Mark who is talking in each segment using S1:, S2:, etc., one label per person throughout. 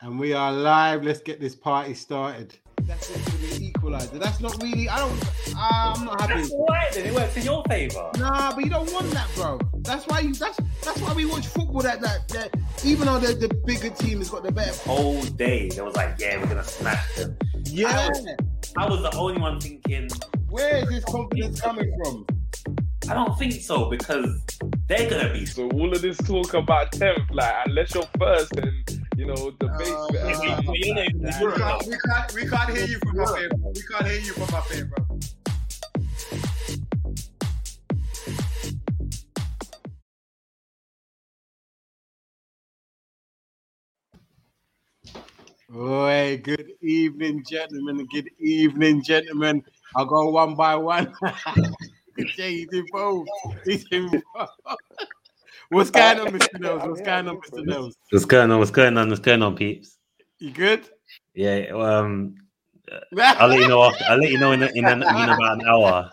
S1: And we are live. Let's get this party started. That's literally equalizer. That's not really. I don't. ah, I'm not happy.
S2: That's all right then. It works in your favour.
S1: Nah, but you don't want that, bro. That's why you. That's that's why we watch football. That that, that even though the, the bigger team has got the better.
S2: Whole day, they was like, yeah, we're gonna smash them.
S1: Yeah.
S2: I was the only one thinking,
S1: Where is this confidence coming from?
S2: I don't think so because they're gonna be.
S3: So all of this talk about tenth, like unless you're first, and you know the base.
S4: Oh,
S2: If we- we're not even
S4: man.
S3: Uh,
S2: in
S4: We
S2: Europe,
S4: can't, we can't, we can't hear you from up here. bro. We can't hear you from up here, bro.
S1: Oi, good evening, gentlemen. Good evening, gentlemen. I'll go one by one. Jay, he's involved. He's involved. What's going on, Mr. Nels? What's going on, Mr. Nels?
S5: What's going on? What's going on? What's going on, peeps?
S1: You good?
S5: Yeah, um, I'll let you know. After, I'll let you know in, in, in about an hour.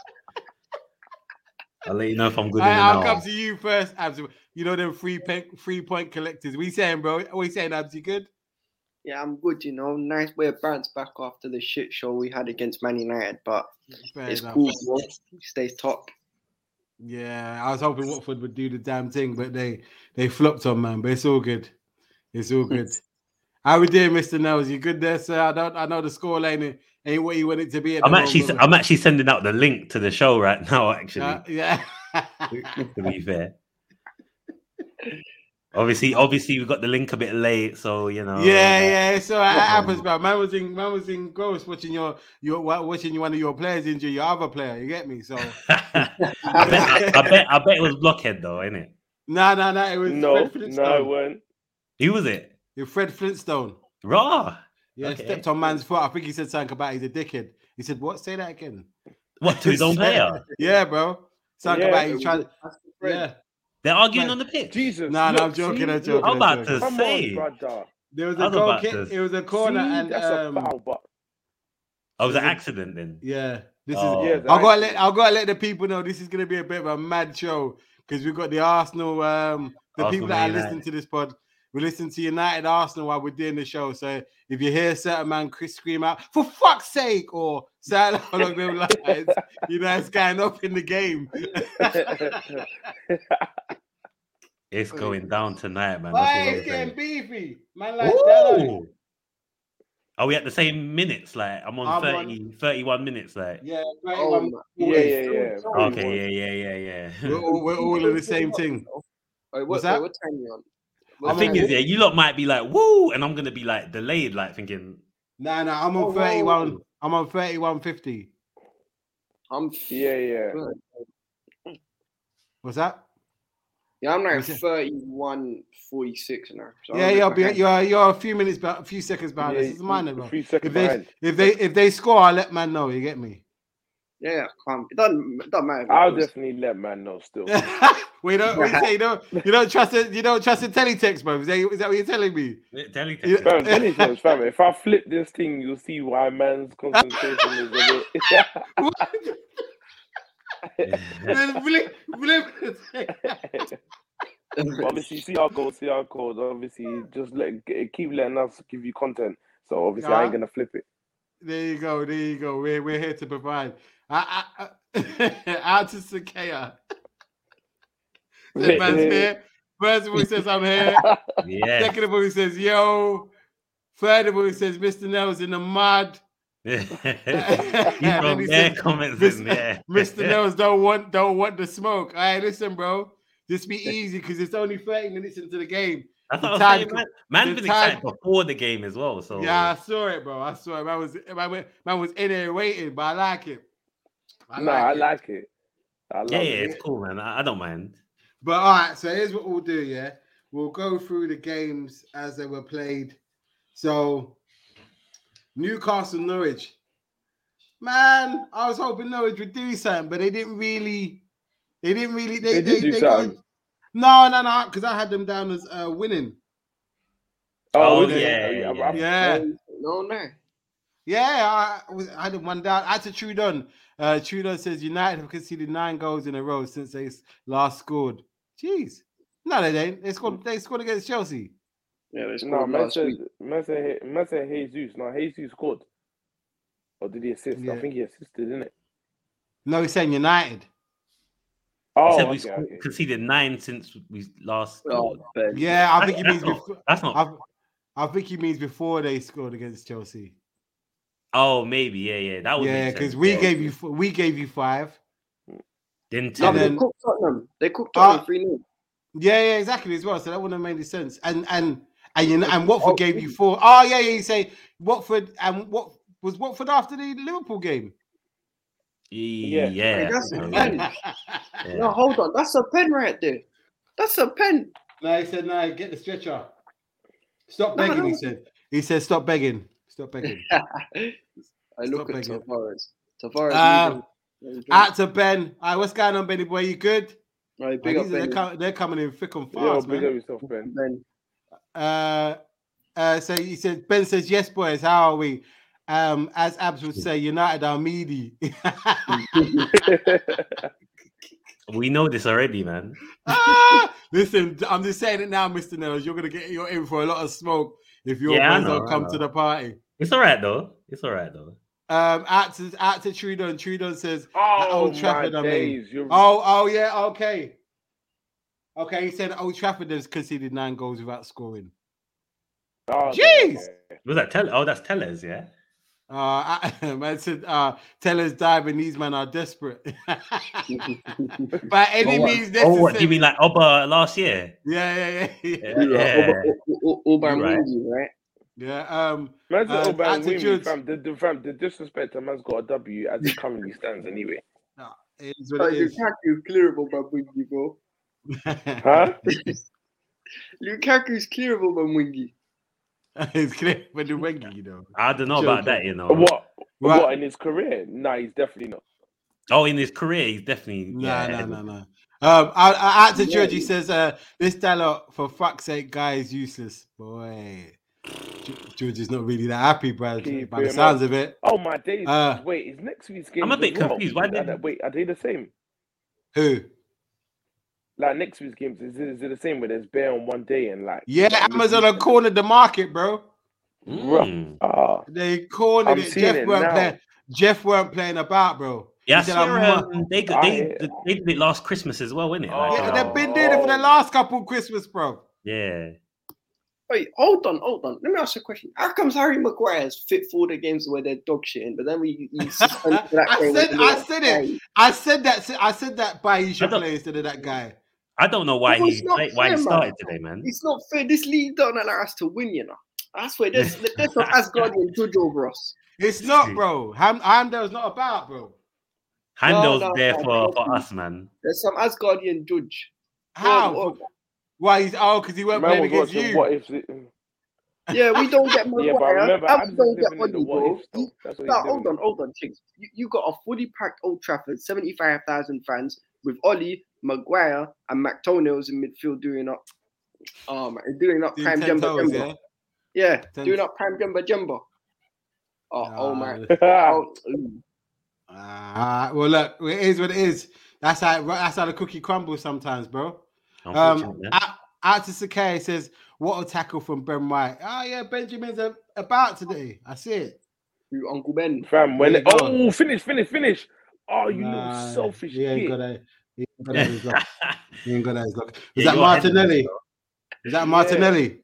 S5: I'll let you know if I'm good in
S1: All right,
S5: an
S1: I'll
S5: hour.
S1: come to you first, Abs. You know them three point three point collectors. We saying, bro. What you saying, Abs? You good?
S6: Yeah, I'm good, you know. Nice way of bounce back after the shit show we had against Man United, but
S1: Fair
S6: it's
S1: enough.
S6: cool, bro. Stay top.
S1: Yeah, I was hoping Watford would do the damn thing, but they they flopped on man. But it's all good. It's all good. How we doing, Mister Nels? You good there, sir? I don't. I know the score line ain't, ain't what you want it to be. At
S5: I'm
S1: the
S5: actually,
S1: moment,
S5: I'm actually sending out the link to the show right now. Actually,
S1: but- uh, yeah.
S5: to be fair. Obviously, obviously, we got the link a bit late, so you know.
S1: yeah, yeah, it's all right. It
S5: Yeah.
S1: happens, bro. Man was in, man was in gross watching your, your, wa- watching one of your players injure your other player. You get me? So,
S5: I bet, I bet, I bet it was blockhead though, ain't it?
S1: no, no, no. It was
S3: no,
S1: Fred
S3: no, it
S1: Flintstone.
S3: weren't.
S5: Who was it?
S1: It was Fred Flintstone.
S5: Raw.
S1: Yeah,
S5: Okay.
S1: stepped on man's foot. I think he said something about he's a dickhead. He said, "What? Say that again."
S5: What to his own player?
S1: Yeah, bro. Something
S3: Yeah,
S1: about he tried. Yeah,
S4: friend.
S5: They're arguing
S1: Man.
S5: on the pitch.
S3: Jesus.
S1: Nah, nah,
S3: look,
S1: I'm joking,
S3: see,
S1: I'm joking.
S5: I'm
S3: look,
S5: about to
S3: Come
S5: say.
S3: on, brother.
S1: there was
S5: I
S1: a
S5: was
S1: goal
S5: about
S1: kick.
S5: to-
S1: It was a corner,
S3: See,
S1: and
S3: that's a
S1: um,
S3: foul, but
S5: Oh, it was an
S1: Is it-
S5: accident then.
S1: yeah, this
S5: Oh.
S1: is.
S3: yeah,
S1: I gotta let I gotta let the people know this is gonna be a bit of a mad show because we've got the Arsenal. Um, the
S5: Arsenal,
S1: people that are
S5: Man
S1: listening to
S5: United.
S1: this pod, we listen to United Arsenal while we're doing the show. So if you hear a certain man Chris scream out for fuck's sake or something along those lines, you know it's going up in the game.
S5: It's going down tonight, man.
S1: Why it's
S5: That's all I'm
S1: getting
S5: saying.
S1: beefy? Man, like that.
S5: Ooh. Are we at the same minutes? Like I'm on
S1: I'm
S5: 30, 31 minutes. Like
S1: Yeah, right,
S6: Oh,
S1: man.
S6: my-
S3: yeah, yeah, yeah.
S5: okay, yeah, yeah, yeah,
S1: We're
S5: yeah.
S1: all, we're all in the same thing.
S6: Wait,
S1: What's
S6: what,
S1: that?
S6: wait, what time you on?
S5: the
S6: What
S5: thing
S6: time
S5: is, yeah, you lot might be like woo, and I'm gonna be like delayed, like thinking
S1: No, no, I'm on
S6: Oh, wow.
S1: 31. I'm on 31.50.
S6: I'm
S3: yeah, yeah.
S1: What's that?
S6: yeah, I'm like
S1: What's it?
S6: 31, 46 now. So
S1: yeah,
S6: I'm
S1: you're,
S6: like
S1: be,
S6: behind.
S1: you're you're a few minutes, but a few seconds behind. us. It's minor, bro.
S3: Three
S1: If
S3: seconds
S1: they
S3: behind.
S1: if they if they score, I'll let man know. You get me?
S6: Yeah, yeah, calm. It doesn't, it doesn't matter. if it
S3: I'll
S6: goes.
S3: definitely let man know still.
S1: we don't. We say you don't. You don't trust it. You don't trust the teletext, bro. Is that, is that what you're telling me?
S5: delayed.
S1: Yeah.
S3: Fam, finish this, fam. If I flip this thing, you'll see why man's concentration is a bit.
S1: Then flip- flip-
S3: obviously, see our goals, see our code. Obviously, just let g- keep letting us give you content. So obviously, I ain't
S1: Yeah.
S3: gonna flip it.
S1: there you go. There you go. We're we're here to provide. I, I, I, out to Sakea. That man's here. First of all, he says I'm here.
S5: yeah.
S1: Second of all, he says, yo. Third of all, he says, Mr. Nell's in the mud.
S5: you
S1: And then
S5: from
S1: he
S5: their
S1: said,
S5: comments
S1: "Mis-
S5: in there.
S1: Mr. Nels don't want don't want the smoke. All right, listen, bro. Just be easy because it's only 30 minutes into the game.
S5: I thought I was
S1: the
S5: saying,
S1: time-
S5: man, man's
S1: the
S5: been
S1: time-
S5: excited before the game as well. So
S1: Yeah, I saw it, bro. I saw it. Man was man, went, man was in there waiting, but I like it. I
S3: nah, I
S1: it.
S3: like it. I love
S5: yeah, yeah,
S3: it.
S5: it's cool, man. I, I don't mind.
S1: But all right, so here's what we'll do. Yeah, we'll go through the games as they were played. So, Newcastle, Norwich. Man, I was hoping Norwich would do something, but they didn't really. They didn't really. They,
S3: They did do
S1: got-
S3: something.
S1: No, no, no, because I had them down as uh, winning.
S5: Oh,
S3: we did-
S5: yeah,
S3: I'm-
S5: yeah,
S3: I'm-
S1: Yeah,
S6: No, no.
S1: yeah, I, was- I had them one down. I had to Trudon. Uh, Trudon says United have conceded nine goals in a row since they s- last scored. Jeez, no, they didn't. They scored. They scored against Chelsea.
S6: Yeah, they scored
S3: No,
S6: last
S3: Messi,
S6: week.
S3: Messi, Messi, Jesus. No, Jesus scored. Or did he assist?
S1: Yeah.
S3: I think he assisted, didn't it?
S1: No, he's saying United.
S5: He
S3: Oh,
S5: said we
S3: okay,
S5: scored-
S3: okay.
S5: conceded nine since we last.
S6: Oh, Ben.
S1: Yeah, I
S5: That's-
S1: think he means
S5: that's,
S1: before,
S5: not, that's not.
S1: I, I think he means before they scored against Chelsea.
S5: oh, maybe. Yeah, yeah. That would
S1: Yeah,
S5: make sense,
S1: because we
S5: yeah.
S1: gave you f- we gave you five.
S5: Then
S6: No,
S1: and
S5: ten.
S6: but they
S1: then-
S6: cooked Tottenham. They cooked Tottenham
S1: Ah.
S6: 3 0.
S1: Yeah, yeah, exactly as well. So that wouldn't have made any sense. And and and you know, and Watford gave you four. Oh yeah, yeah. You say Watford and what was Watford after the Liverpool game?
S5: Yeah.
S3: Yeah.
S5: yeah.
S6: Hey, that's a
S5: yeah,
S6: pen.
S5: yeah.
S6: No, hold on. That's a pen right there. That's a pen.
S1: No, he said, no, get the stretcher. Stop
S6: No,
S1: begging, he
S6: no.
S1: said. He said, stop begging. Stop begging.
S6: I look
S1: Stop
S6: at
S1: again.
S6: Tavares. Tavares.
S1: Um,
S6: he's a-
S1: Out to Ben. All right, what's going on, Benny boy? You good?
S6: Right, big
S1: These
S6: up,
S1: are- they're,
S6: Ben.
S1: co- they're coming in thick and
S3: Yo,
S1: fast,
S3: big up
S1: man.
S3: yourself, Ben.
S6: Ben.
S1: Uh, uh, so he said, Ben says, yes, boys, how are we? Um, as Abs would say, United are meaty.
S5: We know this already, man.
S1: Ah! Listen, I'm just saying it now, Mr. Nels. You're gonna get you're in for a lot of smoke if your
S5: Yeah, I
S1: friends
S5: know,
S1: don't
S5: I
S1: come to
S5: know.
S1: the party.
S5: It's all right though. It's all right though.
S1: Um, out to out to Trudon. Trudon says,
S5: Mm.
S3: Oh,
S1: Old Trafford, I
S3: my
S1: mean.
S3: days. You're...
S1: "Oh, oh yeah, okay, okay." He said, "Old Trafford has conceded nine goals without scoring."
S3: Oh,
S1: jeez.
S5: Was that Tell? Oh, that's Tellers, yeah.
S1: Uh, I, man said, uh, "Tell us, dive, and these men are desperate by any
S6: Oh, what-
S1: means
S5: Oh,
S1: necessary."
S5: what do you mean like Oba last year?
S1: Yeah, yeah, yeah, yeah.
S5: Yeah. yeah.
S6: Aubameyang, right?
S1: yeah um,
S3: Man's
S1: Uh,
S3: uh, Oban
S1: attitudes.
S3: Wimmy, fam. The, the, fam. the disrespect a man's got a W as it currently stands, anyway.
S1: it is
S3: Oh,
S1: what
S6: But
S1: it is.
S6: Oh, Lukaku clearable by Wingy, bro.
S3: Huh?
S6: Lukaku's clearable by Wingy.
S1: it's clear for the Wengi, you know.
S5: I don't know about that, you
S1: Oh.
S5: know.
S3: What?
S1: Right.
S3: What in his career? Nah, he's definitely not.
S5: Oh, in his career, he's definitely.
S1: No,
S5: yeah,
S1: no, no, no. Um, I, I, out to
S6: Yeah,
S1: George, he
S6: you-
S1: says, uh, this dialogue, for fuck's sake, guy is useless. Boy, Ge- George is not really that happy, bro,
S3: Keep
S1: by the
S3: him
S1: sounds of it.
S3: Oh my days!
S1: Uh,
S3: wait, is next week's game?
S5: I'm a bit confused. Why didn't-
S3: wait? Are they the same?
S1: Who?
S3: Like next week's games? Is it, is it the same where there's bare on one day and like?
S1: Yeah, Amazon have cornered the market, bro.
S5: Mm.
S3: Ah,
S1: They cornered
S3: I'm
S1: it.
S3: seeing
S1: Jeff,
S3: it
S1: weren't
S3: now.
S1: play- Jeff weren't playing about, bro.
S5: Yeah, I
S1: He said, "I'm
S5: swear,
S1: not-"
S5: um, they, they,
S3: I-
S5: they, they did it last Christmas as well, innit?
S3: Oh.
S1: yeah, but they've
S5: um,
S1: been doing it for the
S3: Oh.
S1: last couple Christmas, bro.
S5: yeah.
S6: Wait, hold on, hold on. Let me ask you a question. How comes Harry Maguire is fit for the games where they're dog shitting, but then we you suspend for that
S1: I
S6: game
S1: said-
S6: when they're
S1: I said it.
S6: like,
S1: I said that. I said that by he should
S5: don't-
S1: play instead of that guy.
S5: I don't know why
S6: No,
S5: he
S6: it's not
S5: played- why he
S6: fair, man.
S5: started today, man.
S6: It's not fair. This league don't allow us to win, you know. I swear, there's there's some Asgardian judge over us.
S1: It's not, bro. Ham Hamdel's not about, bro.
S5: Handel's
S6: no,
S5: there
S6: no,
S5: for,
S6: no.
S5: for us, man.
S6: There's some Asgardian judge.
S1: How?
S6: World over.
S1: Why he's oh, because he weren't
S3: man
S1: playing
S3: was
S1: against
S3: watching
S1: you.
S3: what if?
S6: Yeah, we don't get
S3: Yeah, but I
S6: Maguire.
S3: remember,
S6: I
S3: I'm just
S6: don't get
S3: living in the
S6: money,
S3: what
S6: bro.
S3: if. stuff. That's what
S6: No,
S3: he's
S6: hold
S3: doing.
S6: on, hold on, Chicks. You, you got a fully packed Old Trafford, 75,000 fans with Ollie, Maguire, and McTonals in midfield doing up um doing up
S1: Doing
S6: prime
S1: 10
S6: jumbo
S1: toes,
S6: jumbo.
S1: yeah?
S6: Yeah,
S1: Ten-
S6: doing up prime jumbo jumbo. Oh, oh my.
S3: Ah,
S6: Oh, mm.
S1: Ah, well, look, it is what it is. That's how that's how the cookie crumbles sometimes, bro. Um,
S5: Unfortunately.
S1: out, out to Sakai says, "What a tackle from Ben White." Oh yeah, Benjamin's a, about today. I see it.
S6: you Uncle Ben.
S3: fam, when
S1: There
S3: it,
S1: you go.
S3: oh, finish, finish, finish. Oh, you
S1: Nah,
S3: little selfish
S1: He ain't
S3: kid.
S1: got that. He ain't got that in his luck. He ain't got that in his luck. Is
S5: Yeah,
S1: that
S5: you're ahead of
S1: Martinelli?
S5: us, bro.
S1: Is that Martinelli?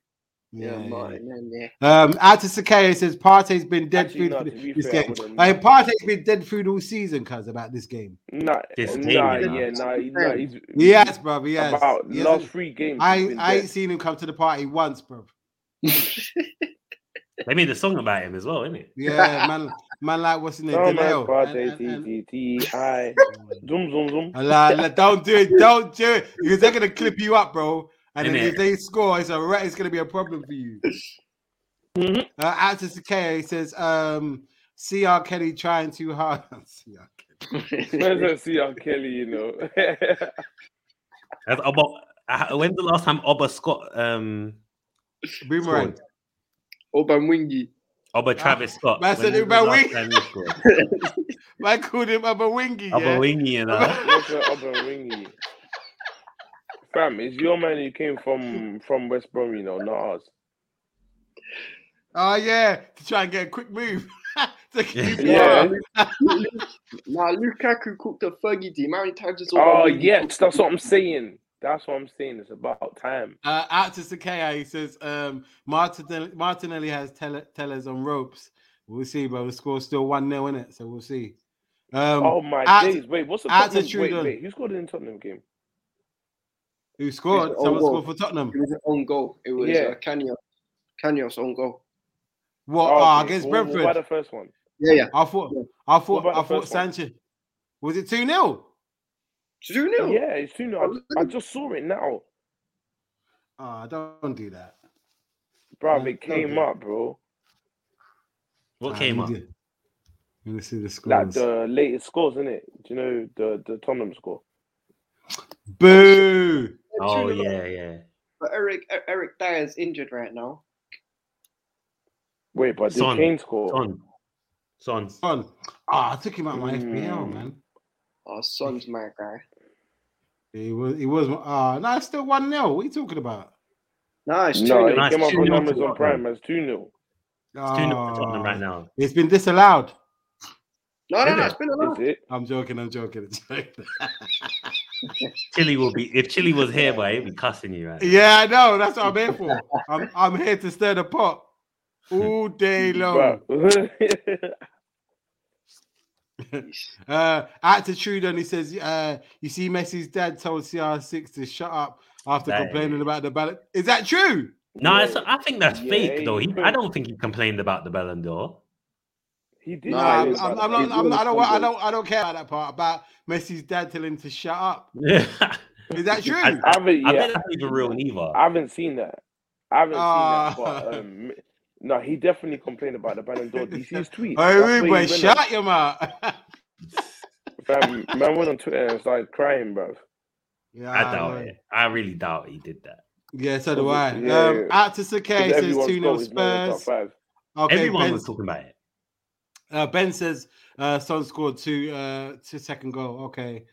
S6: Yeah, Martin, man, yeah.
S1: Um, out to Sakaya says Partey's been dead
S3: Actually,
S1: food
S3: no,
S1: for
S3: to
S1: th-
S3: be
S1: this
S3: fair, I
S1: game.
S3: wouldn't.
S1: Like Partey's been dead food all season, cuz about this game.
S3: Nah,
S5: This game,
S3: nah,
S5: you know.
S3: yeah, nah, he- nah, he's
S1: He has, bro. He has.
S3: about
S1: He
S3: last
S1: hasn't-
S3: three games. he's
S1: I
S3: been
S1: I
S3: dead.
S1: ain't seen him come to the party once, bro.
S5: They made a song about him as well, innit?
S1: Yeah, man, man, like what's his name?
S3: Oh,
S1: Denel.
S3: man,
S1: And-
S3: Friday,
S1: and- and-
S3: T, T, T, I. Zoom, zoom, zoom.
S1: and like, like, don't do it, don't do it, because they're gonna clip you up, bro. And then
S5: Innit?
S1: if they score, it's a re- it's gonna be a problem for you.
S3: Mhm.
S1: Uh, out to Sakaya, he says, um, CR Kelly trying too hard. CR
S3: Let's not see R. Kelly, you know.
S5: That's Oba, uh, when's the last time Oba Scott, um,
S1: Boomerang.
S6: Obanwingi.
S5: Oba Travis Scott?
S1: that's a
S5: when
S1: new
S5: was the
S1: man,
S5: last
S1: we-
S5: time he scored?
S1: I called him Abba Wingy.
S5: Oba
S1: yeah?
S5: Wingy, you know?
S3: What's your other wingy? Fam, it's your man who came from from West Brom, you know, not us.
S1: Oh yeah, to try and get a quick move. To keep it
S3: Yeah.
S1: up.
S6: Now Lukaku cooked a Fergie team. How many times has
S3: Oh
S6: Aubameyang
S3: yes, that's what I'm saying. That's what I'm saying. It's about time.
S1: Uh, out to Sakea, he says um, Martin, Martinelli has tele- tellers on ropes. We'll see, but the score's still 1 0 in it, so we'll see. Um,
S3: Oh my
S1: at-
S3: days! Wait, what's the
S1: at the
S3: Tottenham? Wait,
S1: Trudon.
S3: wait, who scored in the Tottenham game?
S1: Who scored?
S6: Oh,
S1: Someone
S6: well.
S1: scored for Tottenham.
S6: It was an own goal. It was
S3: Yeah.
S6: uh, Canios. Canios own goal.
S1: What?
S3: okay.
S1: oh, against
S3: Wh-
S1: Brentford.
S3: What about the first one?
S6: Yeah, yeah.
S1: I thought, I thought,
S3: about the
S1: I thought
S3: first one?
S1: Sanchez. Was it 2 0?
S6: Two 0
S3: Yeah, it's two. nil. I, I just saw it now,
S1: Oh, don't do that.
S3: bro.
S1: Yeah,
S3: It came
S1: no,
S3: up, bro.
S5: What
S1: Ah,
S5: came
S1: you
S5: up?
S1: did. Let me see the
S3: Like
S1: scores.
S3: the latest scores, isn't it? Do you know the the Tottenham score?
S1: Boo!
S5: Oh yeah, yeah.
S6: But Eric E, Eric Dyer's injured right now.
S3: Wait, but did
S5: Son.
S3: Kane score?
S5: Son, son.
S1: Son. Ah, I took him out of my FPL,
S3: Mm.
S1: man.
S6: Oh, Son's my guy.
S1: He was, he was, ah, no, it's still 1 0. What are you talking about?
S6: Nah, it's two
S3: No, it
S5: Nice.
S3: came up on
S5: 2-0
S3: numbers
S5: to
S3: on Prime as two 0
S5: It's two 0 to Tottenham right now.
S1: Ah, It's been disallowed.
S6: No, no,
S5: Is it?
S6: no, it's been a
S3: Is
S6: long.
S3: it?
S1: I'm joking. I'm joking. I'm joking.
S5: Chile will be if Chile was here, boy, he'd be cussing you right. now.
S1: yeah, I know. That's what I'm here for. I'm, I'm here to stir the pot all day long.
S3: Bruh.
S1: Uh, at to Trudon, he says, uh, "You see, Messi's dad told CR6 to shut up after
S5: Hey.
S1: complaining about the ballot. Is that true?
S5: No, it's, I think that's
S3: Yeah,
S5: fake though.
S3: you
S5: He, I
S3: could.
S5: don't think he complained about the Ballon d'Or.
S3: he did.
S6: Nah,
S3: say
S1: I'm,
S3: it,
S1: I'm, I'm
S3: but it
S1: not, I'm
S3: was
S1: not, I don't, want- I
S3: Sunday.
S1: don't, I don't care about that part about Messi's dad telling him to shut up.
S5: I,
S1: Is that true?
S5: I
S3: I haven't. Yeah,
S5: bet that's not even real neither.
S3: I haven't seen that. I haven't seen that. But
S1: Ah.
S3: um, no, he definitely complained about the Ballon d'Or. Do you see his tweet?
S1: Oh,
S3: That's
S1: really, boy,
S3: where he went
S1: shut your mouth.
S3: on- fam, Man went on Twitter and started crying, bro.
S1: yeah,
S5: I doubt
S1: know.
S5: it. I really doubt he did that.
S1: Yeah, so do I.
S3: Yeah,
S1: Um, out to Sakay says 2 0
S3: top
S1: Spurs.
S3: five.
S1: Okay,
S5: Everyone
S1: ben,
S5: was talking about it.
S1: uh, ben says uh, Son scored two, uh, two second goal. Okay.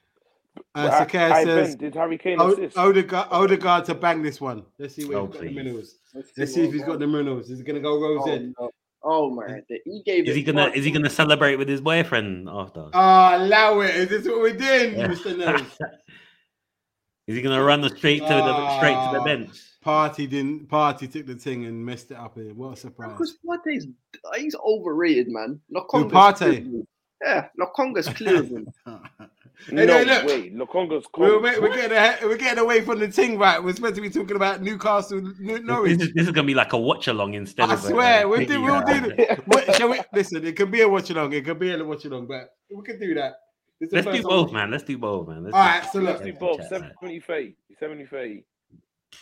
S1: Uh,
S3: But I-
S1: Sakay
S3: I,
S1: says Oh,
S3: ben, did Harry Kane
S1: O-
S3: assist?
S1: Odegaard, Odegaard to bang this one. Let's see what
S5: Oh,
S1: he's got the
S5: please.
S1: minerals.
S6: Let's
S1: Let's see if he's
S6: what-
S1: got the minerals. Is it gonna go rose
S6: Oh,
S1: in?
S6: no. oh my! The, he gave.
S5: Is he
S6: it
S5: gonna
S6: one-
S5: is he gonna celebrate with his boyfriend after?
S1: Ah, allow it. Is this what we're doing,
S5: Yeah.
S1: Mr. Nose?
S5: Is he gonna run straight to the straight to the
S1: Ah.
S5: bench?
S1: Party didn't. Party took the thing and messed it up. Here. What a surprise!
S6: Because Partey's he's overrated, man. Lokonga's
S1: Partey?
S6: clear of him. Yeah, Lokonga's clear of him.
S3: No,
S1: Hey, no, look.
S3: wait, Lokonga's
S1: we're,
S3: cold.
S1: we're, we're getting ahead, we're getting away from the thing, right? We're supposed to be talking about Newcastle, N-
S5: This
S1: Norwich.
S5: is, this is gonna be like a watch along instead
S1: I
S5: of. a-
S1: swear, we'll do-
S5: thingy
S1: we'll do
S5: round.
S1: the- What, shall we listen? It could be a watch along. It could be a watch along, but we can do that. This is the
S5: Let's
S1: first
S5: do
S1: time-
S5: both, man. Let's do both, man. Let's
S1: All
S5: do-
S1: right, so look.
S3: Let's do both.
S5: Chat, man.
S3: 70 30. 70 30.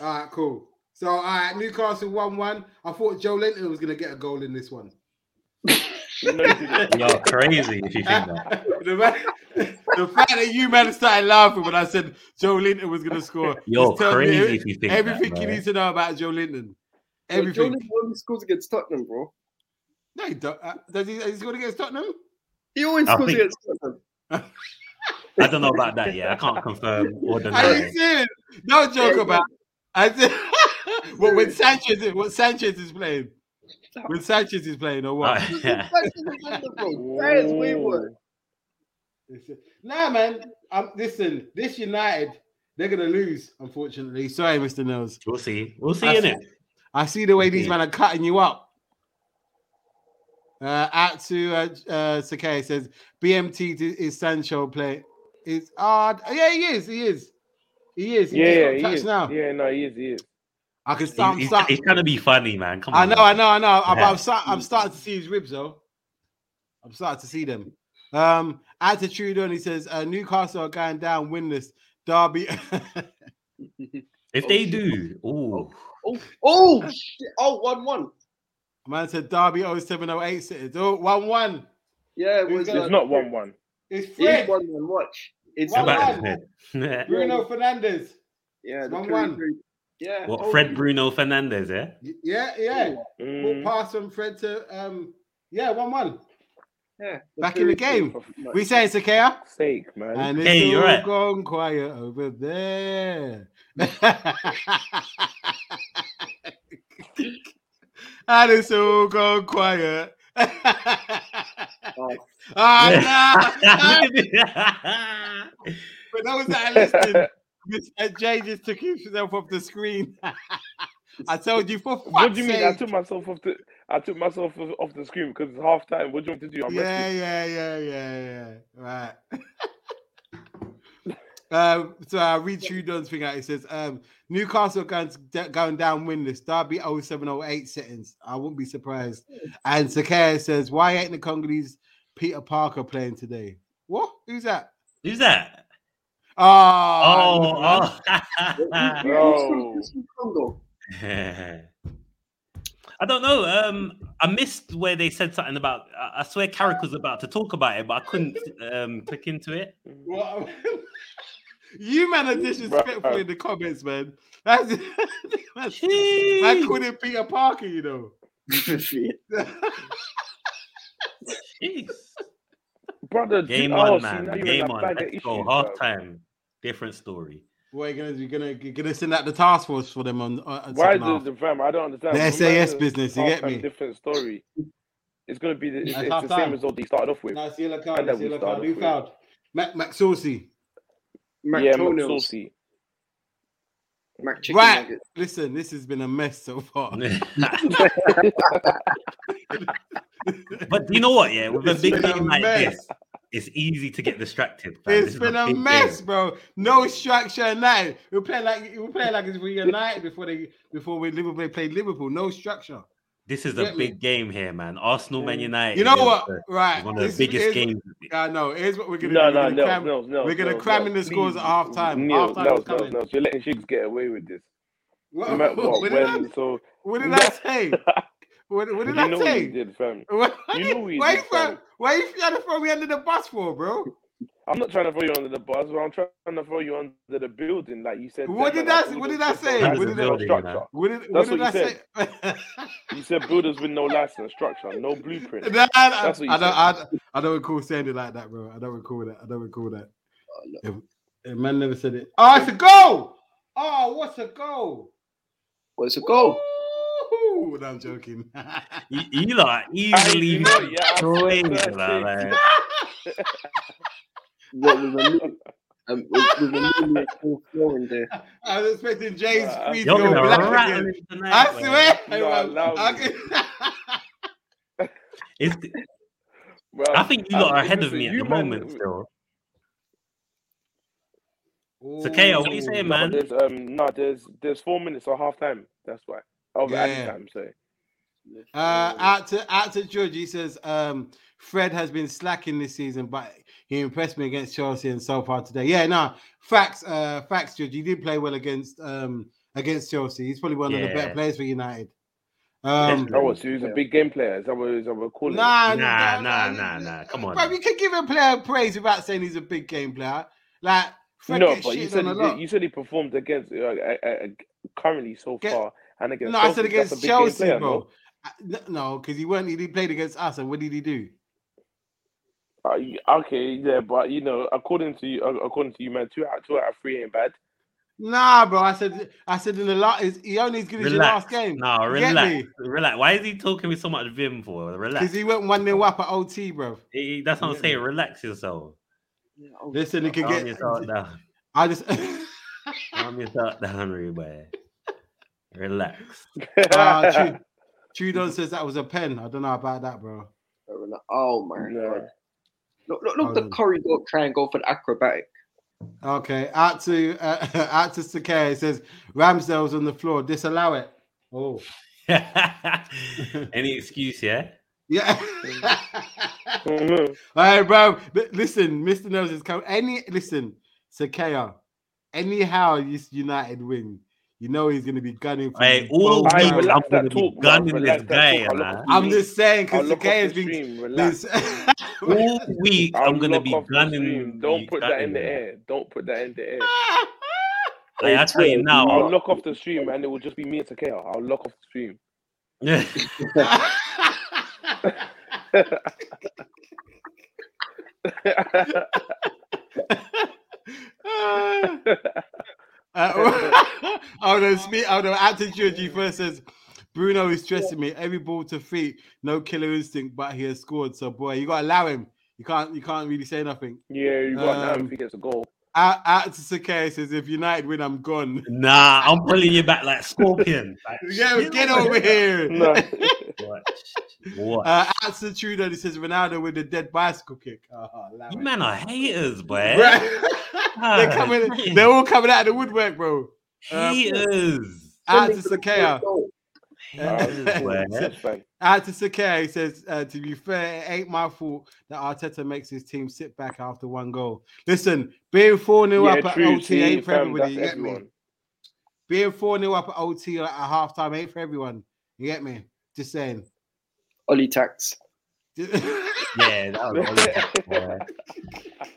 S1: All right, cool. So, all right, Newcastle 1 1. I thought Joe Linton was going to get a goal in this one.
S3: You know, he did it.
S5: You're crazy if you think that.
S1: the, man- the fact that you man started laughing when I said Joe Linton was going to score.
S5: You're
S1: just tells me
S5: crazy
S1: every-
S5: if you think
S1: Everything
S5: that.
S1: you
S5: bro.
S1: need to know about Joe Linton.
S6: Everything.
S1: Everything.
S6: Jordan only scores against Tottenham, bro.
S1: No, he don't. Uh, does he, is he going to get Tottenham?
S6: He always
S5: I
S6: scores
S5: think-
S6: against Tottenham.
S5: I don't know about that yet. I can't confirm or
S1: Are
S5: deny.
S1: you serious? No joke
S6: Yeah,
S1: about I said, what, when Sanchez is, what Sanchez is playing, when Sanchez is playing, or what?
S5: Oh, yeah.
S6: That's the defender, bro. That is way worse.
S1: Nah, man. Um, listen, this United, they're gonna lose. Unfortunately, sorry, Mister Nils.
S5: We'll see. We'll see
S1: I
S5: in
S1: see.
S5: it.
S1: I see the way these
S5: Yeah.
S1: men are cutting you up. Uh, out to uh, uh, Sakay says BMT d- is Sancho play. Is hard. Oh, yeah, he is. He is. He is. He
S3: Yeah, yeah,
S1: just got
S3: he
S1: touched
S3: is.
S1: now.
S3: Yeah, no, he is. He is.
S1: I can
S5: He's,
S1: start. I'm
S5: he's,
S1: start-
S5: he's trying to be funny, man. Come
S1: I
S5: on.
S1: know. I know. I know. I'm,
S5: Yeah.
S1: I'm, start- I'm starting to see his ribs though. I'm starting to see them. Um, out to Trudon, he says uh, Newcastle are going down winless. Derby.
S5: If they do, ooh,
S6: Oh, oh, shit. oh, one one.
S1: Man said Derby 0708 City. Oh, 1 1.
S6: Yeah, it
S1: Who's
S6: was.
S1: gonna-
S6: Uh,
S3: It's not 1 1.
S1: It's
S6: it's
S1: Fred.
S6: one one. Watch. It's
S1: One,
S5: How
S6: one.
S1: one.
S5: about Fred?
S1: Bruno Fernandez.
S6: Yeah, the
S1: One,
S6: Curry
S1: one.
S6: three. Yeah. oh,
S5: what
S1: Oh.
S6: told
S5: Fred
S6: you.
S5: Bruno Fernandez? Yeah,
S1: Yeah, yeah. We'll
S3: Mm.
S1: pass from Fred to um yeah, 1 1.
S6: Yeah.
S1: Back in the
S6: Curry three. Oh,
S1: game.
S3: For fuck's
S1: We say it's a KR.
S3: sake, man.
S1: And it's
S5: Hey,
S1: all
S5: you're right.
S1: gone quiet over there. And it's all gone quiet.
S6: Oh,
S1: Ah, no. but those that are listening, Miss uh, Jay just took himself off the screen. I told you for fuck's
S3: What do you mean? I
S1: sake.
S3: took myself off the I took myself off- off the screen because it's half time. What do you want to do? I'm
S1: yeah,
S3: resting.
S1: yeah, yeah, yeah, yeah. Right. um, so I read Trudon's thing out. It says um, Newcastle going, going down winless. Derby 0708 settings. I wouldn't be surprised. And Sakaya says, Why ain't the Congolese Peter Parker playing today? What? Who's that?
S5: Who's that?
S1: Oh,
S5: Oh, oh.
S3: No.
S6: Who's from Congo?
S5: I oh. don't know. Um, I missed where they said something about. I, I swear, Carrick was about to talk about it, but I couldn't um, click into it.
S1: What? you man are disrespectful in the comments, man. That's, that's, I
S5: Jeez,
S1: couldn't Peter Parker, you know.
S5: jeez.
S3: Brother,
S5: Game
S3: oh,
S5: one,
S3: see,
S5: man.
S3: now you're in
S5: Game
S3: that
S5: on.
S3: bag of
S5: Let's go.
S3: issues,
S5: Half
S3: bro.
S5: time. Different story.
S1: What you gonna you gonna you gonna send out the task force for them on? Uh,
S3: Why
S1: second
S3: the,
S1: half?
S3: the fam? I don't understand.
S1: The
S3: Remember
S1: SAS business, you get
S3: halftime
S1: me?
S3: Different story. It's gonna be the, it's,
S1: At
S3: it's the
S1: halftime.
S3: same result they started off with.
S1: No, see the
S3: And
S1: card.
S3: then
S1: See
S3: we
S1: the
S3: start
S1: card.
S3: off
S1: Who
S3: with-
S1: fouled? Mac Mac Saucy.
S3: yeah,
S6: McDonald's.
S3: McSaucy.
S6: Mac chicken
S1: Right.
S6: nuggets.
S1: Listen, this has been a mess so far.
S5: but you know what? Yeah, with a
S1: It's
S5: big
S1: been a
S5: game like
S1: mess.
S5: this, it's easy to get distracted. fam. This
S1: It's
S5: is
S1: been a
S5: big
S1: mess,
S5: game.
S1: bro. No structure now. We play like we play like it's we United before they before we Liverpool played Liverpool. No structure.
S5: This is a
S1: Get me?
S5: big game here, man. Arsenal, Man United.
S1: You know
S5: is,
S1: what?
S5: uh,
S1: Right.
S5: is one of the
S1: this-
S5: biggest
S1: here's-
S5: games.
S1: I know. Here's what we're gonna
S3: No,
S1: do. We're
S3: no,
S1: gonna
S3: no,
S1: cram-
S3: no, no.
S1: we're gonna
S3: no,
S1: cram
S3: no,
S1: in the scores at
S3: please.
S1: halftime.
S3: Neil,
S1: Halftime
S3: no,
S1: is
S3: no,
S1: coming.
S3: no. You're letting Shiggs get away with this.
S1: What,
S3: No matter what,
S1: what did I,
S3: when, so
S1: what did I say? What, what did
S3: you
S1: I
S3: know what
S1: say?
S3: you did, fam.
S1: Why
S3: You
S1: did-
S3: know we
S1: why
S3: did,
S1: you throw,
S3: fam.
S1: why you trying to throw me under the bus for, bro?
S3: I'm not trying to throw you under the bus, but I'm trying to throw you under the building, like you said.
S1: What
S3: that,
S1: did I
S3: like,
S1: s-
S3: all
S1: what
S3: those
S1: did I
S3: buildings
S1: say?
S5: What
S3: with
S5: did
S3: no
S5: I- Building,
S3: structure.
S1: What did, what
S3: That's
S1: did
S3: what
S1: I
S3: you
S1: say?
S3: You said builders with no license, structure, no blueprint.
S1: Nah, nah, I,
S3: That's what you
S1: don't, I, don't- I don't recall saying it like that, bro. I don't recall that. I don't recall that.
S6: Oh,
S1: Eh, Man never said it. Oh, it's a goal! Oh, what's a goal?
S6: What's a goal?
S1: Ooh, no, I'm joking.
S5: You, you lot are
S3: I-
S5: easily
S3: you know, yeah, I
S5: destroying
S3: said
S5: it, man,
S3: that,
S5: like-
S6: What with a mini- um, with, with a mini full floor in there.
S1: I was expecting James
S3: Nah,
S1: Creed to
S5: You're
S1: go
S5: gonna
S1: black
S5: rattle
S1: again.
S5: it tonight.
S1: I
S5: man.
S1: swear.
S3: No,
S1: I-
S3: allow
S1: I-
S3: me.
S5: It's,
S3: Well,
S5: I think you
S3: I-
S5: lot are ahead of
S3: um, listen,
S5: me at
S3: you
S5: the
S3: man-
S5: moment. Still, Takeo, what you saying,
S3: No,
S5: man?
S3: there's, um, no, there's there's four minutes of half time. That's why. Of
S1: Yeah.
S3: added time, sorry.
S1: Uh, out to out to George, he says, um, Fred has been slacking this season, but he impressed me against Chelsea and so far today. Yeah, no, facts, uh, facts, George. He did play well against um against Chelsea. He's probably one of the better
S5: Yeah.
S1: players for United. Um,
S5: Definitely.
S3: Oh, so he's a big game player. Is that what, is that what we're calling? it?
S1: nah,
S5: Nah, nah, nah, nah. Come on.
S1: But you can give a player praise without saying he's a big game player. Like Fred
S3: no,
S1: gets
S3: but you
S1: shitted
S3: said
S1: on
S3: he
S1: a lot.
S3: did, you said he performed against uh, uh, uh, currently so
S1: Get-
S3: far and against.
S1: no, I said
S3: Chelsea. That's
S1: against
S3: a big game
S1: Chelsea,
S3: player,
S1: bro. I- No, because he weren't. He played against us, and what did he do?
S3: Uh, y- okay, yeah, but you know, according to you, uh, according to you, man, two out, two out of three ain't bad.
S1: Nah, bro. I said, I said in the last, is he only as good as your
S5: relax.
S1: last game?
S5: Nah,
S1: You get
S5: relax,
S1: me?
S5: relax. Why is he talking with so much vim for? Relax.
S1: Because he went one nil up at OT, bro.
S5: Eh, That's what I'm
S1: Yeah.
S5: saying. Relax yourself.
S6: Yeah, oh,
S1: Listen, he could
S5: Calm
S1: get.
S5: yourself down.
S1: I just.
S5: Calm yourself down, everybody. Relax.
S1: Ah, Tru- Trudon says that was a pen. I don't know about that, bro.
S6: fair enough. Oh my
S3: no.
S6: god. Look, look, look
S1: Hold
S6: the
S1: on.
S6: Corey got try and go for the acrobatic.
S1: Okay, out to uh, out to Sakay. It says Ramsdale's on the floor. Disallow it. Oh,
S5: Any excuse, yeah.
S1: yeah.
S3: Mhm.
S1: All right, bro. Li- Listen, Mr. Nose is coming. Any listen, Sakaya. Anyhow, this United win, you know he's gonna be gunning for
S5: Hey,
S1: you
S5: all
S1: both
S3: Aye,
S5: week
S1: rounds.
S3: relax
S5: I'm
S3: that
S5: gonna be
S3: talk, man.
S5: gunning
S3: Relax
S5: this
S3: that
S5: guy,
S3: talk. I love
S5: man.
S3: you.
S1: I'm just saying
S3: I'll
S1: because
S3: look off
S1: Sakaya has
S3: the
S1: been.
S3: stream. Relax.
S1: This,
S5: All week I'm
S3: I'll
S5: gonna
S3: lock
S5: be
S3: off the
S5: gunning.
S3: stream. Don't
S5: you-
S3: put that
S5: gunning
S3: in the
S5: you.
S3: air. Don't put that in the air.
S5: Like, I tell you now,
S3: I'll lock off the stream and it will just be me and Takeo. I'll lock off the stream.
S5: Yeah.
S1: uh, uh, oh no, speak. Oh no, Anthony Georgie first says Bruno is stressing me. Every ball to feet, no killer instinct, but he has scored. So boy, you gotta allow him. You can't you can't really say nothing.
S3: Yeah, you got that
S1: Um,
S3: if he gets a goal.
S1: Out, out to Sakay says if United win, I'm gone.
S5: Nah, I'm pulling you back like scorpion. Like,
S1: Yeah, get over here.
S3: No.
S5: what? What?
S1: Uh, at Sir Trudeau, he says Ronaldo with a dead bicycle kick. Oh, allow
S5: you
S1: him.
S5: man are haters, boy.
S1: Bruh, they're
S5: God,
S1: coming.
S5: man.
S1: They're all coming out of the woodwork, bro. um,
S5: haters.
S1: Out to Sakaya.
S5: Haters, boy.
S3: That's fine.
S1: Out to Sakay says, uh, to be fair, it ain't my fault that Arteta makes his team sit back after one goal. Listen, being 4 0
S3: Yeah,
S1: up at
S3: true.
S1: OT
S3: See,
S1: ain't for
S3: fam,
S1: everybody.
S3: that's
S1: You get me?
S3: everyone.
S1: Being 4 0 up at OT at half time ain't for everyone. You get me? Just saying.
S6: Ollie tax.
S5: Yeah, that was Ollie Tax, boy.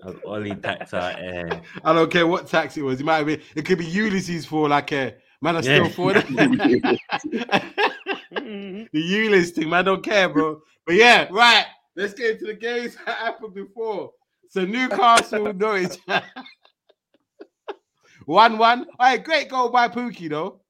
S5: That was Ollie Tax out there.
S1: I don't care what tax it was. It might have been, it could be Ulysses for like a man, I still
S5: Yeah.
S1: for the you listing, man. I don't care, bro. But yeah, right. Let's get into the games that happened before. So Newcastle, Norwich. 1 1. All right, great goal by Pookie, though.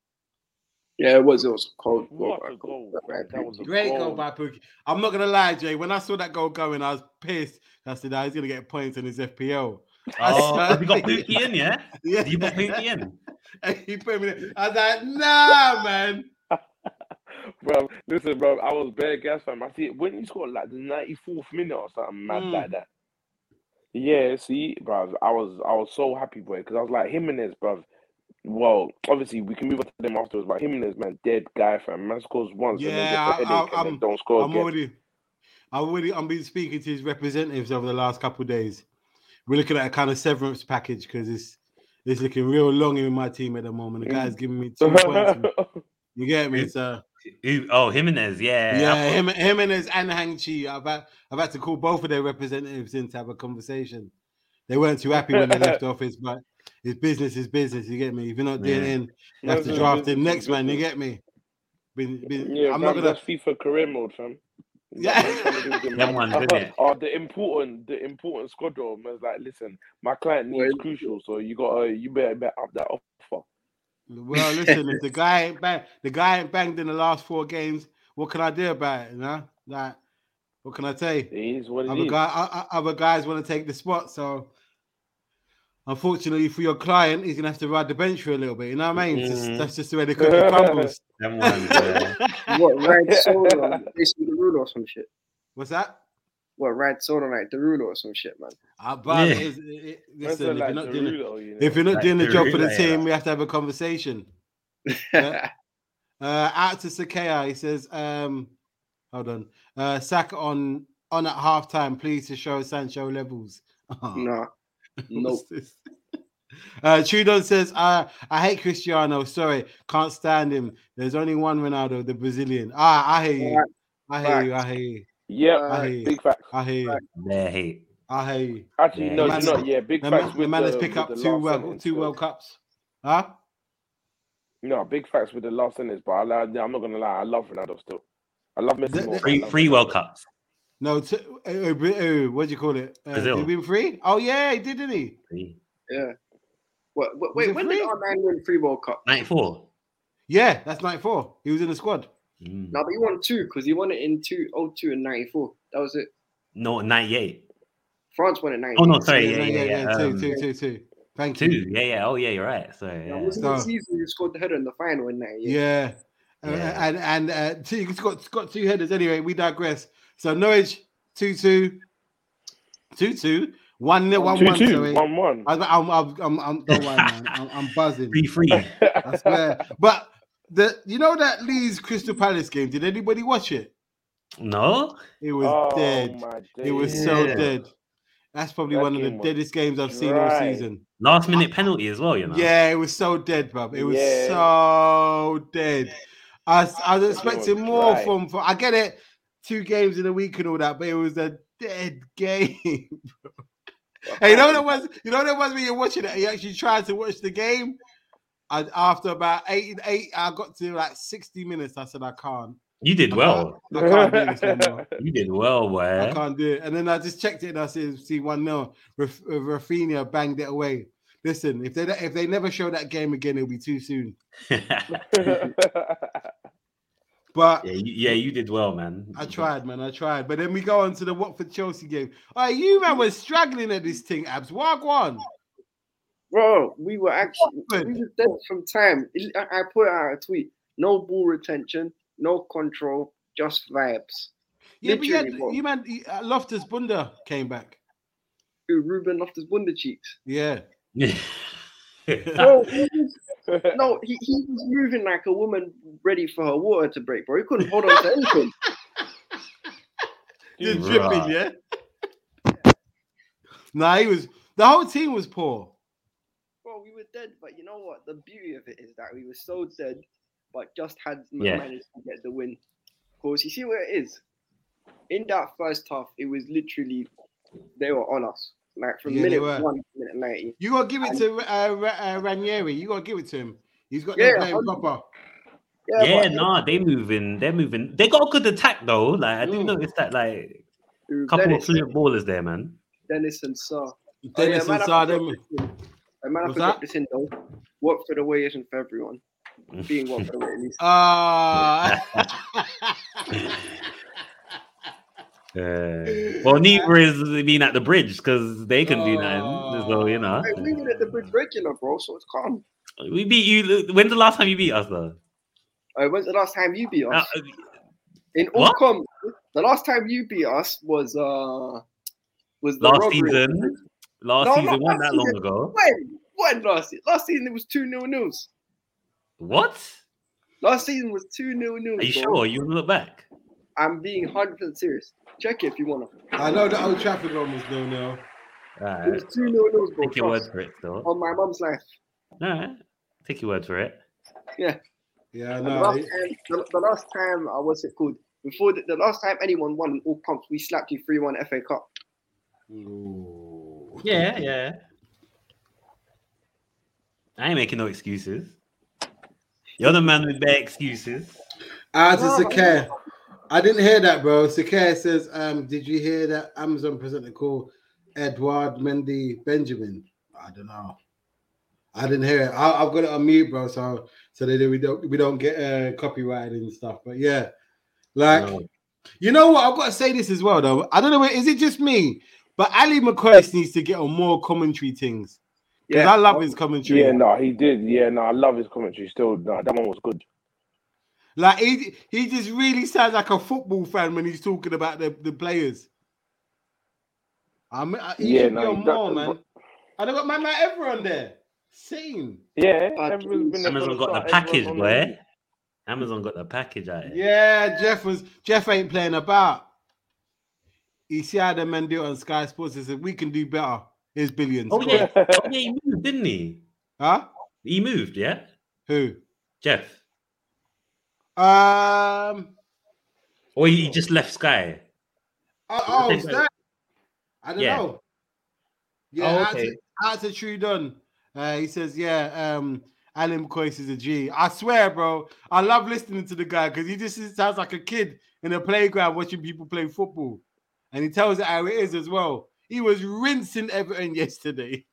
S6: Yeah, it was also cold.
S3: What a goal. That was a
S1: Great goal
S3: goal.
S1: by Pookie. I'm not going to lie, Jay. When I saw that goal going, I was pissed. I said, "Ah, he's going to get points in his FPL.
S5: Oh, have you got Pookie in, yeah?
S1: Yeah.
S5: Have you got Pookie in?
S1: he put me there. I was like, nah, man.
S3: Bro, listen, bro, I was bare gas fam. I see it when he scored like the 94th minute or something mad
S1: Mm.
S3: like that. Yeah, see, bro, I was I was so happy, boy, because I was like Jimenez, bro. Well, obviously we can move on to them afterwards, but Jimenez, man, dead guy, fam. Man scores once and then
S1: Yeah,
S3: gets a
S1: I- I-
S3: headache and
S1: I'm-
S3: then don't score
S1: I'm
S3: again.
S1: already, I'm already, I've been speaking to his representatives over the last couple of days. We're looking at a kind of severance package because it's it's looking real long in my team at the moment. The
S3: Mm.
S1: guy's giving me two points. You get me? So
S5: Who- Oh, Jimenez, yeah.
S1: yeah, him, him and his and Hang Chi. I've had, I've had to call both of their representatives in to have a conversation. They weren't too happy when they left office, but it's business is business. You get me? If you're not doing
S5: Yeah.
S1: in, you have to draft the next man. You get me? Been- been-
S3: Yeah,
S1: I'm
S3: fam,
S1: not gonna.
S3: that's FIFA career mode, fam.
S1: Yeah.
S5: Them ones, innit?
S3: Oh, the important, the important squad role man's like, listen, my client needs
S6: Well-
S3: crucial, so you got, to you better, better up that offer.
S1: Well, listen, if the guy ain't bang, the guy ain't banged in the last four games, what can I do about it? You know, like, what can I tell you?
S3: It is what it
S1: Other,
S3: is.
S1: guy, o- o- other guys want to take the spot, so unfortunately for your client, he's gonna have to ride the bench for a little bit. You know what I mean? It's just-
S5: Mhm.
S1: that's just the way the cookie crumbles.
S5: Them ones, uh, yeah.
S6: What ride solo? Jason Derulo or some shit.
S1: What's that?
S6: What ride solo like Derulo or some shit, man.
S1: I but
S5: Yeah.
S1: it is- it- it-
S3: That's
S1: listen, if
S3: like
S1: you're not doing it-
S3: Derulo, you know.
S1: if you're not
S5: Like
S1: doing the job for the
S5: Derulo, yeah.
S1: team, we have to have a conversation. Yeah. Uh, out to Sakea, he says, um, hold on, uh, Saka on on at halftime, please to show Sancho levels. Oh,
S6: no. Nope.
S1: what's this? Uh, Trudon says, uh, I hate Cristiano. Sorry, can't stand him. There's only one Ronaldo, the Brazilian. Ah, I hear you. I hear you. I hear you.
S3: yeah,
S1: I
S6: Uh,
S1: hear you.
S3: big facts.
S1: I hear you.
S5: They're hate.
S1: I hear you.
S3: Actually,
S5: Yeah,
S3: no,
S1: the
S3: you're
S1: man-
S3: not. Yeah, big
S1: The,
S3: facts
S1: ma- the
S3: with
S1: man has
S3: the,
S1: picked
S3: with
S1: up
S3: the
S1: two
S3: last
S1: world,
S3: sentence,
S1: two
S3: though.
S1: World Cups. Huh?
S3: No, big facts with the last sentence, but I, li- I'm not gonna lie, I love Ronaldo still. I love Messi
S1: The-
S3: more.
S5: Free,
S3: I love
S5: free
S3: Ronaldo.
S5: World Cups.
S1: No, t- uh, uh, Bra- uh, what do you call it? Uh, did
S5: Brazil.
S1: he win three? Oh, yeah, he did, didn't he?
S5: Free.
S6: What, what, wait,
S1: it
S6: when
S1: free?
S6: did R9 win three World Cup?
S5: 94.
S1: Yeah, that's 94. He was in the squad.
S5: Mm.
S6: No, but he won two because he won it in two, 02 and 94. That was it.
S5: No, 98.
S6: France won it 94.
S5: Oh, no, sorry. Yeah,
S1: no,
S5: yeah, yeah.
S1: Two,
S5: Um,
S1: two, two, two. Thank
S5: Two.
S1: you.
S5: Yeah, yeah. Oh, yeah, you're right. Sorry.
S6: Now,
S5: Yeah.
S6: wasn't the
S1: So-
S6: season you scored the header in the final in 98?
S1: Yeah. Uh,
S5: Yeah.
S1: and and uh, two, he's got he's got two headers anyway. We digress. So Norwich two two, two two, one nil, one
S3: Two
S1: one.
S3: two,
S1: Sorry,
S3: one one.
S1: I, I'm I'm I'm, I'm don't worry, man. I'm, I'm buzzing.
S5: Free, free.
S1: I swear. But the you know that Leeds Crystal Palace game. Did anybody watch it?
S5: No?
S1: It was
S3: Oh,
S1: dead.
S3: my
S1: It was
S3: days.
S1: so
S5: Yeah.
S1: dead. That's probably
S3: That
S1: one of the
S3: game was
S1: deadest games I've seen all
S3: dry.
S1: season.
S5: Last minute penalty as well, you know?
S1: Yeah, it was so dead, bruv. It was
S3: Yeah.
S1: so dead. I, s- I was
S3: That game was
S1: expecting more
S3: dry.
S1: from, from. I get it, two games in a week and all that, but it was a dead game. hey, you know that was you know that was when you're watching it. and You actually tried to watch the game, and after about eight, eight, I got to like sixty minutes. I said I can't.
S5: You did well.
S1: I can't do this anymore.
S5: You did well,
S1: I
S5: boy.
S1: can't do it. And then I just checked it and I said, see, 1 0. Raf- uh, Rafinha banged it away. Listen, if they if they never show that game again, it'll be too soon.
S5: yeah,
S1: But
S5: you, yeah, you did well, man.
S1: I tried, man. I tried. But then we go on to the Watford Chelsea game. Oh, you man was struggling at this thing, abs. Wagwan.
S6: Bro, we were actually
S1: Good.
S6: we were dead from time. It- I I put out a tweet: no ball retention, no control, just vibes.
S1: Yeah, but you, had,
S6: Literally, bro.
S1: you man, uh, Loftus Bunda came back.
S6: Ooh, Ruben Loftus Bunda cheeks.
S1: Yeah.
S6: Bro, he was- no, he, he was moving like a woman ready for her water to break, bro. He couldn't hold on to anything.
S1: You're
S5: Right.
S1: dripping, yeah? nah, he was. The whole team was poor.
S6: Bro, we were dead, but you know what? The beauty of it is that we were so dead, but just had
S5: Yeah.
S6: managed to get the win. Because you see where it is. In that first half, it was literally they were on us. Like from
S1: Yeah, they
S6: minute
S1: were.
S6: one to minute ninety.
S1: You got to give it to uh, Ra- uh, Ranieri. You got to give it to him. He's got
S6: Yeah,
S1: the game
S6: hundred- Oh,
S1: proper.
S5: yeah,
S6: but
S5: nah, they moving. They're moving. They got a good attack though. Like I did
S1: Mm.
S5: notice that. Like
S6: through
S5: a couple of
S6: Dennis,
S5: clear ballers there, man.
S6: Dennis and Saar.
S1: Dennis
S6: oh, yeah, man,
S1: and
S6: I
S1: Saar,
S6: forgot
S1: them.
S6: this thing. Oh, man, I
S1: What's
S6: forgot
S1: that?
S6: this in though. Watford away isn't for everyone. Being Watford away at least.
S1: Ah.
S5: Uh, well, neither is being at the bridge because they can do
S1: Oh.
S5: nothing. So you know,
S6: Hey, we were at the bridge regular, bro, so it's calm.
S5: we beat you. When's the last time you beat us though?
S6: Uh, when's the last time you beat us?
S5: Uh,
S6: In all
S5: What?
S6: com, the last time you beat us was uh was the
S5: uh, last
S6: robbery.
S5: season. Last
S6: No, not
S5: season wasn't
S6: last
S5: that long
S6: season.
S5: ago.
S6: When? When last season? Last season it was two nil nils.
S5: What?
S6: Last season was two nil nils.
S5: Are you sure? You wanna look back.
S6: I'm being hundred percent serious. Check it if you wanna.
S1: I know the Old Trafford one was no no.
S6: It
S5: Alright.
S6: was two nil nils, bro.
S5: Take your word
S6: trust. Oh.
S5: for it, though.
S6: On my mum's life.
S5: Alright. Take your word for it.
S1: Yeah, I
S6: And the,
S1: know.
S6: last time, the, the last time, uh, what's it called? Before the, the last time anyone won in all comps, we slapped you 3 1 FA Cup.
S1: Ooh.
S5: Yeah, yeah. I ain't making no excuses. You're the man with bad excuses.
S1: Ah, to
S6: No,
S1: Sakir. I didn't hear that, bro. Sakir says, um, did you hear that Amazon presenter called Edouard Mendy Benjamin? I don't know. I didn't hear it. I, I've got it on mute, bro, so so that we don't we don't get uh, copyrighted and stuff. But yeah, like
S5: No.
S1: you know what? I've got to say this as well, though. I don't know. Is it just me? But Ali McCoy needs to get on more commentary things because I love his commentary.
S3: Yeah, no, he did. Yeah, no, I love his commentary still. No, that one was good.
S1: Like he he just really sounds like a football fan when he's talking about the, the players. I mean, I- he
S3: Yeah,
S1: should
S3: no,
S1: be on
S3: he does-
S1: more, man. I don't got my man ever on there. Same.
S3: Yeah,
S6: Fuck
S3: everyone's been there
S5: Amazon
S3: from
S5: got the
S3: start,
S5: package,
S3: everyone's on
S5: boy. Amazon got the package out. here.
S1: Yeah, Jeff was Jeff ain't playing about. He see how the men do it on Sky Sports. He said we can do better. Here's billions.
S5: Oh
S1: Go
S5: yeah.
S1: on.
S5: oh yeah, he moved, didn't he?
S1: Huh?
S5: He moved, yeah.
S1: Who?
S5: Jeff,
S1: Um.
S5: or he just left Sky.
S1: Oh, oh
S5: Different.
S1: Stan. I don't
S5: Yeah.
S1: know.
S5: Oh,
S1: Yeah,
S5: okay.
S1: out to Trudon. Uh, he says, yeah, um, Alan Coyce is a G. I swear, bro. I love listening to the guy because he just sounds like a kid in a playground watching people play football. And he tells it how it is as well. He was rinsing Everton yesterday.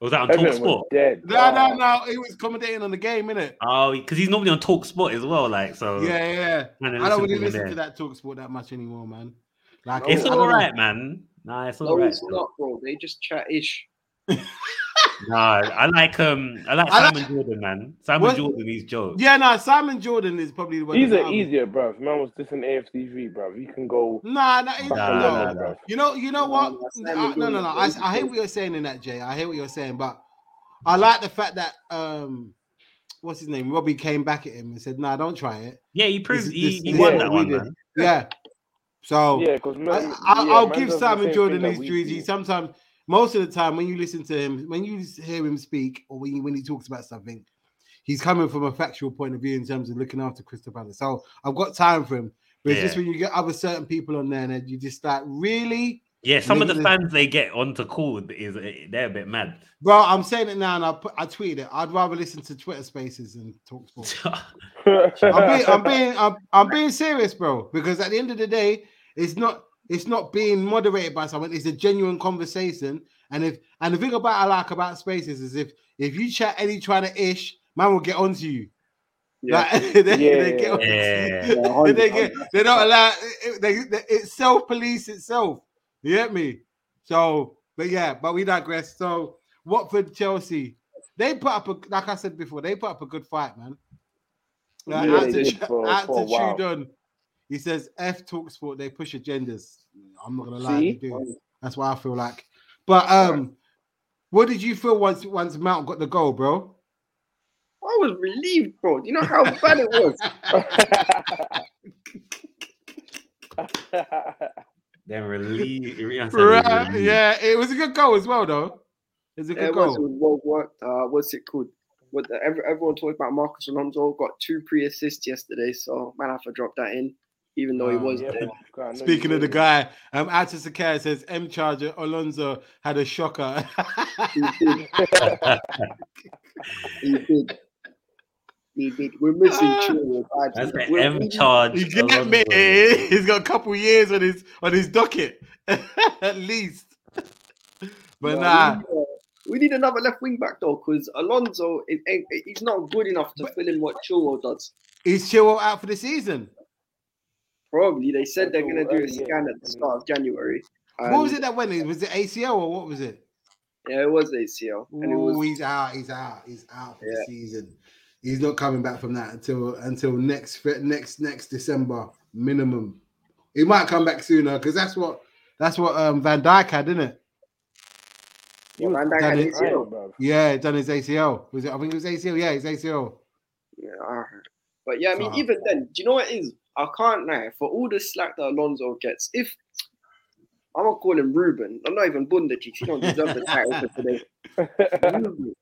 S5: Or was that on
S3: Everyone
S5: Talk
S3: was
S5: Sport?
S3: dead.
S1: No, no,
S3: Oh,
S1: no. He was commentating on the game, innit?
S5: Oh, because he's normally on Talk Sport as well. Like so.
S1: Yeah, yeah.
S5: kinda
S1: I don't
S5: listen
S1: really
S5: him in
S1: listen
S5: there.
S1: to that talk sport that much anymore, man. Like
S6: No,
S5: It's
S1: I don't
S5: all
S1: know.
S5: right, man. Nah, it's all
S6: No,
S5: right.
S6: it's not, bro. They just chat ish.
S5: Nah, I like um, I like
S1: I like-
S5: Simon Jordan, man. Simon
S1: What-
S5: Jordan, he's jokes.
S1: Yeah, no, Simon Jordan is probably the one.
S3: These
S1: that's
S3: are
S1: out.
S3: easier, bruv. Man was just an AFTV, bruv. He can go.
S1: Nah, nah, it-
S3: back
S5: Nah,
S3: a
S1: no.
S3: little,
S5: nah,
S3: bruv.
S1: You know, you know
S6: No,
S1: what?
S6: no, Sam
S1: I,
S6: is
S1: no,
S6: doing
S1: no,
S6: it
S1: no.
S6: for
S1: I,
S6: his
S1: I hear what you're saying in that, Jay. I hear what you're saying, but I like the fact that um, what's his name? Robbie came back at him and said, "Nah, don't try it."
S5: Yeah, he proved
S1: This-
S5: he,
S1: this-
S5: he
S1: this
S5: won
S3: is
S5: that
S1: what
S5: one,
S1: we
S5: man.
S1: Yeah. So
S3: Yeah, because man,
S1: I,
S3: yeah,
S1: I, I'll
S3: man
S1: give
S3: does the same
S1: Simon
S3: thing
S1: Jordan
S3: that
S1: his
S3: we
S1: Druzy.
S3: do.
S1: Sometimes, most of the time, when you listen to him, when you s- hear him speak, or when, you, when he talks about something, he's coming from a factual point of view in terms of looking after Crystal Palace. So I've got time for him. But it's just
S5: Yeah.
S1: when you get other certain people on there, and then you just start really.
S5: Yeah, some of the
S1: Niggas-
S5: fans they get onto call is they're a bit mad.
S1: Bro, I'm saying it now, and I put, I tweeted it. I'd rather listen to Twitter Spaces and talk sport. I'm being, I'm being, I'm, I'm being serious, bro. Because at the end of the day, it's not It's not being moderated by someone. It's a genuine conversation. And if and the thing about I like about spaces is if if you chat any trying to ish, man will get onto you.
S6: Yeah.
S1: Like, they, they
S3: Yeah.
S1: get onto
S5: Yeah.
S1: you.
S3: Oh,
S6: Yeah,
S1: they get, they don't allow. It, they, they- it self police itself. You get me? So, but yeah, but we digress. So Watford, Chelsea, they put up a like I said before, they put up a good fight, man. Like,
S3: Yeah,
S1: out
S3: they
S1: to,
S3: did for-
S1: out
S3: for a
S1: to
S3: while.
S1: Trudon, he says F Talk Sport, they push agendas. I'm not gonna lie,
S3: See?
S1: they do. That's what I feel like. But um, what did you feel once once Mount got the goal, bro?
S6: I was relieved, bro. Do you know how bad it was?
S2: Then relieve.
S1: Right, yeah, it was a good goal as well, though. It was a good
S6: it was, it
S1: goal.
S6: was well worked. Uh, what's it called? What the, every, everyone talks about Marcus Alonso got two pre-assists yesterday, so man, I have to drop that in, even though he
S1: Oh,
S6: was
S3: Yeah,
S6: there.
S3: bro, I know
S1: Speaking
S3: you
S1: of the
S3: know.
S1: guy, um, Atta Sakaya says M Charger Alonso had a shocker.
S6: He did. he did. He did. We're missing
S1: Ah.
S6: Chilwell.
S2: That's
S6: badly.
S2: the
S6: We're
S2: M
S6: really-
S2: charge.
S1: you get
S2: Alonso.
S1: me? He's got a couple years on his on his docket, at least. But
S6: No,
S1: nah,
S6: we, need, uh, we need another left wing back though, because Alonso is, ain't- he's not good enough to fill in what Chilwell does.
S1: is Chilwell out for the season?
S6: Probably they said they're
S3: Alonso
S6: going to do a
S3: early, yeah.
S6: scan at the start of January.
S1: what
S6: and-
S1: was it that went in? Was it ACL or what was it?
S6: Yeah, it was ACL, and it
S1: Ooh,
S6: was
S1: he's out. He's out. He's out for
S6: Yeah.
S1: the season. He's not coming back from that until until next Fe- next next December minimum. He might come back sooner because that's what that's what um, Van Dyke had, didn't it?
S3: He was
S6: Van Dijk had
S1: done it.
S3: I know,
S6: ACL.
S3: bruv.
S1: Yeah, done his ACL. Was it? I think it was ACL. Yeah, his ACL.
S6: Yeah, I heard. But yeah, I mean,
S1: Fuck.
S6: even then, do you know what it is? I can't now for all the slack that Alonso gets. If I'm not calling Ruben, I'm not even Bundachich. He don't deserve the title for today. Ruben.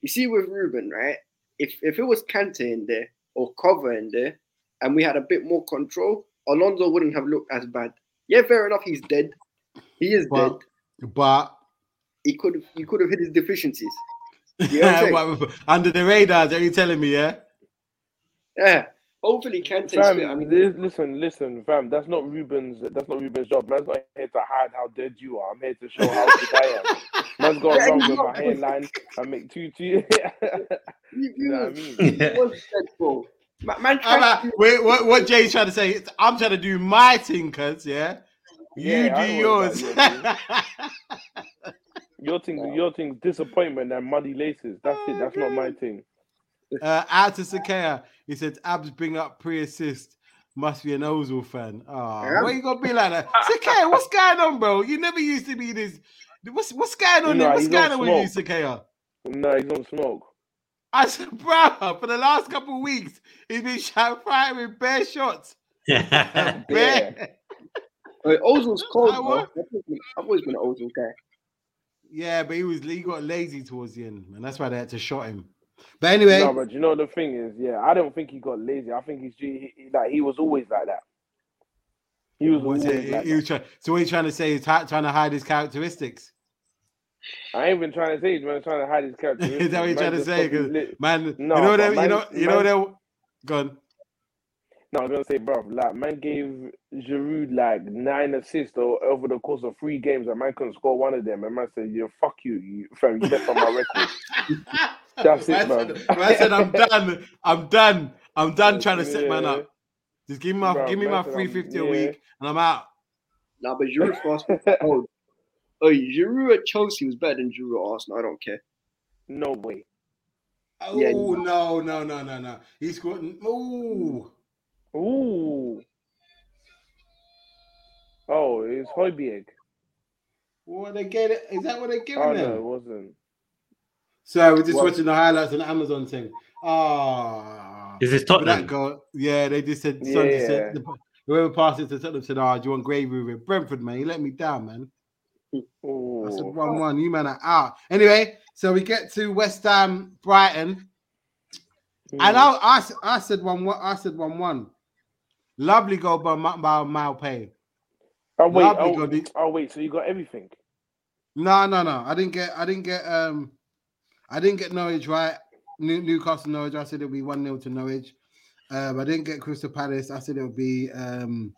S6: You see, with Ruben, right? If if it was Kante in there or Cover in there, and we had a bit more control, Alonso wouldn't have looked as bad. Yeah, fair enough. He's dead. He is
S1: But-
S6: dead.
S1: But,
S6: He could he could have hit his deficiencies. You know what I'm saying?
S1: but under the radar, are you telling me? Yeah.
S6: Yeah. Hopefully, Kante's fit. I
S3: Fam,
S6: mean,
S3: li- listen, listen, fam. That's not Ruben's. That's not Ruben's job. Man's not here to hide how dead you are. I'm here to show how good I am. Man's going
S6: Yeah,
S3: around
S6: he's
S3: with
S6: not-
S3: my hairline. I make two, two.
S6: you,
S3: you
S6: you
S3: know what I
S6: know,
S3: mean?
S6: he was dead, bro. Ma- Man,
S1: I'm
S6: tried to
S1: like, wait, what, what Jay's trying to say? It's, I'm trying to do my thing, cuz, yeah? You
S3: Yeah, I
S1: do
S3: know what
S1: yours.
S3: that Your thing, your thing's disappointment and muddy laces. That's it. That's not
S1: Oh,
S3: my thing.
S1: uh, out to Sakea, he said, Abs bring up pre assist. Must be an Ozil fan. Oh,
S6: Yeah.
S1: why you gonna be like that? Sakea, what's going on, bro? You never used to be this. What's what's going on?
S3: Nah,
S1: there? what's
S3: he's on
S1: going on with you,
S3: smoke.
S1: Sakea?
S3: No, he's on smoke.
S1: I said, bruh, for the last couple of weeks, he's been shot firing with bare shots.
S5: Yeah.
S1: Bare. Yeah.
S6: Wait, Uh, Ozil's cold,
S1: I
S6: bro.
S1: wa-
S6: I've always been- I've always been an Ozil guy.
S1: but he was he got lazy towards the end, man. That's why they had to shot him. But anyway,
S3: No, but you know the thing is, yeah, I don't think he got lazy. I think he's he, he- like he was always like that. He was
S1: What's
S3: always
S1: it?
S3: like
S1: He
S3: that.
S1: was try- so what he's trying to say is hi- trying to hide his characteristics.
S3: I ain't even trying to say he's man, trying to hide his character.
S1: is that what you're trying to say? 'Cause, man,
S3: No,
S1: you know
S3: but
S1: them, you
S3: man-
S1: know, you know
S3: man-
S1: them. Gone.
S3: No, I'm gonna say, bro, like man gave Giroud like nine assists o- over the course of three games, and man couldn't score one of them. And man said, "Yeah, fuck you, you fam, you left on my record." That's it,
S1: I
S3: man.
S1: said, I said I'm done. I'm done. I'm done
S3: Yeah,
S1: trying to set man
S3: yeah.
S1: up. Just give me my
S3: Bro,
S1: give me
S3: man
S1: my
S3: said I'm-
S1: three fifty a
S3: yeah.
S1: week and I'm out.
S6: Nah, but Giroud fast cold. Oh, Giroud at Chelsea was better than Giroud at Arsenal. I don't care.
S3: No way.
S1: Oh
S6: Yeah.
S1: no no no no no! He's got oh
S3: Ooh. Oh, it's Hoiberg.
S1: what they get it is that what they're giving
S3: Oh
S1: him?
S3: no, it wasn't.
S1: So we're just
S3: What?
S1: watching the highlights on the Amazon thing. Ah,
S5: Is this
S1: But that
S5: Tottenham?
S1: goal, yeah, they just said, Son just said whoever passed it to Tottenham said, "Ah, do you want gravy with Brentford, man? You let me down, man." I said,
S3: Ooh.
S1: "One one, you man are out." Anyway, so we get to West Ham, Brighton,
S3: Hmm.
S1: and I, I, s- I said one one, I said one one. Lovely goal by Ma- by Malpay.
S3: Oh wait,
S1: Lovely
S3: oh,
S1: goal, dude.
S3: oh wait, so you got everything?
S1: No, no, no. I didn't get, I didn't get, um, I didn't get Norwich right. New, Newcastle Norwich. I said it'll be one 0 to Norwich. Um, I didn't get Crystal Palace. I said it'll be um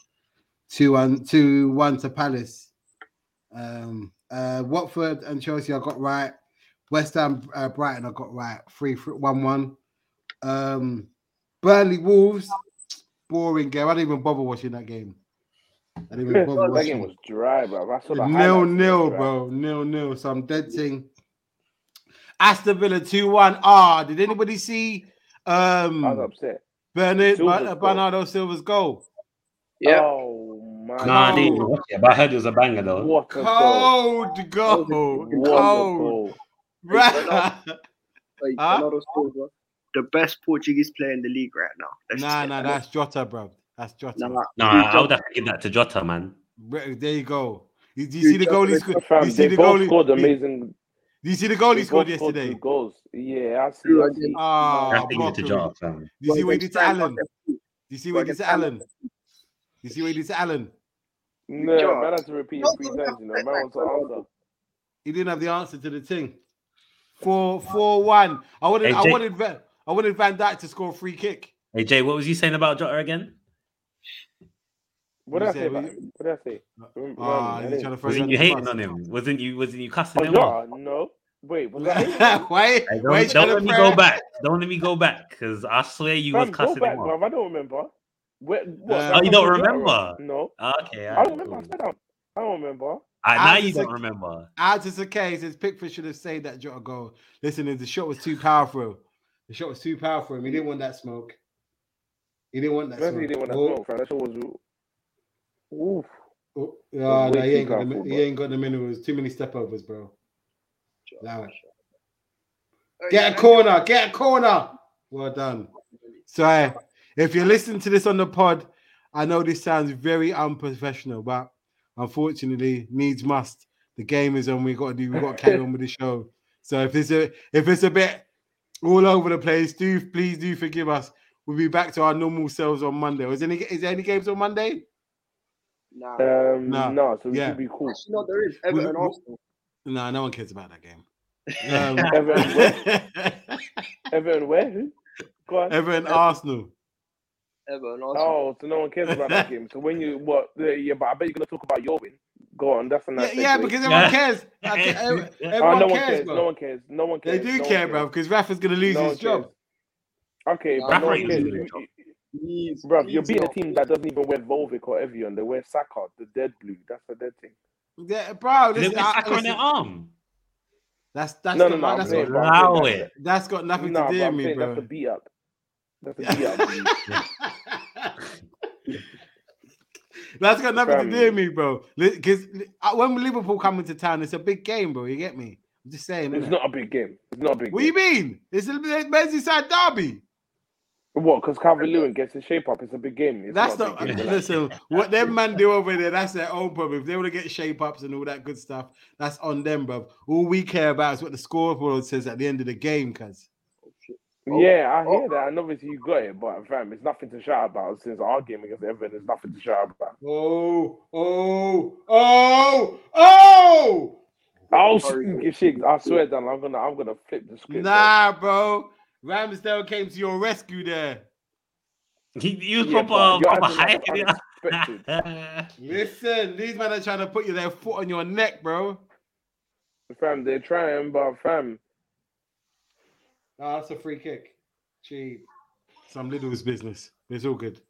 S1: two one two one to Palace. Um, uh, Watford and Chelsea I got right. West Ham uh, Brighton I got right. Three three- one one. Um, Burnley Wolves boring game. I didn't even bother watching that game. I didn't even bother
S3: that
S1: watching.
S3: game was dry, bro. I saw the
S1: Nil
S3: highlights, it was
S1: nil,
S3: dry.
S1: bro. Nil nil. So I'm dead thing. Aston Villa 2 1. Ah, did anybody see
S3: I was
S1: um
S3: upset.
S1: Bernard,
S3: Silva's
S1: Bar-
S3: goal.
S1: Bernardo Silva's goal?
S6: Yeah.
S3: Oh my
S5: Nah, I
S1: Cold.
S5: didn't watch it, but I heard it was a banger though.
S3: What a goal.
S1: Cold goal.
S3: What a
S1: Cold.
S3: goal.
S1: Right.
S6: Like,
S1: Huh?
S6: Bernardo Silva, the best Portuguese player in the league right now. Let's just
S1: Nah,
S6: say
S1: nah,
S6: that.
S1: that's Jota, bro. That's Jota.
S6: Nah,
S5: No, I would have to give that to Jota, man.
S1: Re- There you go. You, do you
S6: Dude,
S1: see the
S6: Jota
S1: goal he
S6: is
S1: scored?
S3: Fam,
S1: You see
S3: they
S1: the
S3: both
S1: goal he-
S3: scored
S1: you-
S3: amazing.
S1: you see the goal
S3: they
S1: he scored
S3: both scored two
S1: yesterday?
S3: goals. Yeah, I see.
S6: True,
S3: I
S6: I
S3: see.
S6: did.
S1: Ah,
S5: I think it's to
S1: Barkley.
S5: Jota, fam.
S1: Do you see what he
S6: Against
S1: did to Allen?
S6: Frank
S1: Do
S6: Lampard, too.
S1: you see what he did
S6: against
S1: to
S6: Allen.
S1: Allen? Do you see what he did to Allen?
S3: No,
S6: Jota.
S3: man had to repeat it
S6: Don't
S3: three
S6: give
S3: times. You know, man
S6: that
S3: wants
S6: back,
S3: to
S6: Ronaldo.
S3: answer.
S1: He didn't have the answer to the thing. Four, four, one. I wanted,
S5: Hey,
S1: I
S5: Jake.
S1: wanted, Van, I wanted Van Dyke to score a free kick.
S5: Hey Jay, what was you saying about Jota again?
S1: You
S3: What did I
S1: said
S3: say? About
S1: we-
S3: it? What did I say? Remember,
S1: Ah,
S3: I
S1: you're
S3: didn't-
S1: trying to throw
S5: Wasn't
S1: under
S5: you
S1: the
S5: hating
S1: bus.
S5: on him? Wasn't you wasn't you cussing
S3: Oh,
S5: him off?
S3: yeah, no. Wait, was that him?
S1: why? Why
S5: Hey,
S1: are you
S5: don't
S1: trying
S5: don't
S1: to
S5: let me
S1: throw?
S5: go back. Don't let me go back because I swear you was
S3: Fam, go
S5: cussing
S3: back,
S5: him off.
S3: bruv. I don't remember. Where, what,
S1: Uh,
S3: that
S1: Oh,
S5: you don't
S3: happened to Jota,
S5: remember?
S3: bruv? No.
S5: Okay,
S3: I
S5: alright,
S3: don't remember.
S5: cool.
S3: I said I don't- I don't remember.
S5: Alright, now
S1: I
S5: you
S1: just
S5: don't
S1: like-
S5: remember.
S1: Out as the case, says Pickford should have saved that Jota goal. Listen, the shot was too powerful. The shot was too powerful. He didn't want that smoke. He didn't want that
S3: That's what he
S1: smoke.
S3: didn't want to
S1: Oh,
S3: smoke, fam. That shit was. Oof.
S1: oh, ah, no,
S3: Way
S1: he
S3: too
S1: ain't got the
S3: powerful,
S1: he
S3: bro.
S1: ain't got the minerals. Too many step overs, bro. Allow it.
S6: Hey,
S1: Get a
S6: Jota-
S1: corner. Get a corner. Well done. So, eh, if you're listening to this on the pod, I know this sounds very unprofessional, but unfortunately, needs must. The game is on. We got to do. We got to carry on with the show. So if it's a if it's a bit all over the place, do please do forgive us. We'll be back to our normal selves on Monday. Is any is there any games on Monday?
S6: Nah.
S3: Um,
S1: Nah.
S3: no, so it
S1: Yeah.
S3: should be cool.
S6: Actually, no, there is.
S1: We-
S6: Everton
S1: we-
S6: Arsenal.
S1: No, no one cares about that game. Um,
S3: Everton, where? Everton, where? Who? Go on.
S1: Everton Arsenal.
S6: Everton Arsenal.
S3: Oh, so no one cares about that game. So when you what? Yeah, yeah, but I bet you're gonna talk about your win. Go on, that's a nice.
S1: Yeah, yeah,
S3: segue.
S1: because
S5: Yeah.
S1: everyone cares. I ca- ev-
S3: oh,
S1: Everyone
S3: no one
S1: cares,
S3: cares. No
S1: bro.
S3: one cares. No one
S1: They
S3: cares.
S1: do
S3: no one
S1: care,
S3: cares.
S1: bro, because Rafa's gonna lose
S3: No one
S1: his job.
S3: cares. Okay,
S6: Nah,
S3: but no
S5: Rafa
S3: one
S5: ain't
S3: cares.
S5: losing his
S3: You- you-
S6: Please,
S3: Bruv, you're
S6: please
S3: being a
S6: don't.
S3: team that doesn't even wear Volvic or Evian. They wear Saka, the dead blue. That's a dead thing.
S1: Yeah, bro.
S5: Did
S1: Listen,
S5: it
S1: I-
S5: sack on
S1: listen,
S5: their arm?
S1: that's that's
S3: No,
S1: the,
S3: no, no. I'm
S1: that's,
S3: saying,
S1: got,
S3: but I'm saying
S5: Allow
S3: that's-
S5: it.
S1: that's got nothing
S3: Nah,
S1: to do
S3: but
S1: with
S3: I'm
S1: me,
S3: saying that's a
S1: bro.
S3: beat up. That's a beat up. dude.
S1: that's got nothing to do with
S3: Fam.
S1: me, bro. Because when Liverpool come into town, it's a big game, bro. You get me? I'm just saying.
S3: It's
S1: innit?
S3: not a big game. It's not a big
S1: what do
S3: game.
S1: you mean? It's a it's Merseyside derby.
S3: What? Because Calvin Lewin gets his shape up. It's a big game. It's
S1: That's
S3: not.
S1: not
S3: A big game. Relax.
S1: listen. What them man do over there, that's their own problem. If they want to get shape ups and all that good stuff, that's on them, bro. All we care about is what the scoreboard says at the end of the game, cuz.
S6: Oh,
S3: yeah, I hear
S6: oh.
S3: that, and obviously you got it, but fam, it's nothing to shout about since our game against Everton. There's nothing to shout about.
S1: Oh, oh, oh, oh!
S3: I'll
S6: Sorry.
S3: give shit. I swear, Dan, I'm gonna, I'm gonna flip the script.
S1: Nah, bro. Ramsdale came to your rescue there.
S5: He, he was
S3: Yeah,
S5: proper,
S3: but you're
S5: proper
S3: acting
S5: hyping it
S3: like
S5: up.
S3: bro. Expected.
S1: Listen, these men are trying to put you their foot on your neck, bro.
S3: fam, they're trying, but fam,
S1: Ah, that's a free kick. Cheap. Some Lidl's business. It's all good.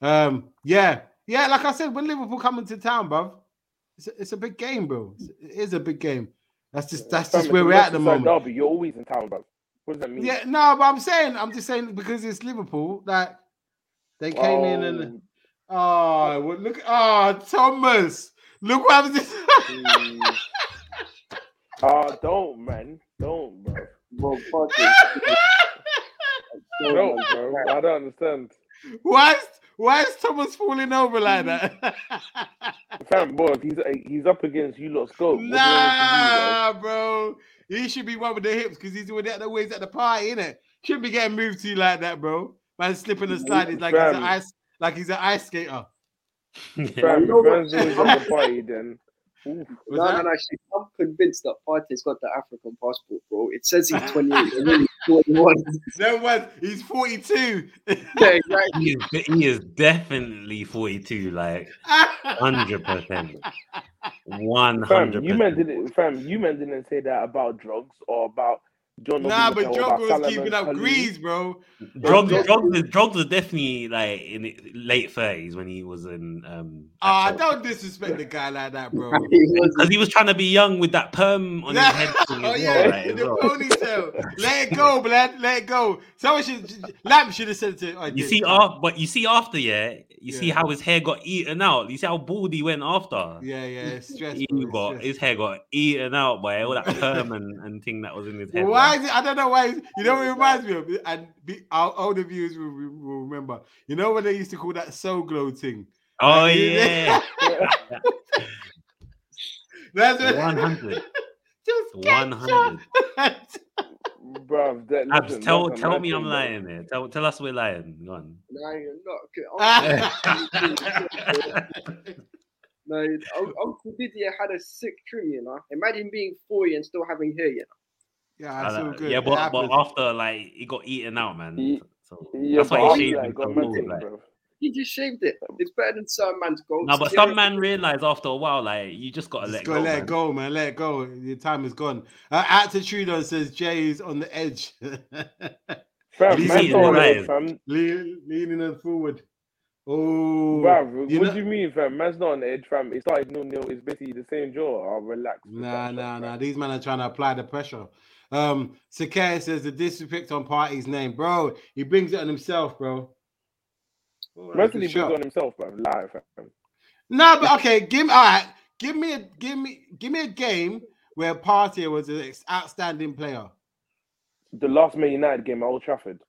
S1: Um, yeah, yeah. Like I said, when Liverpool come into town, bruv, it's a, it's a big game, bro. It's- It is a big game. That's just that's
S3: fam,
S1: just
S3: if
S1: where
S3: you
S1: we're
S3: watch
S1: at the
S3: this
S1: moment.
S3: Derby, you're always in town, bro. What does that mean?
S1: Yeah, no, but I'm saying, I'm just saying because it's Liverpool that they came in and
S3: Oh,
S1: oh, well, look, oh, Thomas, look what happens.
S3: mm. Ah, don't, man, don't, bro.
S6: Bro, fuck
S3: No, bro, I don't understand.
S1: why is why is Thomas falling over like
S3: Mm.
S1: that?
S3: Fam, boy, if he's he's up against you lot's goal. what do you want
S1: nah, bro, he should be one with the hips because he's already at the ways at the party, innit? Shouldn't be getting moved to like that, bro. Man, slipping and sliding like he's an
S3: Fam.
S1: ice, like he's an ice skater.
S3: him to do, bro? Fam,
S6: You know
S3: if
S6: what?
S3: Ramsdale's on the party, then
S1: Was
S6: no,
S1: that?
S6: no, no, shit. I'm convinced that Partey's got the African passport, bro. It says he's 28, and really 41.
S1: Then what? He's 42.
S6: yeah, exactly.
S5: He is, he is definitely 42, like 100%. 100%.
S3: Fam, you men didn't. Fam, you men didn't say that about drugs or about John.
S1: nah,
S3: Obi
S1: but
S3: Mikel,
S1: Joker
S3: about
S1: was
S3: Solomon
S1: keeping up
S3: Kalou.
S1: grease, bro.
S5: Drugs,
S1: Yeah.
S5: drugs, drugs was definitely like in the late 30s when he was in. Um,
S1: Ah, don't disrespect the guy like that, bro.
S6: He was-
S5: because he was trying to be young with that perm on his head. thing
S1: oh
S5: as
S1: yeah,
S5: well, like,
S1: with
S5: as
S1: the
S5: well.
S1: ponytail. Let it go, blood. Let it go. Someone should Lamp should have said to. Oh,
S5: You
S1: yeah.
S5: see, after, but you see after, yeah, you see
S1: Yeah.
S5: how his hair got eaten out. You see how bald he went after.
S1: Yeah, yeah, it's stressful.
S5: He
S1: it's
S5: got
S1: stressful.
S5: his hair got eaten out by all that perm and, and thing that was in his head.
S1: Why
S5: like.
S1: is it? I don't know why. it's- You know what it reminds me of? And be, our older viewers will, will will remember. You know what they used to call that soul glow thing?
S5: Oh
S1: Like,
S5: yeah,
S1: That's what.
S5: one hundred.
S1: Just
S5: One hundred.
S1: get-
S3: Bruv, that, listen,
S5: Abs, tell
S3: that's a
S5: tell
S3: man
S5: me I'm
S3: thing,
S5: lying there. Tell tell us we're lying. Go on.
S6: no, you're not. Okay, Uncle-
S1: Ah.
S6: no, you- Un- Uncle Didier had a sick trim, you know. Imagine being 40 and still having hair, you
S1: yeah, that's all
S5: Like,
S1: good.
S5: Uh, Yeah,
S1: It
S5: but, but
S1: happens.
S5: after like he got eaten out, man.
S3: Ye-
S5: So,
S3: though. Yeah,
S5: that's
S3: but
S5: why
S3: I'm
S5: he shaved
S3: like,
S5: and
S3: got
S5: some
S3: my
S5: bald,
S3: thing,
S5: like.
S3: bruv.
S6: know. He just shaved it. It's better than certain man's goals.
S5: No, but some man realize after a while, like you just gotta
S1: Just
S5: let
S1: go,
S5: go.
S1: let
S5: man.
S1: go, man. Let go. Your time is gone. Uh, Actor Trudeau says Jay is on the edge,
S3: Fam,
S5: He's
S3: man
S5: eating
S3: told
S5: alive.
S3: me, fam.
S1: Lean, leaning and forward. Oh,
S3: Bruv,
S1: you
S3: what
S1: know-
S3: do you mean, fam? Man's not on the edge, fam. It's started nil nil. It's basically the same jaw. I'll relax. with
S1: Nah,
S3: that
S1: nah,
S3: shot,
S1: nah.
S3: fam.
S1: These men are trying to apply the pressure. Um, Sakaya says the disrespect on party's name, bro. He brings it on himself, bro. Oh, that's
S3: Mentally
S1: a
S3: big
S1: shock.
S3: on himself, bruv. Lie, fam.
S1: No, but okay, give me all right. Give me a give me give me a game where Party was an ex- outstanding player.
S3: The last Man United game at Old Trafford.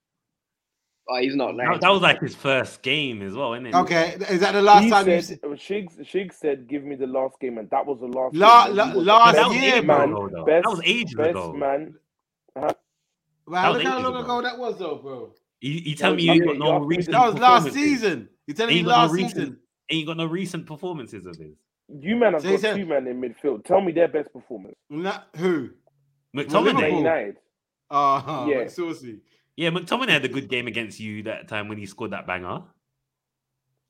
S6: Oh, he's not lying.
S5: That, that was like his first game as well, isn't it?
S1: Okay, is that the last
S3: he
S1: time
S3: said, uh,
S1: you se-
S3: Shiggs, Shiggs said, give me the last game, and that was the last
S1: La-
S3: game.
S1: la-
S3: He was the
S1: last
S5: That was
S3: best
S1: year,
S5: ages
S1: bro.
S3: man,
S5: ago, though.
S3: best-
S5: that was ages
S3: best
S5: ago.
S1: Wow,
S3: man.
S5: was
S1: look how
S5: ages
S1: long ago.
S5: ago.
S1: that was though, bro.
S5: You, you
S3: That
S5: tell
S3: was
S5: me you ain't
S3: year-
S5: got
S3: you
S5: no
S3: asked me
S5: recent.
S1: That was last
S5: performances.
S1: season. You telling me
S5: Ain't got no
S1: last
S5: reason.
S1: season?
S5: Ain't got no recent performances of his.
S3: You man have
S1: So he
S3: got
S1: said-
S3: two man in midfield. Tell me their best performance.
S1: Not who?
S3: Man
S1: Liverpool.
S5: McTominay,
S3: United.
S1: Uh,
S3: Yeah.
S1: yeah. saucy.
S5: yeah, McTominay had a good game against you that time when he scored that banger.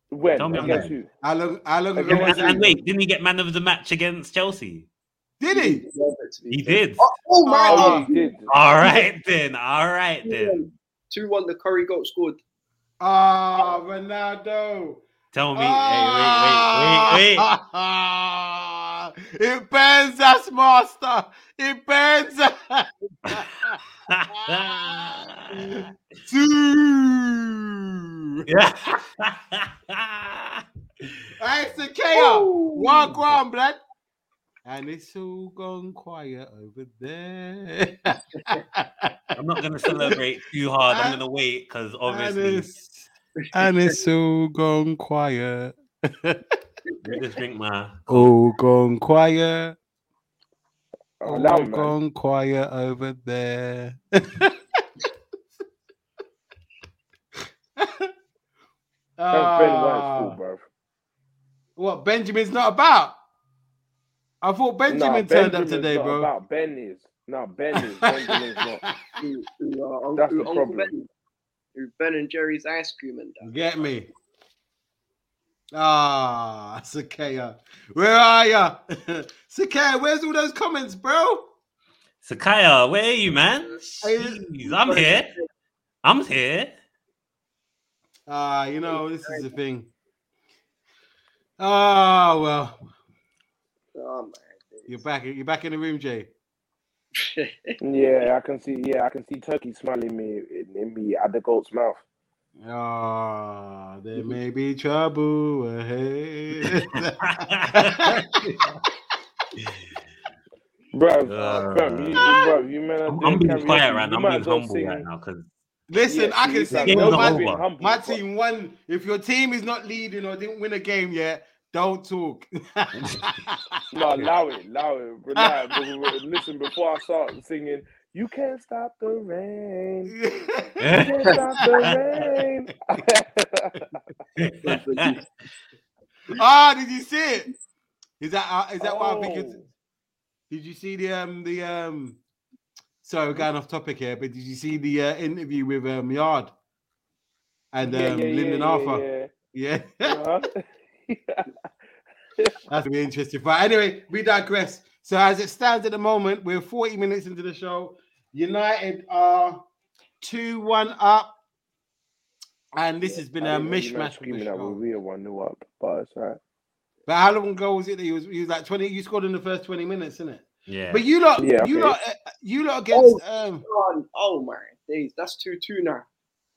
S3: When?
S5: Tell me I'm
S3: Against
S5: lying.
S3: who?
S1: How long? How long
S3: And-
S1: ago
S5: And,
S1: was
S5: and,
S1: that?
S5: and wait, didn't he get man of the match against Chelsea?
S1: Did
S6: He
S1: he?
S6: didn't deserve it, to be
S5: He
S6: fair.
S5: did.
S6: Oh, oh my
S1: Oh,
S3: Oh,
S6: God.
S3: yeah, he did.
S5: All right then. All right then.
S6: 2-1, the Curry goat scored.
S1: Ah, Ronaldo.
S5: Tell me.
S1: Ah,
S5: Hey, wait, wait, wait, wait.
S1: It burns us, master. It burns us. Ah. Two. That's the chaos. One grand, blood. And it's all gone quiet over there.
S5: I'm not gonna celebrate too hard. I'm gonna wait because
S1: And
S5: obviously
S1: it's, and it's all gone quiet.
S5: let just drink my.
S1: All gone quiet.
S3: Oh,
S1: All
S3: Lam, man.
S1: gone quiet over there.
S3: That's Ben White's fault,
S1: Ah,
S3: bruv.
S1: what Benjamin's not about? I thought Benjamin
S3: Nah,
S1: turned up
S3: Benjamin's
S1: today,
S3: not
S1: bro.
S3: About Ben is. No, Ben is. Benjamin's not.
S6: Who, who, uh, un-
S3: That's
S6: who
S3: the
S6: Uncle
S3: problem.
S6: Ben, who Ben and Jerry's ice cream and that.
S1: Get me. Ah, Sakaya. Where are ya? Sakaya, where's all those comments, bro?
S5: Sakaya, where are you, man?
S1: Hey,
S5: Jeez, I'm here. I'm here.
S1: Ah, you know, this is the thing. Ah, well,
S6: Oh, man.
S1: you're back. You're back in the room, Jay.
S3: Yeah, I can see. Yeah, I can see Turkey smiling me in, in me at the goat's mouth.
S1: Ah, there may be trouble ahead.
S3: Bruv,
S5: Uh,
S3: bruv, you, bruv, you man. are
S5: I'm,
S3: doing
S5: I'm being
S3: karaoke.
S5: quiet right
S3: You
S5: now. I'm
S3: might
S5: being
S3: as well
S5: humble
S3: sing-
S5: right now because
S1: Listen,
S3: Yeah,
S1: I
S3: see,
S1: can
S3: you
S1: sing.
S3: man,
S5: Game's
S1: No,
S5: not
S1: my,
S3: nobody's being
S5: over.
S3: humble,
S1: my
S3: but-
S1: team won. If your team is not leading or didn't win a game yet, don't talk.
S3: No, allow it, allow it. Relax. but we- we- Listen, before I start singing, you can't stop the rain. You can't stop the rain.
S6: That's what you-
S1: Ah, did you see it? Is that uh, is that why I think it's?
S3: Oh.
S1: Did you see the um the um? Sorry,
S3: Hmm?
S1: we're going off topic here, but did you see the uh, interview with um Yard and um,
S3: Yeah, yeah,
S1: Lyndon
S3: yeah,
S1: Arthur? Yeah,
S3: yeah, uh-huh.
S1: that's gonna be interesting. But anyway, we digress. So as it stands at the moment, we're 40 minutes into the show. United are two one up, and this has been
S3: I
S1: a
S3: didn't know you man
S1: mishmash. of a
S3: Screaming that
S1: show.
S3: we real one new up, but it's alright.
S1: But how long ago was it that he was? He was like 20. You scored in the first 20 minutes, isn't it?
S5: Yeah.
S1: But you lot,
S3: Yeah,
S1: you
S3: okay.
S1: lot, uh, you lot against. Um,
S6: Oh, oh my days, that's two two now.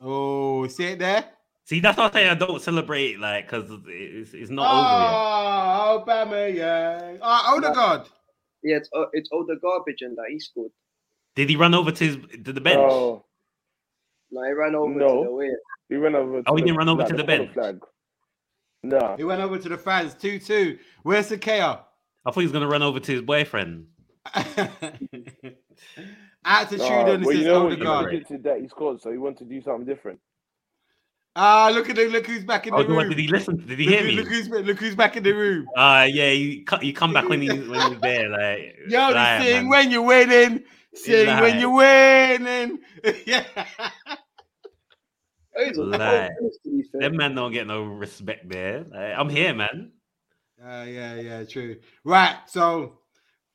S1: oh, see it there.
S5: See, that's why I say I don't celebrate, like, because it's, it's not over yet.
S1: Oh, Obama, yeah. Oh, Odegaard.
S6: Yeah, it's uh, it's all the garbage and that he scored.
S5: Did he run over to, his, to the bench?
S3: Oh,
S6: No, he ran over
S3: No.
S6: to the way.
S3: he ran over. to
S1: Oh,
S5: he
S3: the
S5: didn't run over to
S3: flag,
S5: the
S3: corner
S5: bench?
S3: flag. Nah,
S1: He went over to the fans 2 2. Where's the KO?
S5: I thought he was going to run over to his boyfriend.
S1: Attitude and it
S3: nah, Ah, well,
S1: says
S3: you know what? You
S1: Odegaard.
S5: Odegaard.
S3: predicted that he scored, so he wanted to do something different.
S1: Ah, look at the, look who's back in
S5: Oh,
S1: the
S5: what,
S1: room.
S5: did he listen? Did he
S1: Look,
S5: hear
S1: who- look,
S5: me?
S1: who's, look who's back in the room.
S5: Uh, yeah, you, cu- you come back when you when you're there, like.
S1: You only
S5: liar,
S1: sing
S5: man.
S1: when you're winning. Sing when
S5: Liar.
S1: you're winning. yeah.
S6: Oh, he's a
S5: Lie.
S6: to be fair.
S5: Them man don't get no respect there. Like, I'm here, man.
S1: Uh, yeah, yeah, true. Right, so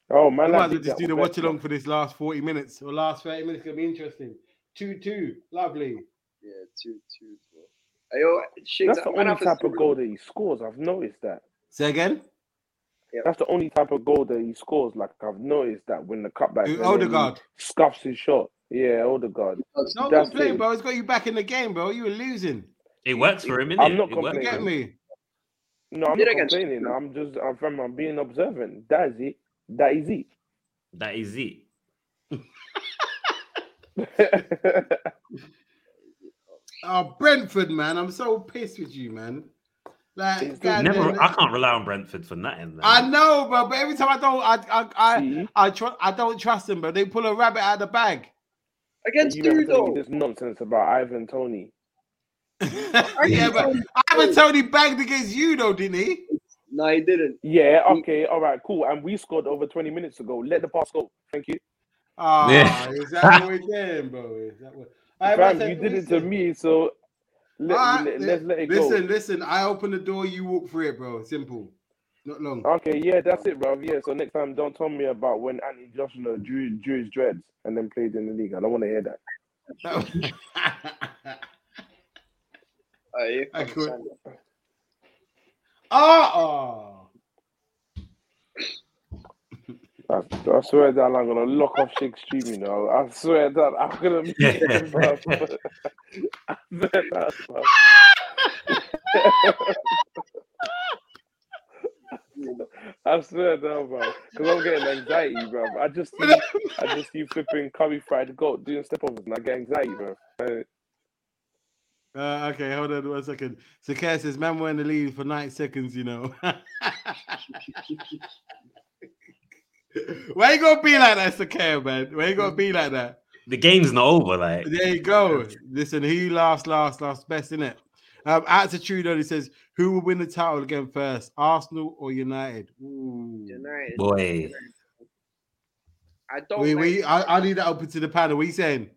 S3: Oh man,
S1: we might
S3: I
S1: as well
S3: did
S1: just
S3: that
S1: do the
S3: with
S1: watch along for this last 40 minutes or last 30 minutes. It's going to be interesting. 2 2. Lovely.
S6: Yeah, two two. Four. Hey, yo, Shiggs,
S3: That's the
S6: I'm gonna
S3: only
S6: have to
S3: type of
S6: score.
S3: goal that he scores. I've noticed that.
S1: Say again?
S3: That's the only type of goal that he scores. Like I've noticed that when the cutback, and
S1: Who,
S3: then
S1: Odegaard.
S3: he scuffs his shot. Yeah, Odegaard.
S1: No
S3: That's
S1: complaint,
S3: it.
S1: bro. It's got you back in the game, bro. You were losing.
S5: It works for him, innit?
S3: I'm not
S5: It works
S1: You
S5: for
S1: get
S5: him.
S1: me?
S3: No, I'm
S6: Did
S3: not
S6: against-
S3: complaining. I'm just, I'm, from, I'm being observant. That is it. That is
S5: That is it.
S3: it.
S1: Oh, Brentford, man. I'm so pissed with you, man. Like,
S3: It's
S1: God
S5: Never,
S1: damn
S5: I
S1: it.
S5: can't rely on Brentford for nothing. Man.
S1: I know, bro. But every time I don't, I, I, I,
S3: See?
S1: I, tr- I don't trust them, bro. They pull a rabbit out of the bag.
S6: against
S3: you never
S6: two
S3: tell me
S6: though.
S3: this nonsense about Ivan Tony.
S1: yeah, but Ivan Tony bagged against you, though, didn't he?
S6: No, he didn't.
S3: Yeah, okay, all right, cool. And we scored over 20 minutes ago. Let the pass go. Thank you.
S1: Ah,
S5: Yeah.
S1: is that what we're doing, bro? Is that what? All right,
S3: Fam,
S1: man,
S3: you
S1: so
S3: did it to
S1: listen.
S3: me, so let,
S1: All right,
S3: let,
S1: li-
S3: us let it
S1: listen, listen. I open the door, you walk through it, bro. Simple, not long.
S3: go. Okay, yeah, that's it, bruv. Yeah, so next time, don't tell me about when Anthony Joshua drew, drew his dreads and then played in the league. I don't want to hear that.
S6: Oh, yeah,
S1: I could-
S6: understand that.
S1: oh,
S3: I, I swear that I'm going to lock off Shig's stream, you know. I swear that I'm going to mute him, bruv. I swear that, bruv. I swear that, bro. Because I'm getting anxiety, bro. I just see, I just see flipping curry fried goat doing step overs and I get anxiety, bro.
S1: Uh, okay, hold on one second. Sakaya says, "Man, we're in the lead for 90 seconds." You know, why you gonna be like that, Sakaya, man? Why you gonna be like that?
S5: The game's not over. Like
S1: There you go. Listen, who laughs last, laughs best, innit? Um, attitude only says, "Who will win the title again first, Arsenal or United?" Ooh.
S6: United.
S5: Boy.
S6: I don't.
S1: we,
S6: like-
S1: we, I, I need that open to the panel. What you saying?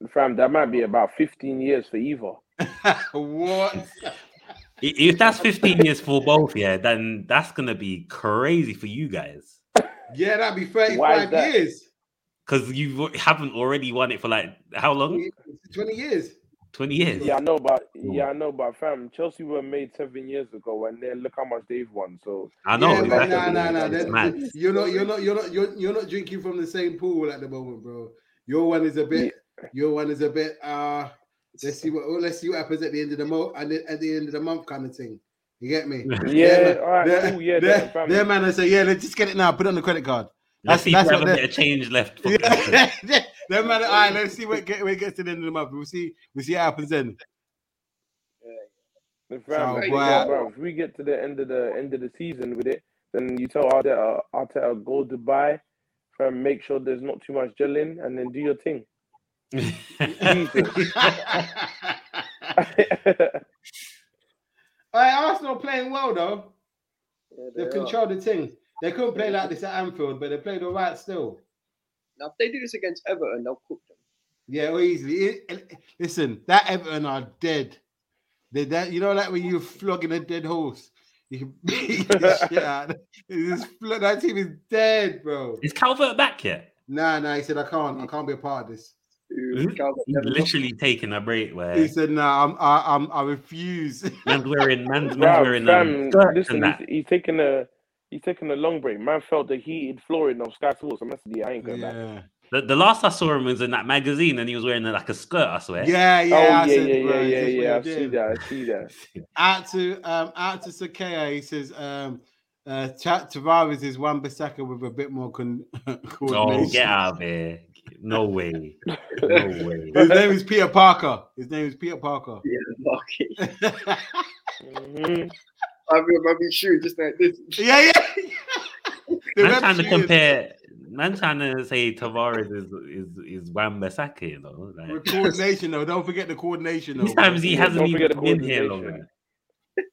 S3: Fam, that might be about 15 years for either.
S1: what?
S5: i- if that's 15 years for both, yeah, then that's gonna be crazy for you guys
S1: Yeah, that'd be 35
S3: Why is that?
S1: years,
S5: because you haven't already won it for like how long?
S1: 20 years.
S5: 20 years.
S3: Yeah, I know, but yeah, I know, but fam, Chelsea were made seven years ago, and then look how much they've won. So
S5: I know.
S1: yeah, but
S5: exactly.
S1: nah, nah, nah.
S5: It's
S1: that-
S5: mad.
S1: You're not, you're not, you're not, you're, you're not drinking from the same pool at the moment, bro. Your one is a bit, your one is a bit. uh Let's see what, let's see what happens at the end of the month, and at the end of the month, kind of thing. You get me?
S3: yeah,
S1: man.
S3: all right,
S1: Their,
S3: cool, yeah,
S1: their-
S3: then, fam.
S1: their man, I say, yeah, let's just get it now. Put it on the credit card. That's-
S5: Let's see if
S1: that's
S5: we have a
S1: what the-
S5: bit of change left. for Brentford.
S1: Yeah, then man, all right, let's see what get, when it gets to the end of the month. We'll see, we'll see what happens then.
S3: Fam,
S1: So,
S3: if,
S1: boy, I-
S3: if we get to the end of the end of the season with it, then you tell Arteta, Arteta go Dubai, fam, make sure there's not too much gelling, and then do your thing. Jesus.
S1: all right, Arsenal playing well though.
S6: they
S1: They've
S6: are.
S1: controlled the thing. They couldn't play like this at Anfield, but they played all right still.
S6: Now, if they do this against Everton, they'll cook them.
S1: Yeah, well, easily. It- it- listen, that Everton are dead. They that you know like when you're flogging a dead horse. You can beat the shit out. of them. It's just flo- that team is dead, bro.
S5: Is Calvert back yet?
S1: Nah, nah. He said I can't. I can't be a part of this.
S6: Ooh,
S1: Hmm?
S5: Mhm.
S6: Calvert
S5: He's
S6: never lost.
S5: literally taking a break
S1: He
S5: where
S1: said nah. I'm. I, I'm. I refuse.
S5: man's wearing man's, man's
S3: Bruv,
S5: wearing
S3: fam,
S5: um, skirts
S3: listen,
S5: and
S3: he's,
S5: that.
S3: he's taking a he's taking a long break. Man felt the heated flooring of Sky Sports. I'm yeah, I ain't going back.
S1: yeah.
S5: The, the last I saw him was in that magazine, and he was wearing like a skirt. I swear.
S1: Yeah. Yeah.
S3: oh yeah,
S1: I
S3: yeah,
S1: said,
S3: yeah,
S1: bro, is
S3: yeah,
S1: this what
S3: yeah.
S1: you're
S3: I see
S1: doing?
S3: that. I see that.
S1: Out to um out to Sakea. He says um. Uh, Ta- Tavares is one Bissaka with a bit more con- coordination.
S5: Oh, get out of here! No way. No way.
S1: His name is Peter Parker. His name is Peter Parker.
S6: Yeah, lucky.
S1: yeah,
S3: Mhm.
S6: I mean, my big shoe just like this.
S1: yeah. The
S5: Man
S1: web
S5: trying to
S1: shooters.
S5: compare. Man trying to say Tavares is is is Wan Bissaka, you know.
S1: With
S5: Like,
S1: coordination, though. Don't forget the coordination, though.
S5: these times he
S3: Yeah,
S5: hasn't
S3: don't
S5: even
S3: forget the
S5: been here long
S3: coordination.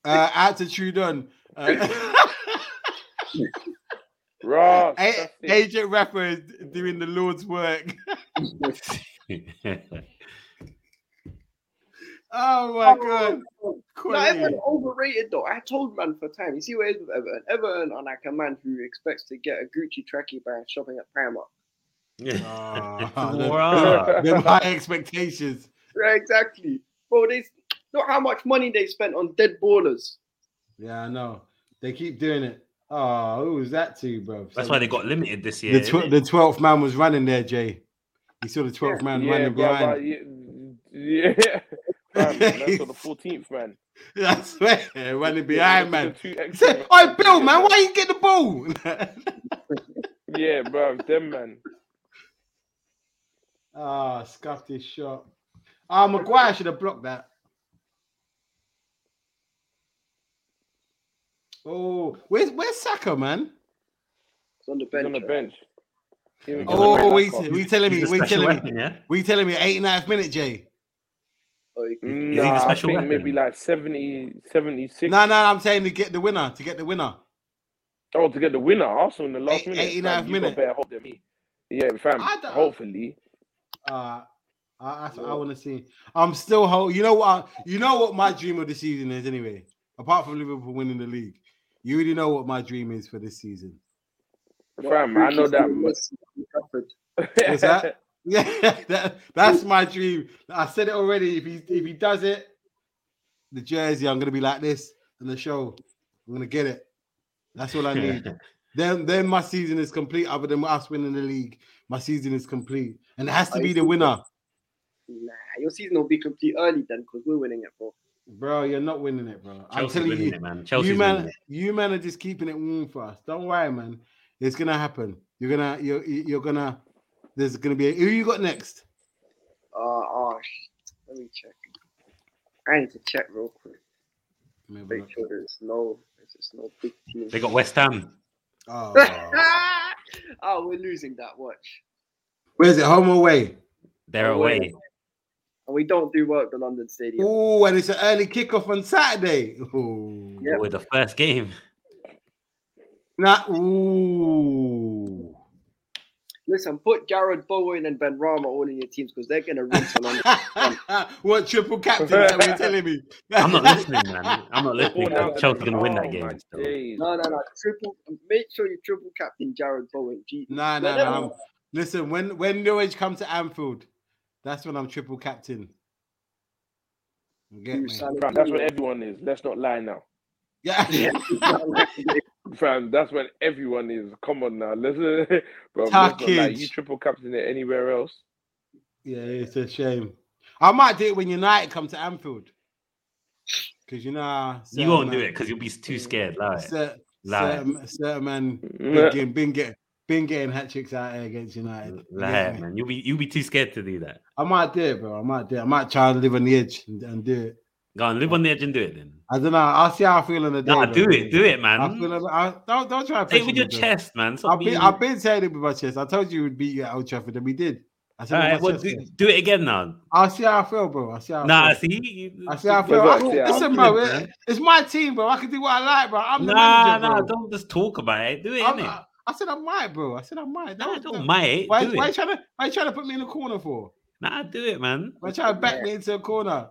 S5: enough.
S1: Uh, out to Trudon. Uh,
S3: Ross,
S1: A-
S3: Oh, that's it.
S1: Agent Rapper is doing the Lord's work. Oh, my God.
S6: No,
S1: Quality.
S6: Everton are overrated though. I told man for time. You see what it is with Everton? Everton are like a man who expects to get a Gucci trackie by shopping at Primark.
S5: Yeah.
S1: Ah,
S5: Wow.
S1: them- them high expectations.
S6: Right, exactly. Bro, they look how much money they spent on dead ballers.
S1: Yeah, I know. They keep doing it. Oh, who was that to, bro?
S5: That's why they got limited this year.
S1: the, tw- the 12th man was running there, Jay. You saw the 12th man
S3: yeah,
S1: running
S3: bro,
S1: behind.
S3: like, yeah, yeah. Fam, that's for the 14th man.
S1: I swear, running behind, man.
S3: Two
S1: He
S3: extra
S1: said,
S3: man.
S1: "Oi, Bill, man, why you get the ball?"
S3: Yeah, bro, them man.
S1: Ah, scuffed his shot. Ah, Maguire should have blocked that. Oh, where's where's Saka, man?
S6: It's on the
S3: He's
S6: bench.
S3: on the
S6: right?
S3: bench. He ain't gonna
S1: Oh,
S3: play
S1: we
S3: that far.
S1: we telling me,
S5: He's a
S1: we
S5: special
S1: telling me,
S5: weapon, yeah.
S1: we telling me, 89th minute, Jay.
S6: Oh, you can-
S5: the
S3: Nah, I
S5: special
S3: think
S5: weapon?
S3: maybe like 70, 76.
S1: No, no, I'm saying to get the winner, to get the winner.
S3: Oh, to get the winner, Arsenal in the last
S1: Eight- 89th
S3: minute. Fam, you got
S1: minute.
S3: better hope than me. Yeah, fam.
S1: I don't-
S3: Hopefully,
S1: Uh, I, I, want to see. I'm still whole. You know what? I, you know what my dream of the season is anyway. Apart from Liverpool winning the league, you already know what my dream is for this season.
S6: Well,
S3: fam. I know
S6: Gucci's
S3: that.
S6: doing
S3: much.
S6: this in Trafford.
S1: What's that? Yeah, that, that's my dream. I said it already. If he if he does it, the jersey, I'm gonna be like this in the show. I'm gonna get it. That's all I need. then then my season is complete. Other than us winning the league, my season is complete, and it has to
S6: I
S1: be the
S6: see.
S1: winner,
S6: Nah, your season will be complete early then because we're winning it, bro.
S1: bro. You're not winning it, bro. I'm
S5: Chelsea's
S1: telling
S5: winning
S1: you.
S5: it, man. Chelsea's
S1: you man,
S5: winning it.
S1: you man are just keeping it warm for us. Don't worry, man. It's gonna happen. You're gonna, you're, you're gonna. There's gonna be. A, who you got next?
S6: Uh, oh, sh- let me check. I need to check real quick.
S1: Let me have a
S6: Make
S1: look.
S6: sure there's no, there's no big team.
S5: They got West Ham.
S1: Oh.
S6: oh, we're losing that watch.
S1: Where's it? Home or away?
S5: They're
S6: Oh, wait.
S5: away.
S6: And we don't do work the London Stadium.
S1: Oh, and it's an early kickoff on Saturday. Ooh.
S6: Yeah.
S5: With the first game.
S1: Nah, ooh.
S6: Listen, put Jared Bowen and Ben Rama all in your teams because they're gonna rinse on London.
S1: what triple captain that we're telling me?
S5: I'm not listening, man. I'm not listening.
S3: Oh, now-
S5: Chelsea's gonna win that
S3: oh,
S5: game.
S3: my
S5: still.
S3: days.
S6: No, no, no. Triple. Make sure you triple captain Jared Bowen. Gee,
S1: Nah, nah, nah. I'm- Listen, when when Norwich come to Anfield, that's when I'm triple captain. You Get
S6: you
S1: me?
S6: son of
S3: Fam, that's what everyone is. Let's not lie now.
S1: Yeah.
S3: Fam, that's when everyone is. Come on now, let's, bro, let's not lie.
S1: Tuckage.
S3: You triple captain it anywhere else?
S1: Yeah, it's a shame. I might do it when United come to Anfield. Because you know, how
S5: You
S1: certain
S5: won't do
S1: man-
S5: it because you'll be too scared. Lie.
S1: Certain,
S5: Lie.
S1: certain, certain man been
S3: Nah.
S1: getting, been getting been getting hat tricks out here against United. You
S5: Lie,
S1: get me?
S5: man. You'll be you'll be too scared to do that.
S1: I might do it, bro. I might do it. I might try and live on the edge and, and do it.
S5: Go on, live on the edge and do it then.
S1: I don't know. I'll see how I feel on the day.
S5: Nah,
S1: bro.
S5: do it, do it,
S1: I feel.
S5: man.
S1: Like, I, don't don't try. and
S5: Say
S1: push
S5: it with
S1: me,
S5: your
S1: bro.
S5: chest, man. Stop
S1: I've been,
S5: being-
S1: I've been saying it with my chest. I told you we'd beat you at Old Trafford, and we did. I
S5: All
S1: said, "What's
S5: right, well,
S1: this
S5: do,
S1: thing?"
S5: do it again now.
S1: I'll see how I feel, bro. I'll see how I
S5: Nah,
S1: feel.
S5: see, you,
S1: I see how I feel.
S3: Relax,
S1: I-
S3: yeah.
S1: Listen, bro, it- it's my team, bro. I can do what I like, bro. I'm the
S5: eh? nah,
S1: manager,
S5: nah,
S1: bro.
S5: don't just talk about it. Do it,
S1: I'm-
S5: innit?
S1: I, I said I might, bro. I said I might.
S5: Nah,
S1: Don't-
S5: don't mate.
S1: Why,
S5: do
S1: why you
S5: it.
S1: trying to why you trying to put me in the corner for?
S5: Nah, do it, man.
S1: Why you trying to back me into a corner?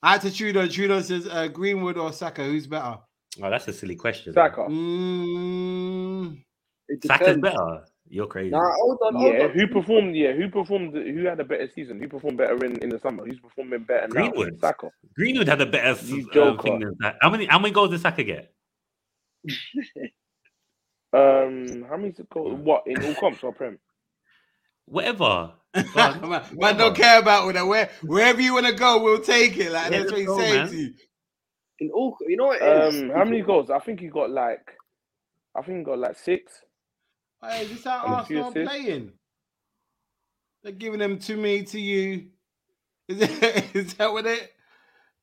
S1: I had to Trudeau. Trudeau says uh, Greenwood or Saka, who's better?
S5: Oh, that's a silly question.
S3: Saka.
S1: Mm,
S6: It
S5: Saka's
S6: depends.
S5: better. You're crazy.
S6: Nah, hold on, hold
S3: Yeah,
S6: on.
S3: who performed? Yeah, who performed? Who had a better season? Who performed better in, in the summer? Who's performing better now?
S5: Greenwood.
S3: Saka.
S5: Greenwood had a better
S3: You
S5: um, thing
S3: joker.
S5: than that. How many how many goals did Saka get?
S3: Um, how many goals? What in all comps or prem?
S5: Whatever. But-
S1: man, man don't care about all that. Where wherever you want to go, we'll take it. Like
S5: Yeah,
S1: that's what
S5: let's
S1: he's
S5: go,
S1: saying
S5: man.
S1: to you.
S6: In all, you know what it is?
S3: Um, how many goals? I think he got like, I think he got like six.
S1: Hey, is this how
S3: And a few
S1: Arsenal are
S3: assists.
S1: playing? They're giving them to me to you. Is that, is that what it?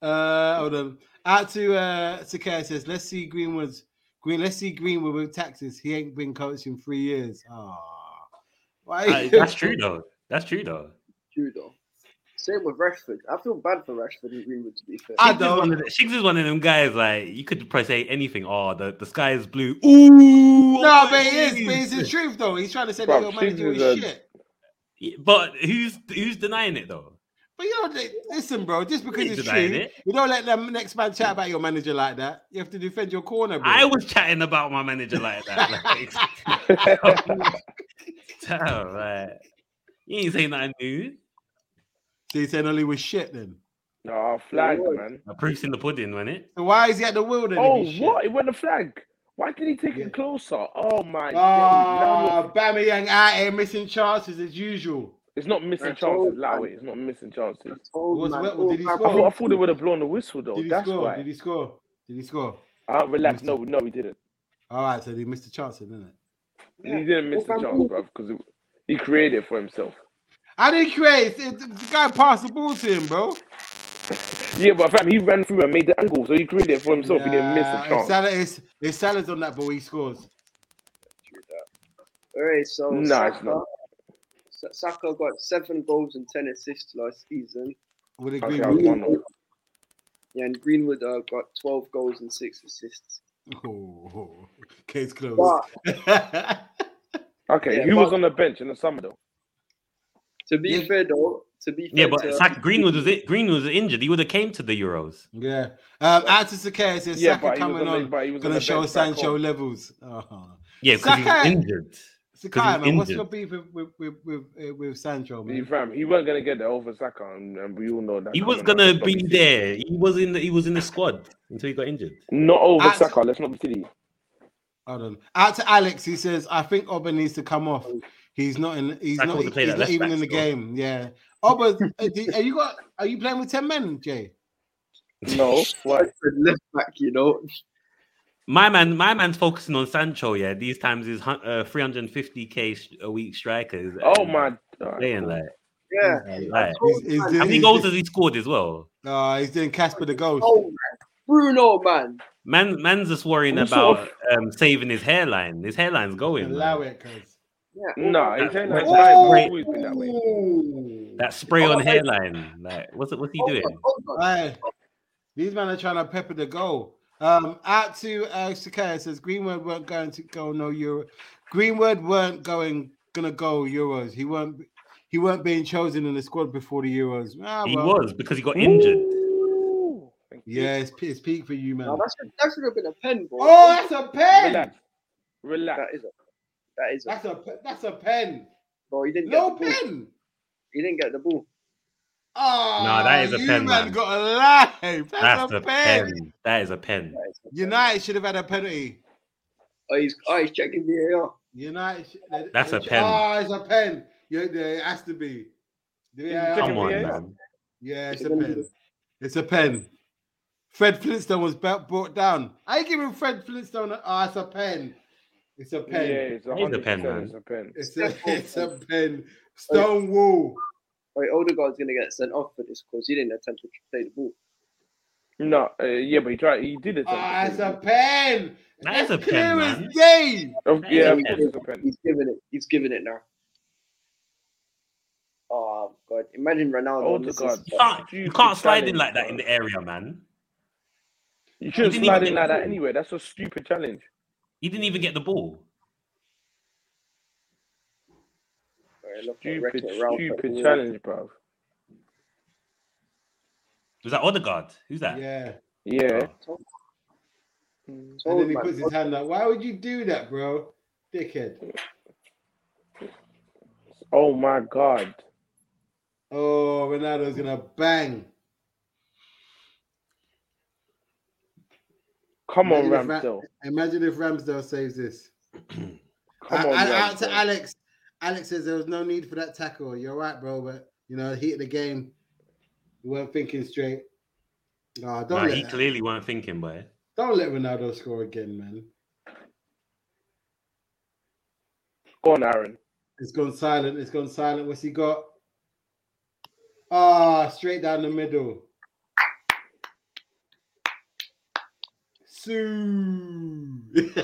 S1: Uh, hold on. Out to uh, Sakai says, let's see Greenwood's Green. Let's see Greenwood with taxes. He ain't been coached in three years. Ah, why?
S5: Uh, that's true though. That's true though.
S6: Judo. Same with Rashford. I feel bad for Rashford and Greenwood, to be fair.
S1: I
S5: Shiggs is,
S1: don't-
S5: one of the, Shiggs is one of them guys. Like you could probably say anything. Oh, the, the sky is blue.
S1: No,
S5: Ooh, oh,
S1: but it is.
S5: geez.
S1: But it's the truth though. He's trying to say that
S3: Bro,
S1: your
S3: Shiggs
S1: manager is
S3: is a-
S1: shit.
S5: Yeah, But who's who's denying it though?
S1: But you know, they- listen, bro. Just because
S5: ain't
S1: it's true,
S5: denying it.
S1: you don't let the next man chat about your manager like that. You have to defend your corner, bro.
S5: I was chatting about my manager like that. Like, damn, like, you ain't saying nothing new.
S1: so you saying Oli was shit then.
S3: Nah, flag,
S6: Lord.
S3: man.
S5: The proof's in the pudding, wasn't it?
S1: So why is he at the wheel then? if
S3: Oh,
S1: he's shit?
S3: what? It went a flag. Why did he take
S1: Yeah. Ah.
S3: it closer? Oh my! days. Now
S1: Oh,
S3: look,
S1: Bama Young out here missing chances as usual.
S3: it's not missing
S6: That's all,
S3: chances. Allow
S6: man.
S3: it. It's not missing chances.
S6: Old
S1: Was-
S6: man,
S1: what-
S6: old
S1: did he
S6: man.
S1: score?
S3: I thought, I thought they would have blown the whistle though.
S1: Did he
S3: Oh, That's
S1: score?
S3: why.
S1: Did he score? Did he score?
S3: Ah, relax. No, no, he didn't.
S1: All right, so he missed the chance, then, didn't it?
S6: Yeah.
S3: He didn't miss the
S6: Wolfgang
S3: chance, bro, because he created it for himself.
S1: I didn't create. It, the guy passed the ball to him, bro.
S3: Yeah, but fam, he ran through and made the angle, so he created it for himself. he didn't miss
S1: Nah,
S3: a
S1: if
S3: chance.
S1: Salah is, if Salah's on that ball, he scores.
S6: All right, so
S3: Nah, it's
S6: Saka,
S3: not.
S6: Sa- Saka got seven goals and ten assists last season.
S1: Would agree.
S3: Okay,
S1: with
S3: I was
S1: you.
S3: one off.
S6: Yeah, and Greenwood uh, got twelve goals and six assists.
S1: Oh, case closed.
S6: But
S3: Okay,
S6: Yeah,
S3: who
S6: but-
S3: was on the bench in the summer though?
S6: to be
S1: Yeah.
S6: fair, though, to be fair,
S5: Yeah, but
S6: to,
S5: it's like Greenwood was it. Greenwood was injured. He would have came to the Euros.
S1: yeah. Um, out to Sakai says
S3: Yeah,
S1: Saka
S3: but he was
S1: coming
S3: on. The,
S1: on.
S3: but he was on
S1: Gonna
S3: the
S1: show
S3: bench back
S1: Sancho
S3: home.
S1: levels. Oh.
S5: Yeah, because he was
S1: Saka-
S5: injured.
S1: Sakai, man, what's
S5: injured.
S1: your beef with with with, with, uh, with Sancho,
S3: He,
S1: man?
S3: fam, he wasn't gonna get the over Saka, and, and we all know that.
S5: He was
S3: coming
S5: gonna
S3: out.
S5: be there. He was in. The, he was in the squad until he got injured.
S3: Not over
S1: As-
S3: Saka. Let's not be silly.
S1: Hold on. Out to Alex, he says, I think Oba needs to come off. He's not in. He's
S5: Saka
S1: not.
S5: was a player
S1: He's not
S5: that left
S1: even
S5: back
S1: in the
S5: still.
S1: game. Yeah. Oba, uh, do- are you got? Are you playing with ten men, Jay?
S3: No, what?
S6: left back, you know,
S5: My man, my man's focusing on Sancho. Yeah, these times is hun- uh, 350k sh- a week strikers.
S3: Oh my! God.
S5: Playing like,
S6: yeah.
S5: like.
S1: He's, he's
S6: How
S1: doing-
S5: how many
S1: he's
S5: goals
S1: doing-
S5: has he scored as well?
S1: Oh, he's doing Casper the Ghost.
S6: Oh man, Bruno, man,
S5: Man, man's just worrying
S3: What
S5: about
S3: sort
S5: um, saving his hairline. His hairline's going.
S1: Allow
S5: man.
S1: it, cuz.
S6: yeah. Oh, all
S3: Nah,
S6: right.
S3: he's ain't
S5: That-
S3: like that.
S5: that-
S3: He's always been that way.
S6: Ooh.
S5: That spray on
S6: Oh, I-
S5: hairline. Like, what's it? What's he
S1: Oh,
S6: Hold on,
S5: doing?
S6: hold on.
S1: Hey, these men are trying to pepper the goal. Um, out to uh, Sakai says Greenwood weren't going to go no Euro. Greenwood weren't going gonna go Euros. He weren't he weren't being chosen in the squad before the Euros. Ah,
S5: He
S1: well,
S5: was because he got injured.
S3: Ooh. Thank you.
S1: Yeah, it's, pe- it's peak for you, man.
S6: Now, that should that should have been a pen, bro.
S1: oh, that's a pen.
S3: Relax. Relax.
S6: that is a that is a
S1: That's a pe- that's a pen.
S6: bro. He didn't
S1: No
S6: get the ball.
S1: pen.
S6: He didn't get the ball.
S1: Oh,
S5: Nah, that is a
S1: you
S5: pen,
S1: man.
S5: man.
S1: Got a lie. That's,
S5: That's
S1: a,
S5: a
S1: pen.
S5: pen. That is a pen.
S6: That is a pen.
S1: United should have had a penalty.
S6: Oh, he's oh, he's checking VAR.
S1: United. sh- they-
S5: That's
S1: they
S5: a
S1: sh-
S5: pen.
S1: Oh, it's a pen. Yeah, there- it has to be. Yeah,
S3: Check
S5: Come
S3: it,
S5: on,
S3: VAR.
S5: man.
S1: yeah, it's a pen. It's a pen. Fred Flintstone was bou- brought down. I ain't giving Fred Flintstone. A, oh, it's a pen. It's a
S3: Yeah,
S1: pen.
S3: it's
S5: He's a
S3: 100%,
S5: pen, man.
S3: It's a pen.
S1: It's a it's a pen. Stone wall.
S6: Wait, Odegaard's gonna get sent off for this because he didn't attempt to play the ball.
S3: No, uh, yeah, but he tried. He did it.
S1: Oh, it's a pen.
S5: That is a
S1: That's clear
S5: pen, man.
S1: as day.
S3: Oh,
S5: That is
S3: yeah,
S5: a
S3: of
S5: pen.
S3: course it's a pen.
S6: He's giving it. He's giving it now. Oh god! Imagine Ronaldo.
S3: Oh,
S6: misses-
S3: God.
S5: You can't, you can't slide in like that in the area, man.
S3: You should
S5: didn't
S3: have slide
S5: even
S3: in
S5: get
S3: like that
S5: through.
S3: anyway. That's a stupid challenge.
S5: He didn't even get the ball.
S6: Sorry, look, I reckon
S3: Stupid,
S6: Ralph-
S3: stupid challenge, bro.
S5: Was that Odegaard? Who's that?
S1: Yeah.
S3: Yeah.
S1: And
S6: Oh,
S1: then he
S6: my
S1: puts his
S6: God.
S1: hand up. Why would you do that, bro? Dickhead.
S3: Oh my god.
S1: Oh, Ronaldo's gonna bang.
S3: Come on,
S1: Imagine if Ra-
S3: Ramsdale.
S1: Imagine if Ramsdale saves this.
S3: Come
S1: I-
S3: on,
S1: I- out to
S3: Ramsdale.
S1: Alex. Alex says there was no need for that tackle. You're right, bro. But you know, heat of the game. You weren't thinking straight. No, don't
S5: Nah,
S1: let
S5: he
S1: that-
S5: clearly weren't thinking, boy.
S1: don't let Ronaldo score again, man.
S3: Go on, Aaron.
S1: It's gone silent. It's gone silent. What's he got? Ah, straight down the middle. Sue.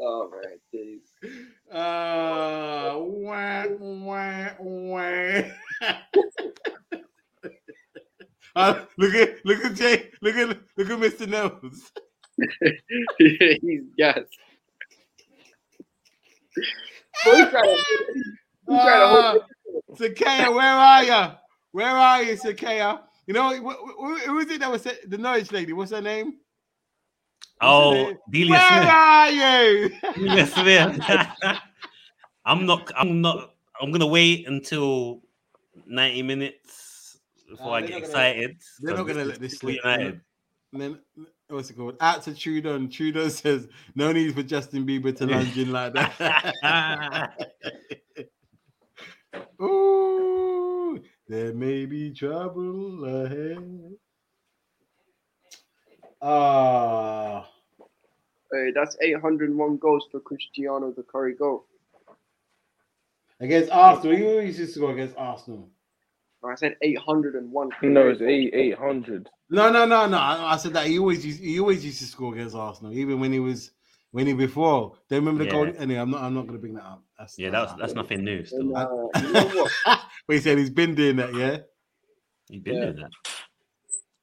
S6: Oh my days.
S1: Ah, wah, wah, wah. Ah, look at look at Jay. Look at look at Mr. Nels.
S6: He's gas. Bro, he's trying to, he's trying to hold
S1: Ah, Sakaya, where are you? Where are you, Sakaya? You know, wh- wh- wh- who is it that was sa- the Norwich lady? What's her name?
S5: Oh,
S1: where
S5: Delia
S1: are you?
S5: Smith. Delia Smith. I'm not. I'm not. I'm gonna wait until 90 minutes before
S1: Nah,
S5: I
S1: they're
S5: get
S1: not gonna-
S5: excited.
S1: they're not
S5: 'cause
S1: gonna
S5: is
S1: let this
S5: Sheffield
S1: slip, they're
S5: United.
S1: And then what's it called? Out to Trudeau, and Trudeau says, "No need for Justin Bieber to lunge in like that." Ooh, there may be trouble ahead. Ah,
S6: Hey, that's 801 goals for Cristiano the Curry goal.
S1: against Arsenal. You always used to go against Arsenal.
S6: No, I said 801.
S3: No, it's eight eight hundred.
S1: No, no, no, no. I, I said that he always used, he always used to score against Arsenal, even when he was when he before. They remember the goal.
S5: Yeah.
S1: Anyway, I'm not I'm not gonna bring that up. That's,
S5: Yeah, that's that's nothing new.
S6: And,
S5: Still,
S6: uh, you know what?
S1: But he said he's been doing that. Yeah.
S5: you've been
S6: yeah.
S5: doing that.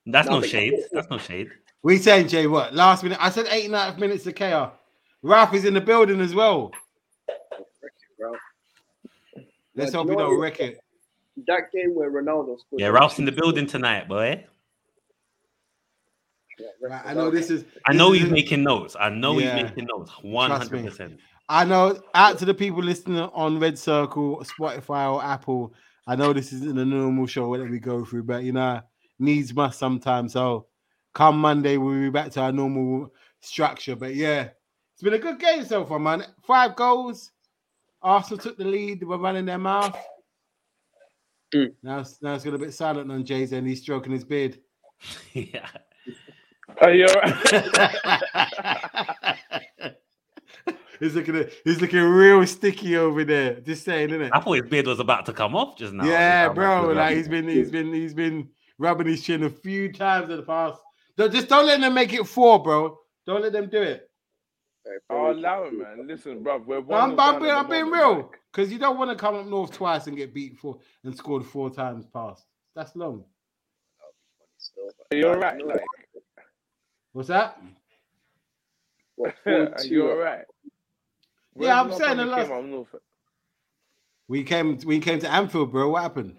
S5: That's
S6: Nah,
S5: no
S6: but-
S5: shade. That's no shade.
S1: We saying Jay what last minute? I said 89th minutes to KR. Ralph is in the building as well.
S6: Ralph.
S1: Let's
S6: Yeah,
S1: hope we
S6: do you know
S1: don't
S6: what
S1: wreck it.
S6: That game where Ronaldo scored.
S5: Yeah, Ralph's in the building tonight, boy.
S6: Yeah,
S1: Right, I know this is.
S5: I know
S1: this is
S5: he's
S1: it.
S5: making notes. I know
S1: Yeah.
S5: he's making notes. One hundred percent.
S1: I know. Out to the people listening on Red Circle, Spotify, or Apple. I know this isn't a normal show that we go through, but you know, needs must sometimes. So, come Monday, we'll be back to our normal structure. But yeah, it's been a good game so far, man. Five goals. Arsenal took the lead. They We're running their mouth.
S6: Mm.
S1: Now, it's- now it's got a bit silent on Jay's end. He's stroking his beard.
S5: yeah.
S3: Are you alright?
S1: he's looking at, he's looking real sticky over there. Just saying, isn't it?
S5: I thought his beard was about to come off just now.
S1: yeah,
S5: Just how much
S1: bro.
S5: was
S1: Like
S5: that?
S1: he's been he's been he's been rubbing his chin a few times in the past. Don't, just don't let them make it four, bro. Don't let them do it.
S3: I'll Oh, allow it, man. Listen, bro, we're
S1: No,
S3: one.
S1: I'm,
S3: nil
S1: I'm,
S3: down
S1: being,
S3: at
S1: I'm
S3: the
S1: being
S3: moment,
S1: real because you don't want to come up north twice and get beat four and scored four times past. That's long.
S3: Like, are you alright? Like,
S1: What's that?
S3: are you alright? Where's
S1: I'm
S3: North
S1: saying the
S3: when we
S1: last-
S3: came out of Norfolk?
S1: We came we came to Anfield, bro. What happened?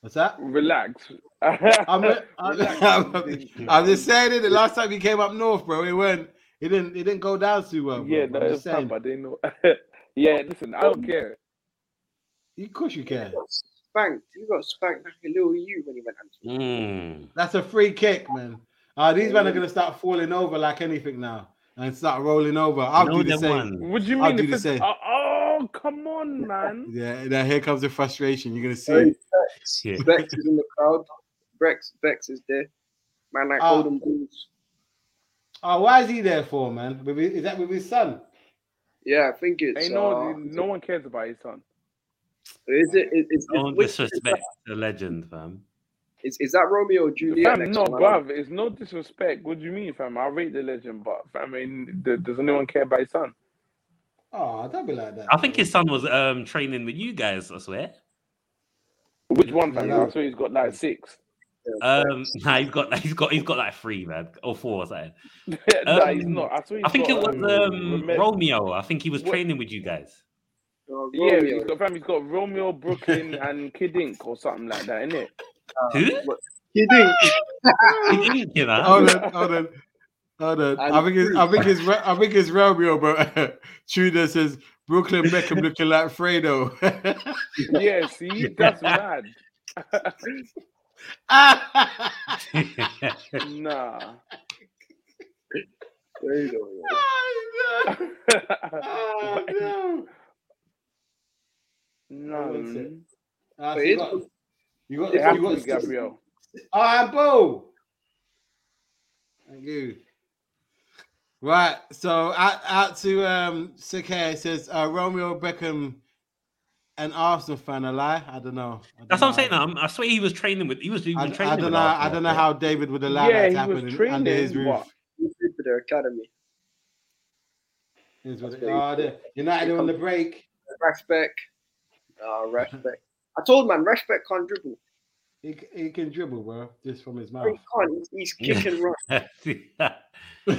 S1: What's that?
S3: Relax.
S1: I'm, I'm, I'm, I'm just saying it. The last time he came up north, bro, it went. It didn't. It didn't go down too well. Oh, Bro.
S3: yeah,
S1: I'm
S3: that
S1: just
S3: is
S1: saying.
S3: fine, but I didn't know. yeah, listen, I don't care.
S1: Of course you can.
S6: Spanked. You got spanked like a little you when you went out.
S5: Mm.
S1: That's a free kick, man. Uh, these men are gonna start falling over like anything now and start rolling over. I'll do
S5: No,
S1: the
S5: them
S1: same.
S5: one.
S3: What do you
S1: I'll
S3: mean?
S1: do
S3: if
S1: the
S3: it's,
S1: same.
S3: Oh, oh, come on, man.
S1: Yeah. Now here comes the frustration. You're gonna see.
S6: Hey,
S1: it.
S5: Yeah.
S6: Bex. Bex is in the crowd. Bex, Bex is there. Man, like
S1: Ah.
S6: hold them balls.
S1: Oh, why is he there for, man? With his- Is that with his son?
S6: Yeah, I think it's.
S3: Ain't no,
S6: uh,
S3: no one cares about his son.
S6: Is it? Is, is,
S5: Don't
S6: is,
S5: disrespect the legend, fam.
S6: Is is that Romeo or Juliet?
S3: Fam,
S6: next
S3: no,
S6: on my line?
S3: bruv, it's no disrespect. What do you mean, fam? I rate the legend, but fam, I mean, th- does anyone care about his son?
S1: Oh, don't be like that.
S5: I think his son was um training with you guys. I swear.
S3: Which one, fam?
S1: Yeah.
S3: I swear he's got like six.
S5: Um, nah, he's got he's got he's got like three man or four. Or something.
S3: nah, he's
S5: Um,
S3: not. I, swear he's
S5: I think it was
S3: got,
S5: um
S3: Rome-
S5: Romeo. I think he was
S3: What-
S5: training with you guys.
S6: Oh,
S3: Yeah,
S6: Romeo.
S3: he's got, fam, he's got Romeo, Brooklyn, and Kid Ink or something like that, innit?
S1: Uh,
S5: Who?
S6: He did.
S5: He didn't, you know?
S1: Hold on, hold on. Hold on. I
S6: And
S1: think it's I think it's Re- I think it's Romeo, but Tudor says Brooklyn Beckham looking like Fredo.
S3: Yeah, see, that's mad.
S1: Oh,
S3: Nah.
S6: There you go, yeah.
S1: oh, no. Oh, no.
S3: no.
S1: What's it?
S3: man.
S1: Ah, so
S6: But
S1: you
S6: it's-
S1: got you got,
S3: It
S1: you
S3: happened,
S1: got six.
S3: Gabriel.
S1: Ah, and Bo. Thank you. Right, so out, out to um Sikhe says uh, Romeo Beckham, an Arsenal fan. A lie? I don't know. I don't
S5: That's what I'm
S1: know.
S5: saying. I'm, I swear he was training with he was, he
S1: I,
S5: was training.
S1: I don't
S5: with
S1: know. I
S5: Arsenal.
S1: don't know how David would allow
S3: Yeah,
S1: that to
S3: he was
S1: happen in- under his
S3: training,
S1: roof.
S3: what?
S6: He played for the academy.
S1: Here's what it-
S6: That's
S1: oh,
S6: crazy.
S1: the- United on the break.
S6: Rashbeck. Ah, Rashbeck. I told man, Rashbeck can't dribble.
S1: He, c- he can dribble, bro, just from
S3: Ah.
S1: his
S6: He
S1: mouth.
S6: can't. He's, he's kick and run.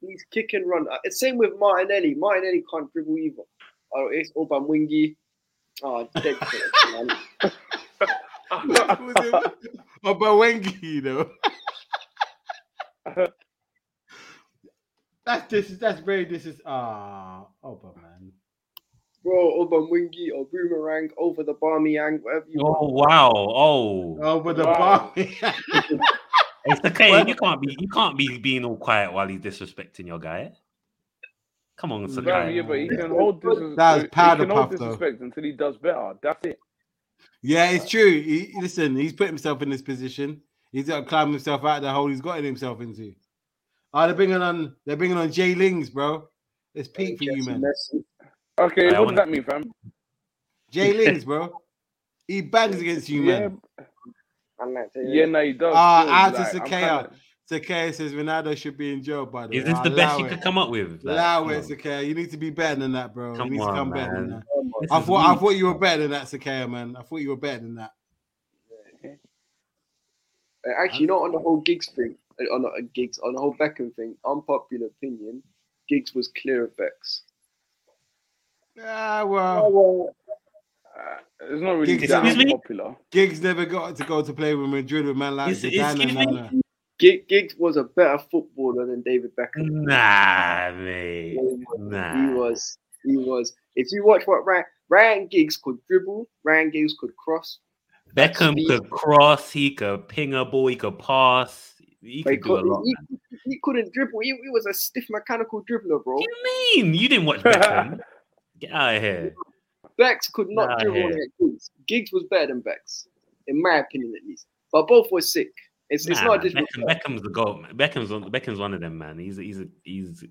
S6: He's kick and run. Uh, It's same with Martinelli. Martinelli can't dribble either. Oh, it's Aubameyang. Oh, dead. for it, man.
S1: Was it- or Bowengi, though. that's this. That's very. This is ah. Oh, but man.
S6: Bro, Aubameyang or Boomerang over the Barmyang, whatever you want.
S5: oh wow! Oh,
S1: Oh, but the
S3: Wow.
S1: bar.
S5: it's okay. you can't be you can't be being all quiet while he's disrespecting your guy. Come on,
S1: Nah,
S3: Fam,
S5: Sakai.
S3: yeah, but he can hold disrespect.
S1: That was powder
S3: he can hold
S1: puff, though.
S3: disrespect until he does better. That's it.
S1: yeah, it's true. He, listen, he's put himself in this position. He's got to climb himself out of the hole he's gotten himself into. Oh, they're bringing on. They're bringing on Jay Lings, bro. It's peak for you,
S6: Jesse
S1: man.
S6: Messi.
S3: Okay,
S5: I
S3: what
S5: wanna-
S3: does that mean, fam?
S1: Jay Lings, bro. He bangs against you,
S3: yeah,
S1: man.
S6: I'm not saying
S3: yeah, no, he does.
S1: Ah,
S3: still,
S1: out to
S3: like, I'm
S1: Sakaya.
S3: kinda-
S1: Sakaya says Ronaldo should be in jail, by the
S5: Is
S1: way.
S5: this
S1: I
S5: the best you
S1: allow
S5: could
S1: it.
S5: come up with? Like,
S1: Allow
S5: come
S1: it,
S5: on.
S1: Sakaya. You need to be better than that, bro.
S5: Come
S1: you need
S5: on,
S1: to come better than
S5: man.
S1: that.
S5: This
S1: I
S5: is
S1: thought I
S5: weak.
S1: thought you were better than that, Sakaya, man. I thought you were better than that.
S6: Uh, Actually, not on the whole gigs thing. uh, On uh, gigs, on the whole Beckham thing. Unpopular opinion. Gigs was clear of Bex.
S1: Ah, well,
S3: uh, it's not really
S1: Excuse
S3: that
S5: me?
S3: popular.
S1: Giggs never got to go to play with Madrid with man like
S5: Is- is
S1: Zidane and
S5: Giggs-
S1: all that.
S6: Gig, Giggs was a better footballer than David Beckham.
S5: Nah, mate.
S6: He
S5: Nah.
S6: was. He was. If you watch what Ryan, Ryan Giggs could dribble, Ryan Giggs could cross,
S5: Beckham could cross. He could ping a ball. He could pass. He
S6: but he,
S5: could do a
S6: could,
S5: lot.
S6: he, he couldn't dribble. He, he was a stiff mechanical dribbler, bro.
S5: What do you mean? You didn't watch Beckham? Get out of here.
S6: Bex could not
S5: Nah,
S6: dribble
S5: yeah.
S6: like Giggs. Giggs was better than Bex, in my opinion at least. But both were sick. It's, it's
S5: Nah,
S6: not
S5: man.
S6: just
S5: Beckham, Beckham's the goal. man. Beckham's one, Beckham's one of them, man. He's a, he's a, he's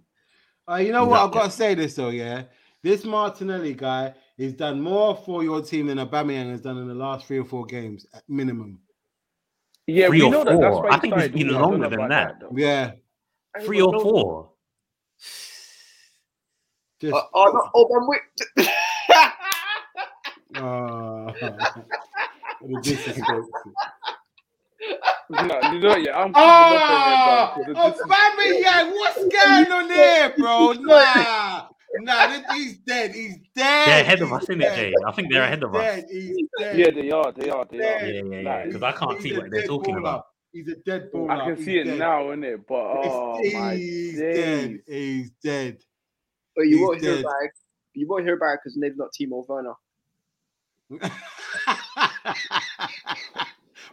S1: Uh, you know what?
S5: Yeah.
S1: I've got to say this though, yeah. This Martinelli guy has done more for your team than Aubameyang has done in the last three or four games at minimum.
S3: Yeah,
S5: Three
S3: we
S5: or
S3: know that. That's
S5: four.
S3: why
S5: I
S3: he
S5: think it's
S3: started
S5: been
S3: doing it. I don't
S5: longer
S3: know
S5: than that.
S3: about though.
S1: Yeah,
S5: three or
S6: uh,
S5: four.
S1: just
S6: Uh, oh, no, Aubameyang.
S1: uh, the disrespect.
S3: No, you know, yeah,
S1: Ah!
S3: I'm.
S1: Oh,
S3: keeping up on it, bro, 'cause
S1: Aubameyang, what's going on there, bro? Nah, nah, this, he's dead. He's dead.
S5: They're ahead of
S1: He's
S5: us, isn't it,
S1: dead.
S5: Jay? I think they're ahead of
S1: he's
S5: us.
S1: Dead. He's
S3: this
S1: dead.
S3: is- yeah, they are. They are. They
S5: Yeah,
S3: are.
S1: Yeah,
S5: yeah, yeah.
S3: Like,
S5: Because I can't
S1: He's
S5: see
S1: a
S5: what they're
S1: dead
S5: talking
S1: baller.
S5: about.
S1: He's a dead baller.
S3: I can
S1: He's
S3: see it
S1: dead.
S3: now, innit? But
S1: He's,
S3: oh my
S1: he's
S3: days.
S1: dead. He's dead.
S6: but you
S1: He's
S6: won't hear
S1: dead.
S6: about it. You won't hear about it because they've not Timo Werner.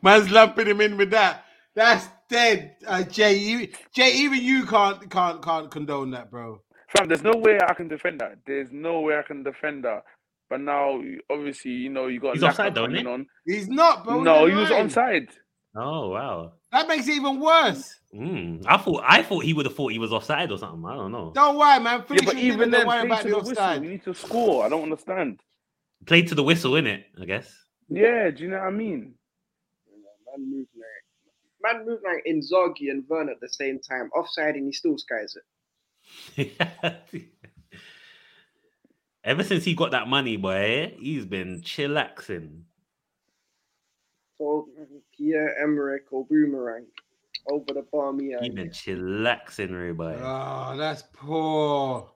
S1: Man's lumping him in with that. That's dead, uh, Jay. You, Jay, even you can't can't can't condone that, bro.
S3: Fam, there's no way I can defend that. There's no way I can defend that. But now, obviously, you know, you got
S5: He's
S3: Laka
S5: offside, though,
S3: coming
S5: innit?
S3: on.
S1: He's not, bro.
S3: no,
S1: He's
S3: he was
S1: lying.
S3: onside.
S5: Oh wow.
S1: That makes it even worse.
S5: Mm. I thought I thought he would have thought he was offside or something. I don't know.
S1: Don't worry, man.
S3: Yeah,
S1: Finish
S3: but
S1: your dinner.
S3: even then,
S1: Don't worry
S3: play
S1: about
S3: to
S1: the
S3: the whistle. You
S1: offside.
S3: need to score. I don't understand.
S5: Play to the whistle, innit? I guess.
S3: Yeah, do you know what I mean?
S6: man moved like man moved like Inzaghi and Vern at the same time, offside, and he still skies it.
S5: Ever since he got that money, boy, he's been chillaxing.
S6: So Pierre Emerick or Boomerang over the bar, me.
S5: He's been chillaxing, Ray, boy.
S1: Oh, that's poor.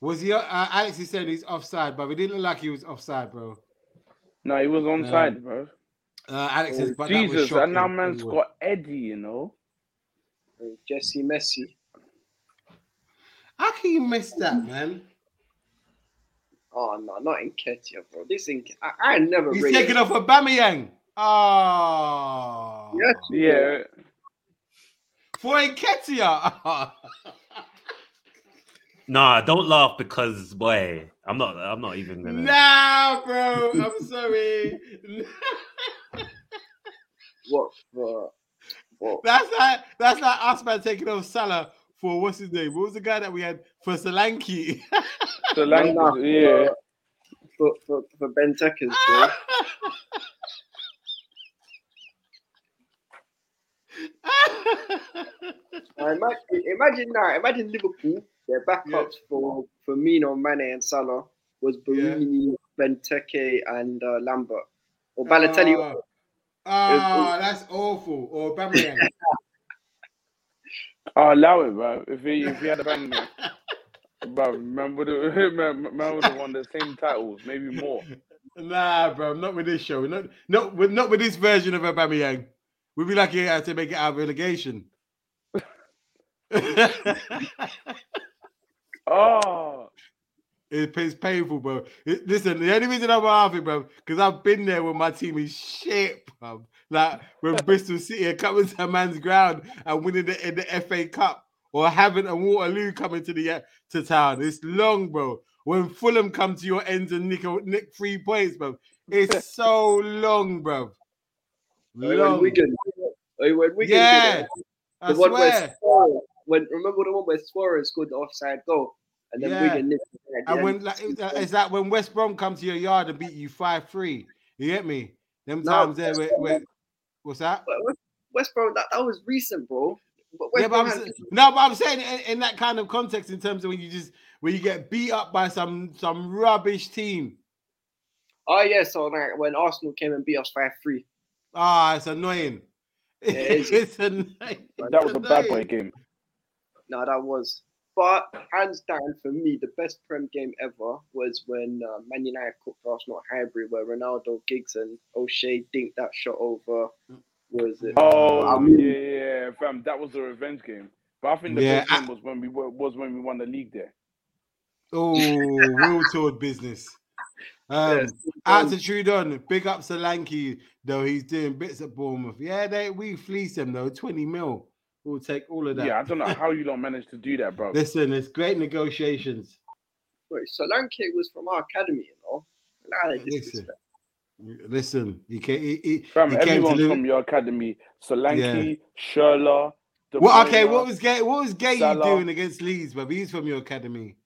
S1: Was he? Uh, Alex, he said he's offside, but it didn't look like he was offside, bro.
S3: No, he was on side, bro.
S1: Uh, Alex says, but that was
S3: Oh, Jesus,
S1: shocking.
S3: and now man's
S1: Anyway.
S3: got Eddie, you know.
S6: Jesse Messi.
S1: How can you miss that, man?
S6: Oh no, not Enketia, bro. This in I, I never
S1: He's
S6: rate
S1: taking
S6: him.
S1: off Aubameyang. Oh,
S6: Yes,
S3: Yeah,
S1: for Enketia.
S5: Nah, don't laugh because boy, I'm not. I'm not even gonna.
S1: nah, bro. I'm sorry.
S6: what for? What?
S1: that's like that's like us man taking off Salah for what's his name? What was the guy that we had for Solanke?
S3: the language. Yeah,
S6: For, for, for Ben Tekkers, bro.
S1: Ah!
S6: Now, imagine, imagine now, imagine Liverpool, their backups
S1: Yeah.
S6: for Firmino, Mane, and Salah was
S1: Yeah.
S6: Barini, Benteke, and uh, Lambert. Or Balotelli.
S1: Oh, oh, that's awful. Or Aubameyang.
S3: I'll allow it, bro. If he if he had a bang, bro, man would have man, man would have won the same titles, maybe more.
S1: Nah, bro, not with this show. Not not with not with this version of Aubameyang. We'd be lucky to make it out of relegation.
S3: Oh,
S1: It- it's painful, bro. It- listen, the only reason I'm laughing, bro, because I've been there when my team is shit, bro. Like when Bristol City are coming to a man's ground and winning the, in the FA Cup, or having a Waterloo coming to the uh, to town. It's long, bro. When Fulham come to your ends and nick a- nick three points, bro, it's so long, bro.
S6: Or when Wigan. Or when Wigan
S1: yeah,
S6: did it.
S1: I
S6: The one
S1: swear.
S6: where Suarez, when, remember the one where Suarez scored the offside goal? And then
S1: Yeah.
S6: Wigan nicked it at the
S1: And when
S6: end.
S1: like, it- uh, it's like when West Brom come to your yard and beat you five three. You get me? Them
S6: No,
S1: times there,
S6: West
S1: where,
S6: Brom-
S1: where, what's that?
S6: But West- West Brom, that, that was recent, bro. But West
S1: yeah, but
S6: Brom
S1: I'm,
S6: has
S1: sa- no, but I'm saying in, in that kind of context, in terms of when you just when you get beat up by some some rubbish team.
S6: Oh yeah, so like when Arsenal came and beat us five three.
S1: Ah, it's annoying.
S6: it is.
S1: it's annoying.
S3: that was a bad boy game.
S6: No, that was. But hands down for me, the best Prem game ever was when uh, Man United cooked Arsenal at Highbury, where Ronaldo, Giggs, and O'Shea dinked that shot over. Was it?
S3: Oh
S6: I mean-
S3: yeah, yeah, fam, that was a revenge game. But I think the
S1: Yeah,
S3: best game was when we wa- was when we won the league there.
S1: Oh, real toward business. Um,
S6: Yes.
S1: Out to Trudon, big up Solanke, though he's doing bits at Bournemouth. Yeah, they we fleece them though, 20 mil. We'll take all of that.
S3: Yeah, I don't know how you don't manage to do that, bro.
S1: Listen, it's great negotiations.
S6: Wait, Solanke was from our academy, you know. Nah, they
S1: Listen,
S6: disrespect.
S1: listen, he came, he, he,
S3: Fam,
S1: he came to
S3: everyone's
S1: Liv-
S3: from your academy. Solanke, Sherla, De
S1: Well, okay,
S3: Bruyne.
S1: what was Gay? What was Gay
S3: Salah.
S1: doing against Leeds? But he's from your academy.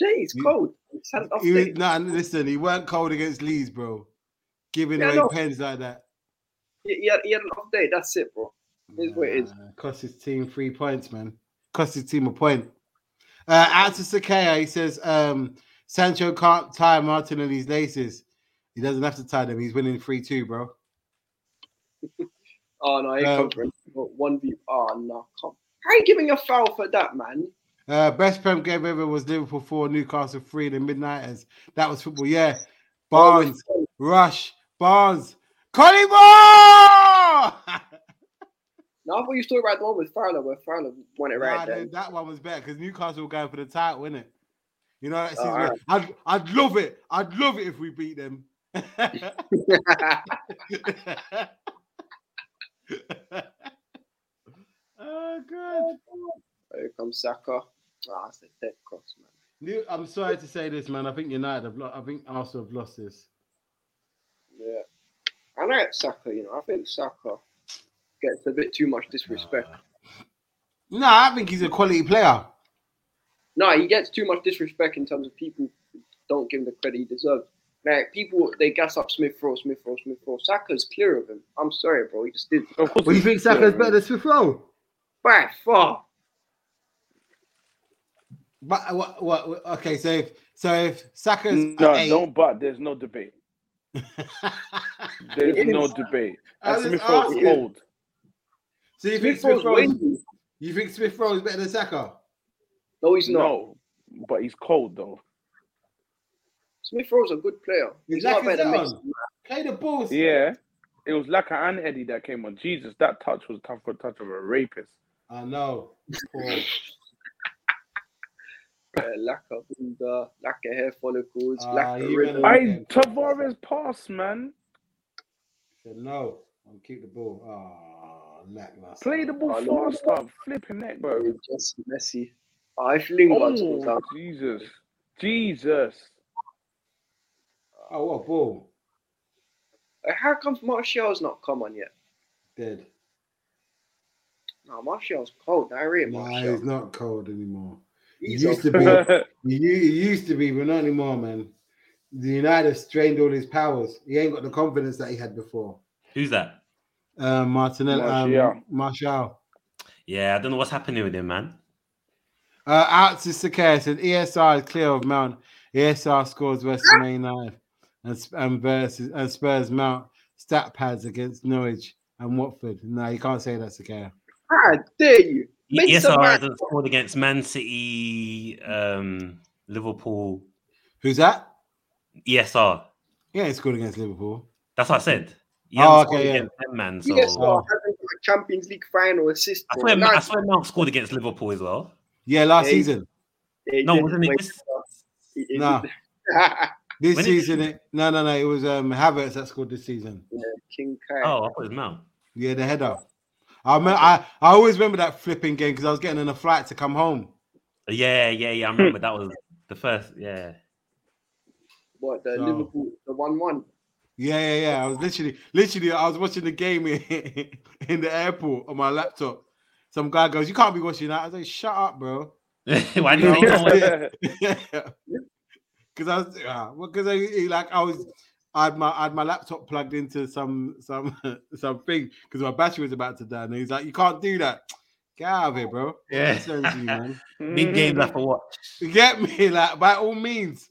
S6: Jay, it's
S1: You-
S6: cold. It's an off
S1: He was,
S6: day.
S1: nah, listen, he weren't cold against Leeds, bro. Giving
S6: Yeah, I
S1: away
S6: know.
S1: pens like that.
S6: He, he had, he had an off day. That's it, bro. It's what it is.
S1: Nah, Cost his team three points, man. Cost his team a point. Uh, out to Sakea, he says um, Sancho can't tie Martinelli's laces. He doesn't have to tie them. He's winning 3 2, bro.
S6: Oh no, he
S1: No.
S6: can't bring- one v. Oh no, come. How are you giving a foul for that, man?
S1: Uh, best Prem game ever was Liverpool 4, Newcastle 3, the Midnighters. That was football, yeah. Barnes, Rush, Barnes, Collie Moore!
S6: No, I thought you was talking about the one with Fowler, where Fowler won it
S1: Nah,
S6: right
S1: dude,
S6: then.
S1: that one was better because Newcastle were going for the title, wasn't it? You know, that
S3: Oh,
S1: season,
S6: alright.
S1: I'd, I'd love it. I'd love it if we beat them. oh god.
S6: Here comes Saka. Ah, it's a dead cross, man.
S1: New, I'm sorry to say this, man. I think United have lost. I think Arsenal have lost this.
S6: Yeah. I like Saka, you know. I think Saka gets a bit too much disrespect.
S1: No, I think he's a quality player.
S6: No, he gets too much disrespect in terms of people don't give him the credit he deserves. Like people, they gas up Smith Rowe, Smith Rowe, Smith Rowe. Saka's clear of him. I'm sorry, bro. He just did
S3: Of course,
S1: Well, you think Saka's better than Smith Rowe?
S6: by far.
S1: But uh, what, what, what- Okay, so if so if Saka's
S3: No,
S1: at eight,
S3: don't. But there's no debate. There's
S6: It is.
S3: no debate.
S1: I was
S3: Smith
S1: just
S3: Rowe's
S1: asking.
S3: old.
S1: So you think
S6: Smith
S1: Smith
S6: Rowe's
S1: Rowe?
S6: windy.
S1: You think Smith Rowe is better than Saka?
S6: No, he's not.
S3: No, but he's cold though.
S6: Smith Rowe's a good player. He's
S1: Exactly
S6: not better than
S1: that
S6: Messi.
S1: one. Play the balls.
S3: Yeah, it was like an Eddie that came on. Jesus, that touch was tough for touch of a rapist.
S1: I know. Poor.
S6: Uh, lack of window, lack of hair follicles,
S1: Ah,
S6: lack of
S1: you
S6: rhythm.
S1: better-
S3: I Tavares pass, man.
S1: Said no. I'll keep the ball. Ah, lackluster.
S3: Play the
S5: Ah,
S3: ball
S6: I know.
S3: faster. Flipping neck, bro.
S6: It's Just Messi. Ah, if Lingard scores
S3: Oh
S6: out,
S3: Jesus, Jesus.
S1: Oh, what ball?
S6: Uh, how come Martial's not come on yet?
S1: Dead.
S6: No, Martial's cold. I really
S1: No,
S6: Martial.
S1: he's not cold anymore. He
S6: He's
S1: used
S6: a-
S1: to be.
S3: That's
S1: He u- he used to be, but not anymore, man. The United have strained all his powers. He ain't got the confidence that he had before.
S5: Who's that?
S1: Uh, Martinelli, um,
S3: Martial.
S1: Martial.
S5: Yeah, I don't know what's happening with him, man.
S1: Uh, out to Sakir said ESR E is clear of Mount. ESR scores West Ham United and, Sp- and versus and Spurs Mount stat pads against Norwich and Watford. No, you can't say that, Sakir.
S6: How dare you?
S5: E-,
S6: Mason
S5: ESR
S6: Mount.
S5: hasn't scored against Man City, um, Liverpool. E
S1: Who's that?
S5: ESR.
S1: Yeah, he scored against Liverpool.
S5: That's what I said. He
S1: Oh,
S5: hasn't scored
S1: okay, yeah.
S5: against them, man. So
S6: Yes, so having a Champions League final assist.
S5: I
S6: bro.
S5: swear, I
S6: Nice.
S5: swear Mount scored against Liverpool as well.
S1: Yeah, last
S6: Yeah, he-
S1: season.
S6: Yeah, he
S5: No,
S6: did.
S5: wasn't it
S6: Wait,
S5: this?
S6: he- he
S1: No,
S6: did.
S1: this
S5: When did-
S1: season. It, no, no, no. It was um, Havertz that scored this season.
S6: King Kai.
S5: Oh, I thought it was Mount.
S1: Yeah, the header. I, me- I I always remember that flipping game because I was getting on a flight to come home.
S5: Yeah, yeah, yeah. I remember that was the first. Yeah.
S6: What the
S1: So-
S6: Liverpool, the one-one.
S1: Yeah, yeah, yeah. I was literally, literally, I was watching the game in, in the airport on my laptop. Some guy goes, "You can't be watching that." I was like, "Shut up, bro,"
S5: Why do you think
S1: No.
S5: someone?
S1: because I was, uh, well, because I he- like I was, I had my I had my laptop plugged into some some something because my battery was about to die, and he's like, "You can't do that. Get out of here, bro."
S5: Yeah.
S1: Turn to you, man.
S5: Big games I have to watch.
S1: You Get me, like by all means.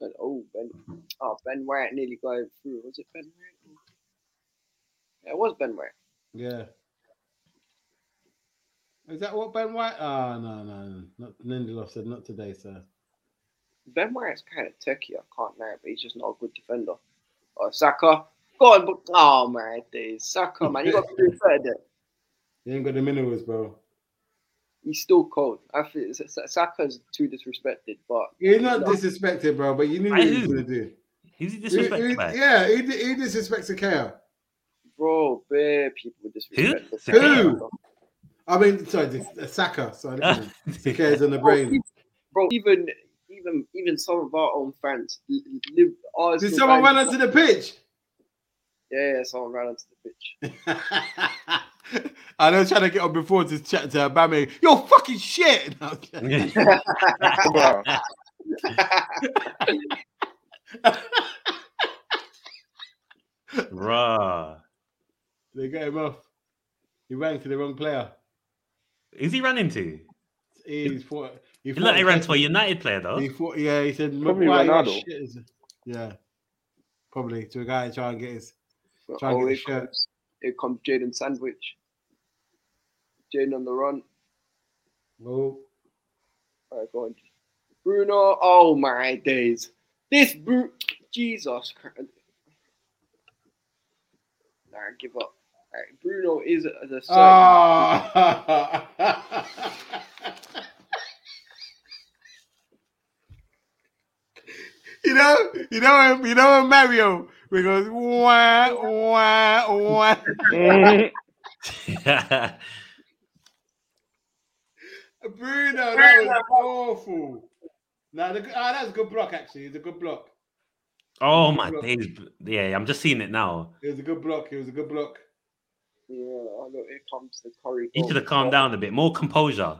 S6: And, oh Ben,
S1: Mm-hmm.
S6: oh Ben White nearly got him through. Was it Ben White? Yeah, it was Ben White.
S1: Yeah. Is that what Ben White? Oh, no, no, no. Not, Lindelof said not today, sir.
S6: Ben White's kind of techie. I can't lie, but he's just not a good defender. Oh Saka, go on, but oh my days, Saka man, you got to do better. There.
S1: You ain't got the minerals, bro.
S6: He's still cold. I feel S- S- Saka's too disrespected, but
S1: You're not
S6: No.
S1: disrespected, bro, but you knew
S5: I
S1: what you was
S5: do.
S1: gonna do.
S5: Who's he
S1: Who- who-
S5: disrespected by?
S1: yeah, who, di- who disrespects a cow?
S6: bro, bare people disrespect.
S5: Who?
S1: Who? I mean, sorry, dis- uh, Saka. Sorry, the cares on the
S5: Oh,
S1: brain.
S6: bro. Even even even some of our own fans l- l- live. Arsenal
S1: Did someone
S6: fans-
S1: run onto the pitch?
S6: Yeah, yeah, someone ran onto the pitch.
S1: I know, trying to get on before to chat to Abame. You're fucking shit. No, I'm kidding.
S5: Bruh.
S1: they got him off. He ran to the wrong player.
S5: Who's he running to?
S1: He's thought, he
S5: He looked like he
S1: thought-
S5: ran to a United player though.
S1: He thought, yeah, he said,
S3: Probably
S1: "Why you
S3: Ronaldo."
S1: shit is-" Yeah, probably to a guy trying to get his. Try and get
S6: oh,
S1: a
S6: here
S1: shirt.
S6: comes, here comes Jaden Sandwich. Jaden on the run.
S1: Oh,
S6: All right, go on. Bruno. Oh my days. This boot. Jesus Christ. Nah, give up. All right, Bruno is a- the son.
S1: Ah. Oh. you know, you know, when- you know, when Mario we goes wah wah wah. Bruno, that was awful. Now, the, ah, that was a good block. Actually, it's a good block.
S5: oh my days. Yeah, I'm just seeing it now.
S1: It was a good block. It was a good block.
S6: Yeah, oh, look, here comes the curry.
S1: Oh,
S5: He should have calmed down a bit. More composure.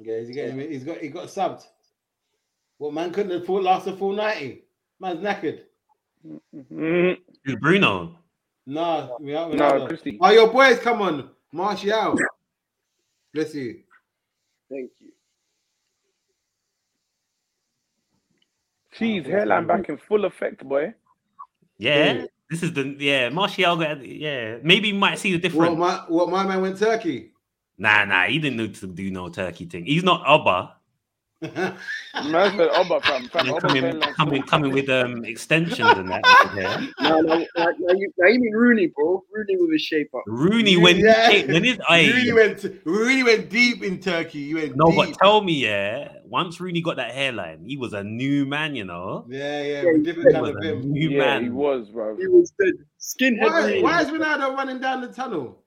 S1: Yeah, he's getting, he's got, he got subbed. What man couldn't afford last a full 90? Man's knackered.
S3: Mhm.
S5: It's Bruno.
S1: Nah, we are
S3: Nah,
S1: Ronaldo.
S3: Christy.
S1: Oh, your boys, come on. Martial. Bless you.
S6: Thank you.
S3: Jeez, hairline back in full effect, boy.
S5: Yeah. This is the yeah, Martial got yeah. Maybe you might see the
S1: What
S5: difference.
S1: my what my man went Turkey.
S5: Nah, nah, he didn't need to do no turkey thing. He's not Oba.
S3: Man said, Oba, fam. fam Oba
S5: Coming,
S3: hairline-
S5: coming, coming with um extensions and that. Yeah.
S6: No, no, no, no, you, no, you mean Rooney, bro. Rooney with his shape up.
S5: Rooney when
S1: Yeah.
S5: hey, when his
S1: You really
S5: eye.
S1: went really went deep in Turkey. You went
S5: No,
S1: deep.
S5: but tell me, yeah. Once Rooney got that hairline, he was a new man, you know.
S1: yeah, yeah,
S6: Yeah,
S1: different
S5: He
S1: kind
S5: was
S1: of
S5: a
S1: him.
S5: new
S3: Yeah,
S5: man.
S3: he was, bro.
S6: He was dead. Skinhead
S1: Why,
S6: Rooney.
S1: why is Ronaldo running down the tunnel?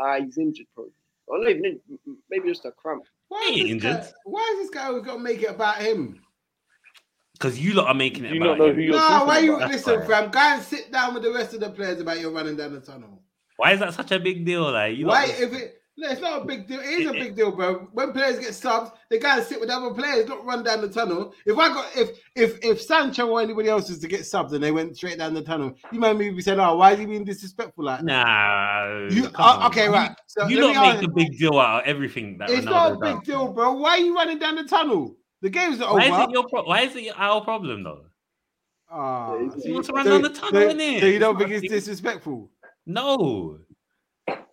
S6: Ah, he's injured, bro. Or not even injured. m- Maybe just a cramp.
S1: Why
S5: He
S1: is, this
S5: ain't
S1: guy,
S5: injured.
S1: why is this guy always got to make it about him?
S5: Because you lot are making
S3: Do
S5: it
S3: you
S5: about
S3: not know
S5: him.
S3: who you're
S1: No, why
S3: talking
S1: you
S3: about?
S5: That's
S1: listen,
S5: why.
S1: fam? Go and sit down with the rest of the players about you running down the tunnel.
S5: Why is that such a big deal? Like you
S1: Why,
S5: lot-
S1: if it no, it's not a big deal. It is a
S5: It-
S1: big deal, bro. When players get subbed, they gotta sit with other players, not run down the tunnel. If I got if if if Sancho or anybody else was to get subbed and they went straight down the tunnel, you might be saying, "Oh, why is he being disrespectful like that?"
S5: Nah.
S1: You
S5: come
S1: uh,
S5: on.
S1: okay, right? So
S5: You
S1: let me
S5: lot make
S1: ask-
S5: a big deal out of everything that
S1: It's
S5: Ronaldo
S1: not a big
S5: does.
S1: deal, bro. Why are you running down the tunnel? The game's not
S5: Why
S1: over.
S5: is it your pro- why is it our problem though?
S1: Ah,
S6: Yeah,
S1: so
S6: you
S5: want to
S1: you-
S5: run
S1: so-
S5: down the tunnel,
S1: so-
S5: innit?
S1: So you
S5: It's
S1: don't
S5: not
S1: think
S5: a
S1: it's
S5: big-
S1: disrespectful?
S5: No.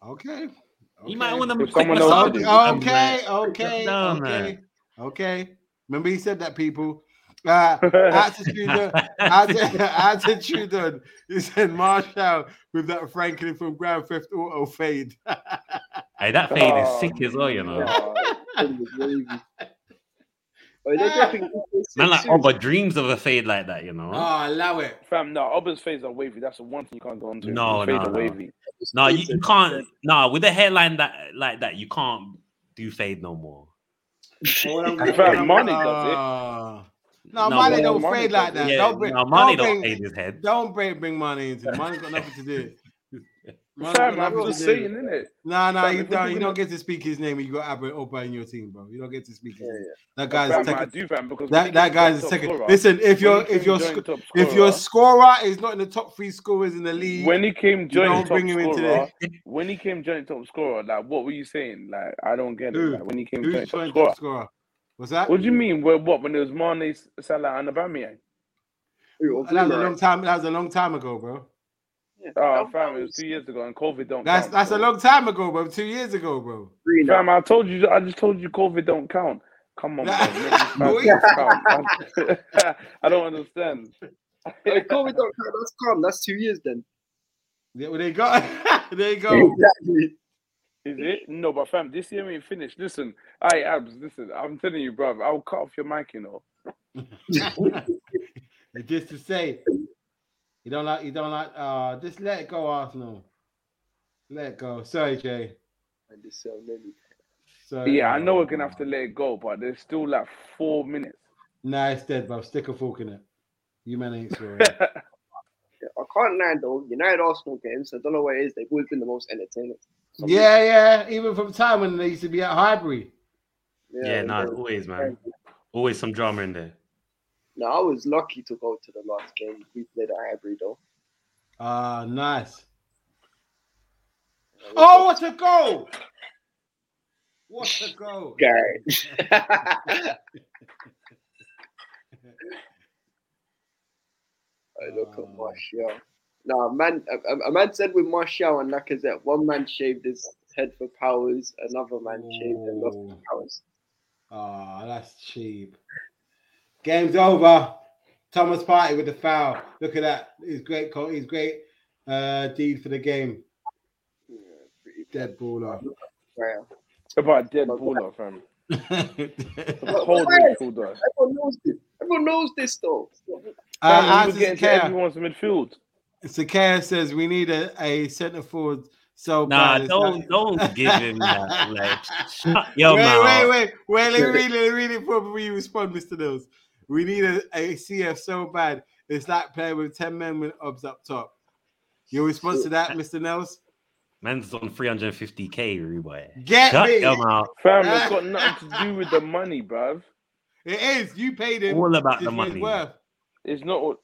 S1: Okay.
S5: You might
S1: okay.
S5: want to
S3: If someone else
S1: Okay,
S3: to do.
S1: okay, okay,
S5: No, man.
S1: okay, okay. Remember, he said that, people. Uh, attitude, attitude, attitude. He said Marshall with that Franklin from Grand Theft Auto fade.
S5: Hey, that fade
S3: Oh,
S5: is sick as well, you know.
S3: Oh,
S6: oh, they're dropping.
S5: Man, like oh, Oba dreams of a fade like that, you know.
S1: Oh, allow it.
S3: Fam, no, Oba's face are wavy. That's the one thing you can't go onto.
S5: No,
S3: His face
S5: no,
S3: are
S5: no.
S3: wavy.
S5: no, you, you can't. No, with a hairline that like that, you can't do fade no more.
S1: All I'm
S3: Fact,
S1: gonna-
S3: Mane does it.
S1: Ah. No,
S5: No,
S1: money
S5: Mane
S1: don't
S3: does
S1: fade like
S3: it.
S1: that.
S5: yeah,
S1: don't bring,
S5: no, Mane
S1: don't bring,
S5: don't fade his head.
S1: don't bring, bring money into it. Money's got nothing to do. Money's got
S3: Fam, I'm
S1: nothing
S3: just
S1: to do.
S3: saying, innit?
S1: Nah, nah,
S3: Fam,
S1: you
S3: if we're
S1: don't. You
S3: talking
S1: don't
S3: of-
S1: get to speak his name. and You got Albert Opa in your team, bro. You don't get to speak his
S6: Yeah,
S1: name. That
S3: Fam,
S1: guy's
S3: I
S1: second.
S3: do, fam, because
S1: That that guy's
S3: top
S1: second.
S3: scorer,
S1: Listen, if
S3: when
S1: your
S3: he
S1: if
S3: came
S1: your
S3: joint
S1: sc-
S3: top
S1: if your
S3: scorer-
S1: scorer is not in the top three scorers in the league,
S3: when he came joint
S1: don't
S3: top
S1: bring him into
S3: scorer, when he came joint top scorer, like what were you saying? Like I don't get it.
S1: Who?
S3: Like, when he came
S1: who's
S3: joint top
S1: joint
S3: scorer,
S1: top scorer? Was that?
S3: what do you mean? Well, what when it was Mane, Salah, and Aubameyang?
S1: That was a long time. That was a long time ago, bro.
S3: Oh, fam, it was two years ago, and COVID don't.
S1: That's
S3: count,
S1: that's a
S3: bro.
S1: long time ago, bro. Two years ago, bro.
S3: Fam, I told you. I just told you, COVID don't count. Come on, bro. make this man
S1: Boy.
S3: count. I, don't understand.
S6: Hey, COVID don't count. That's calm. That's two years then.
S1: Yeah, well, they got there you go.
S6: Oh, Exactly.
S3: Is it? No, but fam, this year ain't finished. Listen, I abs. Listen, I'm telling you, bro. I'll cut off your mic, you know.
S1: It's just to say, you don't like, you don't like. Uh, just let it go, Arsenal. Let it go. Sorry, Jay.
S6: And this, uh, maybe.
S1: Sorry.
S3: Yeah, I know we're gonna have to let it go, but there's still like four minutes.
S1: Nah, it's dead, bro. Stick a fork in it. You man ain't scoring.
S6: Yeah, I can't lie though. United Arsenal games. I don't know what it is. They've always been the most entertaining.
S1: yeah, yeah. Even from time when they used to be at Highbury.
S5: Yeah, no,
S6: they-
S5: always, man. Always some drama in there.
S6: No, I was lucky to go to the last game. We played at Highbury though.
S1: Ah, nice.
S6: Yeah, we
S1: Oh, what a goal! What a goal!
S6: guy. I look
S1: Oh.
S6: at Martial. Nah, a man, a, a- a man said with Martial and Lacazette, one man shaved his head for powers, another man shaved their love for
S1: Ooh.
S6: powers.
S1: Ah, that's cheap. Game's over. Thomas Party with the foul. Look at that. He's great. co- He's great. Uh, deed for the game.
S6: Yeah, pretty
S1: Dead baller.
S6: fair.
S3: About dead baller, fam.
S1: Uh,
S3: Cold
S6: Why?
S3: midfielder.
S6: Everyone knows this. Everyone knows this though.
S1: uh,
S3: Fam, we
S1: Anson
S3: get into
S1: Sakea.
S3: everyone's midfield.
S1: Sakea says we need a, a centre forward. So
S5: Nah,
S1: bad it's
S5: don't
S1: not-
S5: don't give him that. Like, shut your
S1: wait,
S5: mouth.
S1: wait, wait, wait. Let me read it. Let me read it before you respond, Mr. Nils. We need a, a CF so bad. It's like playing with 10 men with obs up top. Your response to that, Mr. Nels?
S5: Man's on 350k, Rubai.
S1: Get
S5: Shut
S1: me.
S5: your mouth.
S3: Fam, it's got nothing to do with the money, bruv.
S1: It is. You paid him.
S5: All about
S1: his
S5: the
S1: money's
S5: money.
S1: Worth.
S3: It's not. what-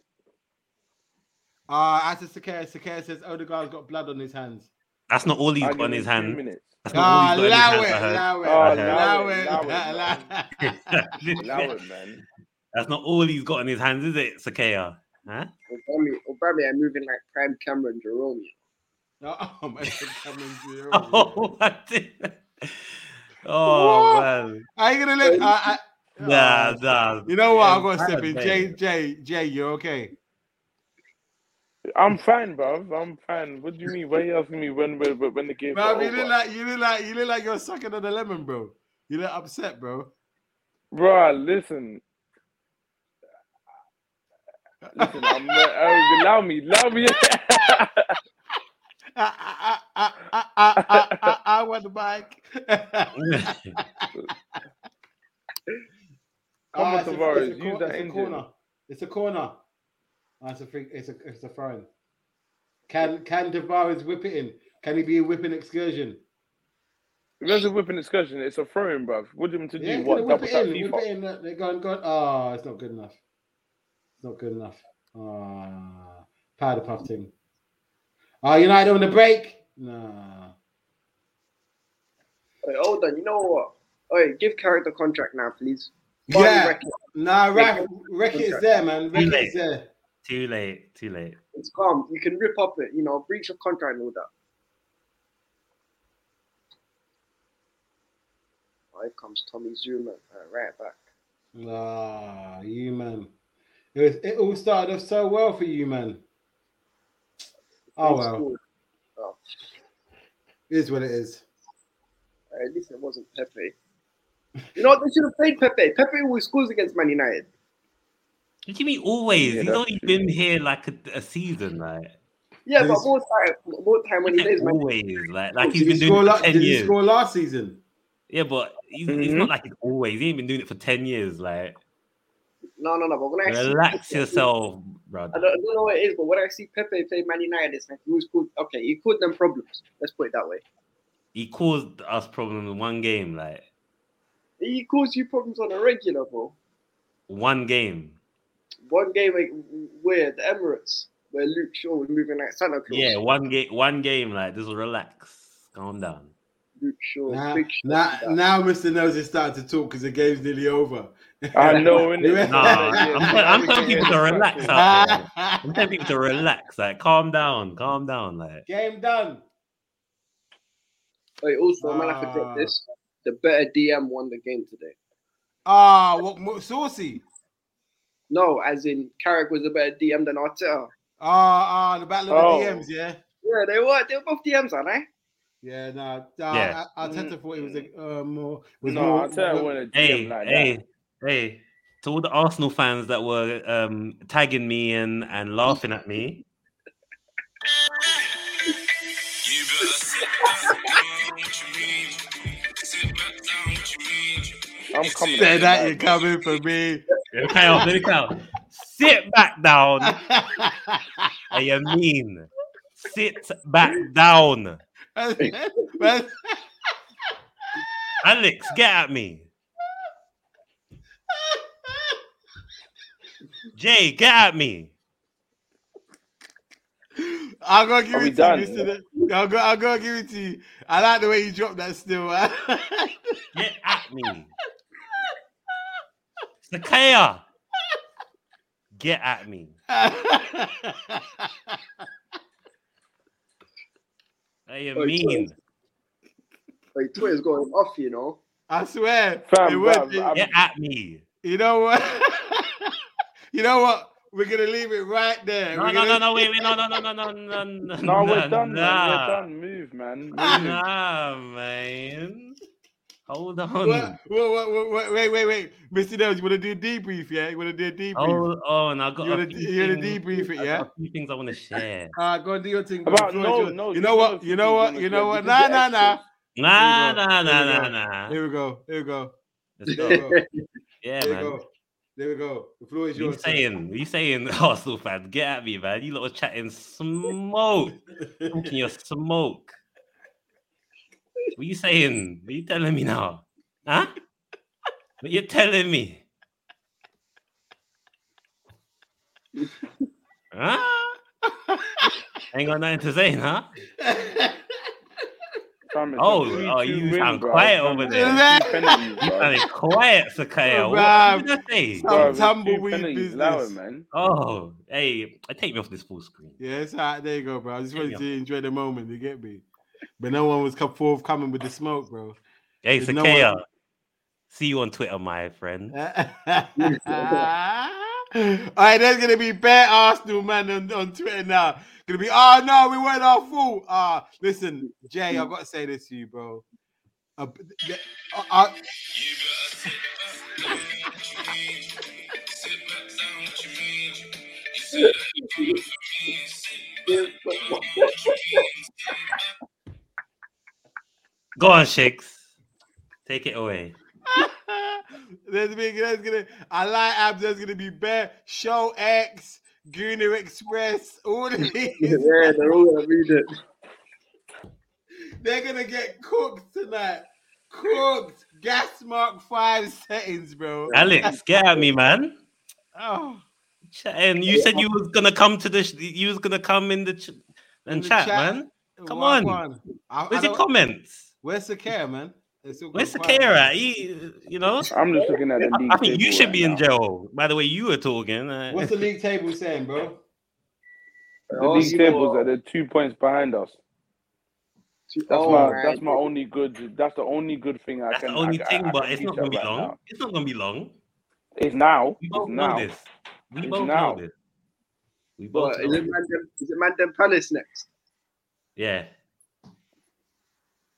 S1: Uh, as to Sakara, Sakara says Odegaard's got blood on his hands.
S5: That's not all he's
S3: I
S5: got
S3: give
S5: on
S3: it
S5: his
S3: two
S5: hand.
S3: minutes.
S5: That's
S1: Ah,
S5: not all he's got
S1: allow
S5: on his
S1: it,
S5: hand.
S1: allow it,
S3: Oh,
S1: allow
S3: allow it,
S1: it,
S3: allow it,
S1: allow it.
S5: I heard.
S3: Allow it, man.
S5: That's not all he's got on his hands, is it, Sakea? Huh?
S6: Obama, Obama are moving like Prime Cameron Jerome. you
S1: Oh my God, Cameron Jerome.
S5: Oh, I did. Oh,
S1: What?
S5: man.
S1: Are you gonna let? I, I,
S5: Nah,
S1: Oh.
S5: nah.
S1: You know what?
S5: Yeah,
S1: I'm gonna step in. Jay,
S5: Saturday.
S1: Jay, Jay, you're okay.
S3: I'm fine, bruv. I'm fine. What do you mean? Why you asking me when when, when the game?
S1: Bro,
S3: got
S1: you look
S3: over?
S1: like you look like you look like you're sucking on a lemon, bro. You look upset, bro.
S3: Bruh, listen. Listen, I'm, uh, allow me, allow me.
S1: I, I, I, I, I, I, I, I want ah, the bike.
S3: Come on,
S1: Ah, it's a-
S3: Tavares,
S1: it's a
S3: use
S1: cor-
S3: that
S1: it's a
S3: engine.
S1: corner. It's a corner. Oh, it's a free, it's a it's a throw in. Can can Tavares whip it in? Can he be a whipping excursion?
S3: There's a whipping discussion. It's a throwing, bruv. What do you want to do?
S1: Yeah,
S3: what
S1: what, whip
S3: double
S1: it
S3: tap
S1: in, whip
S3: FIFA?
S1: it in. uh, Look, They're going, going. Oh, it's not good enough. It's not good enough. Ah, powder puff team. Oh, United on the break. Nah.
S6: know? Wait, hold on. You know what? Oh, give Carrick the contract now, please. Barney
S1: Yeah.
S6: Reckon,
S1: Nah, Raf, Reckitt's there, man. Reckitt's there.
S5: too late, too late.
S6: It's calm. You can rip up it. You know, breach of contract and all that. Oh, here comes Tommy Zuma uh, right back.
S1: Ah, you man. It was. It all started off so well for you, man. Oh well,
S6: Oh,
S1: it is what it is.
S6: Uh, at least it wasn't Pepe. You know, what? they should have played Pepe. Pepe always scores against Man United.
S5: What do you mean always?
S3: Yeah,
S5: he's
S3: that's
S5: only
S3: true.
S5: been here like a, a season, like
S6: Yeah, but
S1: He's-
S6: more time, more time when he plays Man
S5: always, like like he's
S1: Did he
S5: been doing
S1: score?
S5: it
S1: La-
S5: for ten
S1: did he
S5: years.
S1: score Mm-hmm. last season?
S5: Yeah, but he's, he's not like it's always. He ain't been doing it for ten years. Like
S6: No, no, no. But when I see
S5: relax
S6: Pepe-
S5: yourself, brother.
S6: I don't, I don't know what it is, but when I see Pepe play Man United, it's like he was good. Okay, he caused them problems. Let's put it that way.
S5: He caused us problems in one game, like
S6: He caused you problems on a regular, bro.
S5: one game.
S6: One game like, where the Emirates, where Luke Shaw was moving like Santa Claus.
S5: Yeah, one game, one game. Like just relax, calm down.
S6: Luke Shaw.
S1: Now,
S6: Big Shaw.
S1: now, now Mr. Nose is starting to talk because the game's nearly over.
S3: I know, innit?
S1: Nah,
S5: Nah, I'm, I'm telling people to relax out there. I'm telling people to relax, like calm down, calm down, like
S1: Game done.
S6: Wait, also, man, I forgot
S1: Ah.
S6: this. The better DM won the game today.
S1: Ah, what, what saucy?
S6: No, as in Carrick was a better DM than Arteta.
S1: Ah, ah, the battle of
S3: Oh.
S1: the DMs, yeah.
S6: Yeah, they were. They were both DMs, aren't they?
S1: Yeah, no,
S5: Yeah.
S1: I, Arteta thought it was a, uh, more. Was
S3: No,
S1: more,
S3: I'll tell you when a
S5: hey,
S3: DM like
S5: hey, hey. To all the Arsenal fans that were um, tagging me and, and laughing at me,
S7: You better sit back down, what you mean? Sit back down, what you mean?
S3: that, I'm coming.
S1: Say
S3: at
S1: that you're
S3: you,
S1: coming for me.
S5: let it count, let it count. Sit back down. Are you mean? Sit back down.
S1: But-
S5: Alex, get at me. Jay, get at me.
S1: I'm gonna give
S3: Are we
S1: it to
S3: done?
S1: you. Mr. Ne- I'm gonna, I'm gonna give it to you. I like the way you dropped that still. man.
S5: Get at me. Sakaya, get at me. Are you
S6: Oh,
S5: mean?
S6: Like, Twitter's going off, you know.
S1: I swear,
S3: Fam,
S1: it would
S3: fam,
S1: be-
S3: I'm-
S5: Get at me.
S1: you know what? you know what? We're gonna leave it right there.
S5: No,
S1: We're
S5: no, no,
S1: gonna-
S5: no, wait, wait, no, no, no, no, no, no, no.
S3: No, we're done, man.
S5: nah.
S3: We're done. Move, man.
S1: Ah,
S3: Move.
S5: Nah, man. Hold
S1: What,
S5: on.
S1: what, what, what, what- wait, wait, wait, Mr. Dales, you want to do a debrief? Yeah, you want to do a debrief?
S5: Hold on. I got
S1: You
S5: a
S1: wanna-
S5: few
S1: you wanna
S5: things-
S1: debrief it,
S5: I got
S1: yeah?
S5: A few things I want to share.
S1: Uh, go and do your thing. bro.
S3: About,
S1: Floor is
S3: no,
S1: yours.
S3: no.
S1: you know what?
S3: gotta
S1: You know what?
S3: keep
S1: You
S3: doing
S1: know what?
S3: this, because
S1: Nah, nah,
S3: you're
S1: nah.
S3: extras.
S5: Nah,
S1: go,
S5: nah, nah,
S1: here we go. Here
S5: nah, nah.
S1: we go. Here we go.
S5: Let's
S1: Here we
S5: go.
S1: go.
S5: Yeah,
S1: There you
S5: man.
S1: go. There we go. The floor is
S5: You
S1: yours.
S5: saying, you saying, Arsenal fans, get at me, man. You lot were chatting smoke, talking your smoke. What you saying? What you telling me now? Huh? What you telling me? Huh? Ain't got nothing to say, huh?
S3: Fam, it's
S5: Oh,
S3: a
S5: oh,
S3: 3-2
S5: you
S3: win,
S5: sound
S3: bro.
S5: quiet
S3: Fam,
S5: over
S3: it's
S5: there.
S3: a two penalties,
S5: You
S3: bro.
S5: sounded quiet, Sakaya.
S1: Bruv.
S5: What did I say?
S1: Some
S3: Bro, it's two
S1: tumbleweed
S3: penalties,
S1: business.
S3: allow it, man.
S5: Oh, hey, I take me off this full screen.
S1: Yeah, it's all right. There you go, bro. I just wanted to enjoy the moment. You get me? But no one was come forth coming with the smoke, bro.
S5: Hey,
S1: There's no
S5: Sakaya.
S1: one-
S5: See you on Twitter, my friend.
S1: All right, there's gonna be bare Arsenal man on, on Twitter now. Gonna be, oh no, we weren't our fault. Ah, listen, Jay, I've got to say this to you, bro. Uh, the- uh, uh,
S7: You better sit back down, what you mean? Sit back down, what you mean? You said that you come for me. Sit back down, what you mean?
S5: Go on, Shakes. Take it away.
S1: there's big, there's gonna, I like abs. There's gonna be bare show X, Gooner Express, all of these.
S6: yeah, they're all gonna read it.
S1: They're gonna get cooked tonight. Cooked. Gas mark five settings, bro.
S5: Alex, get at me, man.
S1: Oh,
S5: And you said you was gonna come to the, sh- you was gonna come in the ch- and
S1: In the
S5: chat,
S1: chat.
S5: man. Come
S1: what
S5: on.
S1: one? I- I
S5: Where's your
S1: don't-
S5: comments?
S1: Where's the care, man? It's all
S5: Where's
S1: gone
S5: Sakaya at?
S1: quiet.
S5: He, you know,
S3: I'm just looking at the league
S5: I think you
S3: table
S5: should
S3: right
S5: be in
S3: now.
S5: jail. By the way, you were talking. uh,
S1: What's the league table saying, bro? Oh,
S3: The
S6: Oh,
S3: league tables are the two points behind us. That's
S6: Oh,
S3: my
S6: right.
S3: that's my only good. That's the only good thing I
S5: that's
S3: can.
S5: the only
S3: I, I-
S5: thing,
S3: I
S5: but
S3: can
S5: it's
S3: teach
S5: not gonna
S3: her
S5: be
S3: right
S5: long.
S3: now.
S5: It's not gonna be long.
S3: It's now.
S5: We
S3: It's
S5: both know
S3: now.
S5: this. We
S3: It's
S5: both
S3: now.
S5: know this. We both
S6: But
S5: know
S6: is it
S5: this.
S6: Mandem, is it Mandem Palace next?
S5: Yeah.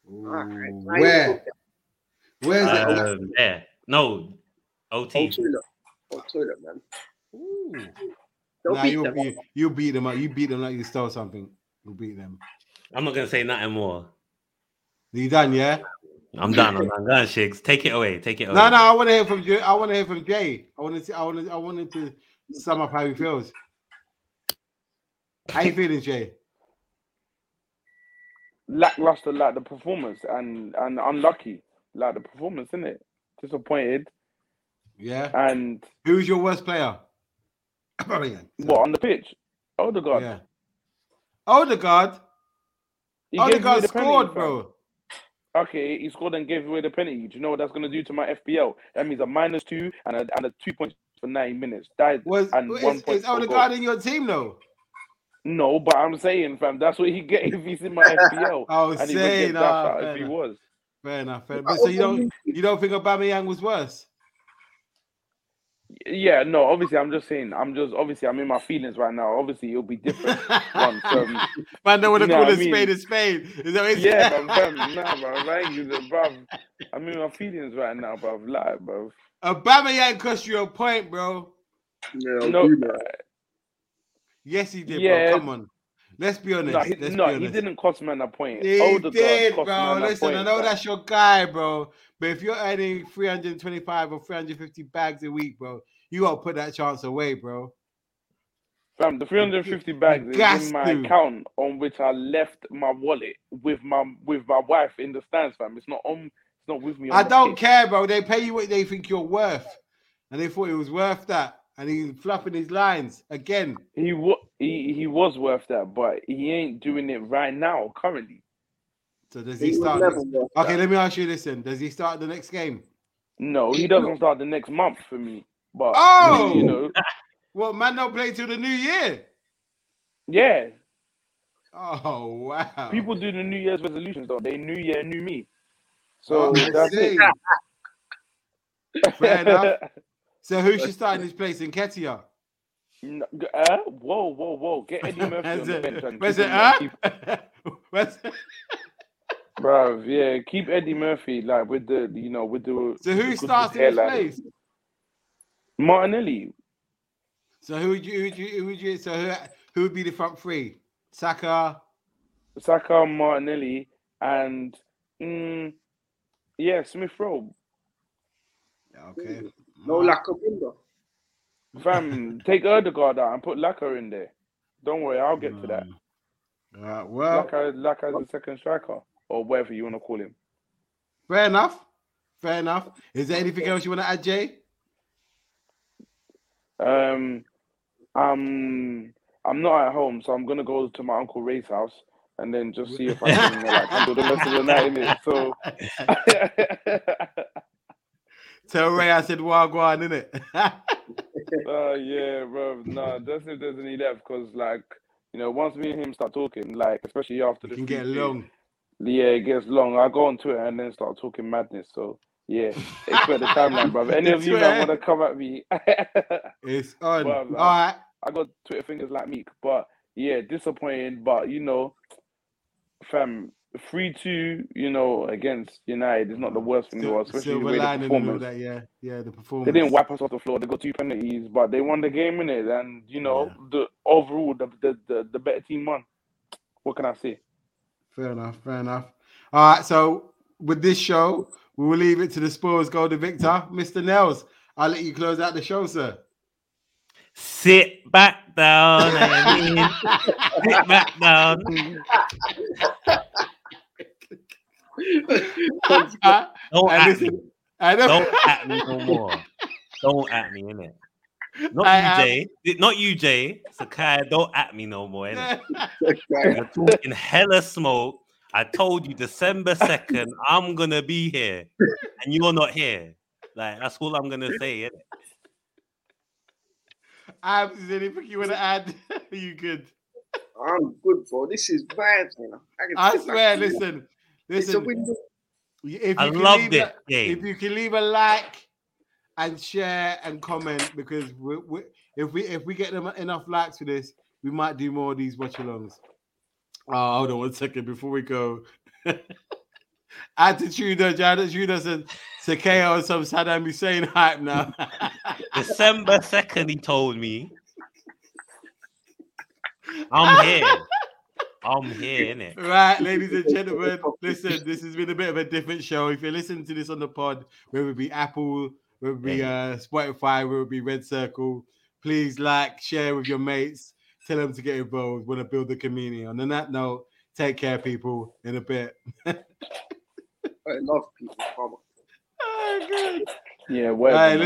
S6: Alright.
S1: Ooh,
S6: Now Oh,
S1: Mm, Where?
S6: you talk.
S1: Where's it?
S5: Um, yeah. No.
S6: Old
S5: OT.
S6: toilet. Old toilet, man. Don't
S1: Nah,
S6: beat
S1: you'll
S6: them.
S1: be, you beat them up. You beat them like you stole something. You beat them.
S5: I'm not gonna say nothing more.
S1: You done, yeah?
S5: I'm done. I'm done. Go on, Shiggs. Take it away. Take it away.
S1: No, no. I want to hear from you. I want to hear from Jay. I want to. See, I want to. I wanted to sum up how he feels. How you feeling, Jay?
S3: Lackluster, like the performance, and and unlucky, like the performance, isn't it? Disappointed,
S1: Yeah.
S3: and
S1: Who's your worst player? Aubameyang.
S3: what on the pitch? Odegaard.
S1: Yeah. Odegaard.
S3: He gave away
S1: Odegaard
S3: the penalty,
S1: scored,
S3: fam.
S1: bro.
S3: Okay, he scored and gave away the penalty. Do you know what that's going to do to my FPL? That means a minus two and a, and a two points for 90 minutes. That is,
S1: Was
S3: and one
S1: is,
S3: point.
S1: is
S3: for goal.
S1: Odegaard in your team though?
S3: No, but I'm saying, fam, that's what he gave. If he's in my FPL,
S1: I was
S3: and he would
S1: saying, ah,
S3: get
S1: nah,
S3: dashed out
S1: fair
S3: if he
S1: enough.
S3: was.
S1: Fair enough. Fair enough. So you don't you don't think Aubameyang was worse?
S3: Yeah, no, obviously, I'm just saying, I'm just obviously, I'm in my feelings right now. Obviously, it'll be different. once, um,
S1: Man, don't want to
S3: you know
S1: call
S3: what
S1: a
S3: I mean?
S1: spade a spade. Is that what it's-
S3: yeah, but fam, nah, bro, thank you, bruv. I'm in my feelings right now, bruv. Lie, bruv.
S1: Aubameyang cost you a point, bro.
S6: No,
S3: No,
S6: Bruno.
S1: Yes, he did,
S3: Yeah.
S1: bro. Come on. Let's be honest.
S3: no, he,
S1: Let's
S3: no,
S1: be
S3: he
S1: honest.
S3: didn't cost man a point.
S1: He
S3: Odegaard
S1: did,
S3: cost
S1: bro.
S3: man a
S1: Listen, I
S3: point,
S1: know
S3: fam.
S1: that's your guy, bro. But if you're earning 325 or 350 bags a week, bro, you gotta put that chance away, bro.
S3: Fam, the 350 bags
S1: Gas
S3: is in my
S1: dude.
S3: account on which I left my wallet with my with my wife in the stands, fam. It's not on. It's not with me. On
S1: I
S3: the
S1: don't
S3: pitch.
S1: care, bro. They pay you what they think you're worth, and they thought it was worth that. And he's fluffing his lines again.
S3: He wa he, he was worth that, but he ain't doing it right now. Currently,
S1: So does he
S6: He was
S1: start?
S6: never
S1: Next...
S6: worth
S1: Okay,
S6: that.
S1: let me ask you this then. Does he start the next game?
S3: no, he doesn't start the next month for me. But
S1: Oh!
S3: you know,
S1: Well, man, don't play till the new year.
S3: yeah,
S1: Oh wow!
S3: people do the New Year's resolutions though. They New Year, New Me. So
S1: Oh, I
S3: that's
S1: see.
S3: it.
S1: Fair enough. So who should start in his place in Ketia?
S3: No, g- uh, whoa, whoa, whoa! Get Eddie Murphy on
S1: Where's
S3: the bench and
S1: it? Where's
S3: keep
S1: it?
S3: him on-
S1: Huh?
S3: keep-
S1: Where's-
S3: Bruv, yeah, keep Eddie Murphy like with the you know with the.
S1: So
S3: with the
S1: who
S3: good
S1: starts in his
S3: hairline.
S1: place?
S3: Martinelli.
S1: So who would you? Who would you? Who would you? So who? Who would be the front three? Saka.
S3: Saka, Martinelli, and mm, yeah, Smith Rowe.
S1: Okay.
S6: No
S1: Uh-huh.
S6: lack of window.
S3: Fam, take Erdegaard out and put Laka in there. Don't worry, I'll get to that.
S1: Um, all right, well,
S3: Laka, Laka's the second striker or whatever you want to call him.
S1: Fair enough. Fair enough. Is there anything else you want to add, Jay?
S3: Um, I'm I'm not at home, so I'm gonna go to my uncle Ray's house and then just see if I can like, handle the rest of the night in it. So
S1: Tell Ray I said Wagwan, innit?
S3: uh, yeah, bro. No, that's if there's any left, because like you know, once me and him start talking, like especially after
S1: you
S3: the
S1: can get
S3: street thing,
S1: along.
S3: Yeah, it gets long. I go on Twitter and then start talking madness. So yeah, expect the timeline, bruv. Any of you
S1: Twitter.
S3: that want to come at me,
S1: It's on.
S3: Well, uh,
S1: All
S3: like-
S1: right.
S3: I got Twitter fingers like Meek. But yeah, disappointing. But you know, fam, three two, you know, against United is not the worst thing in the world,
S1: Sil-
S3: especially the
S1: Silver
S3: way the
S1: lining and all
S3: performance.
S1: that, yeah. Yeah, the performance.
S3: They didn't wipe us off the floor. They got two penalties, but they won the game in it. And you know, the overall, the, the the the better team won. What can I say?
S1: Fair enough. Fair enough. All right. So with this show, we will leave it to the Spurs golden victor, Mr. Nels. I'll let you close out the show, sir.
S5: Sit back down. and sit back down. Don't
S1: and
S5: at
S1: this
S5: me.
S1: is, and this-
S5: Don't at me no more. Don't at me, innit? Not
S1: I
S5: you,
S1: am-
S5: Jay. Not you, Jay. Sakai, don't at me no more, innit?
S6: Right.
S5: You're talking hella smoke. I told you December 2nd, I'm gonna be here, and you're not here. Like, that's all I'm gonna say. innit?
S1: Ab, is there anything you want to add? you good.
S6: I'm good, bro. This is bad, man. I, can
S1: I
S6: sit back
S1: swear,
S6: and relax.
S1: listen.
S6: It's a
S1: Listen,
S6: win-win.
S1: if you
S5: I
S1: can
S5: loved
S1: leave
S5: it.
S1: a-
S5: Jay.
S1: if you can leave a like and share and comment because we, we, if we if we get them enough likes for this, we might do more of these watch alongs. Oh, hold on one second before we go. Attitude, attitude says Takeo and some Saddam Hussein hype now.
S5: December 2nd, he told me. I'm here. I'm here, innit?
S1: Right, ladies and gentlemen, listen, this has been a bit of a different show. If you're listening to this on the pod, whether it be Apple, whether it be uh, Spotify, whether it be Red Circle, please like, share with your mates, tell them to get involved, want to build the community. And on that note, take care, people, in a bit.
S6: I love people. Come on.
S1: Oh, good.
S3: Yeah, whatever.
S1: Alright,
S3: man.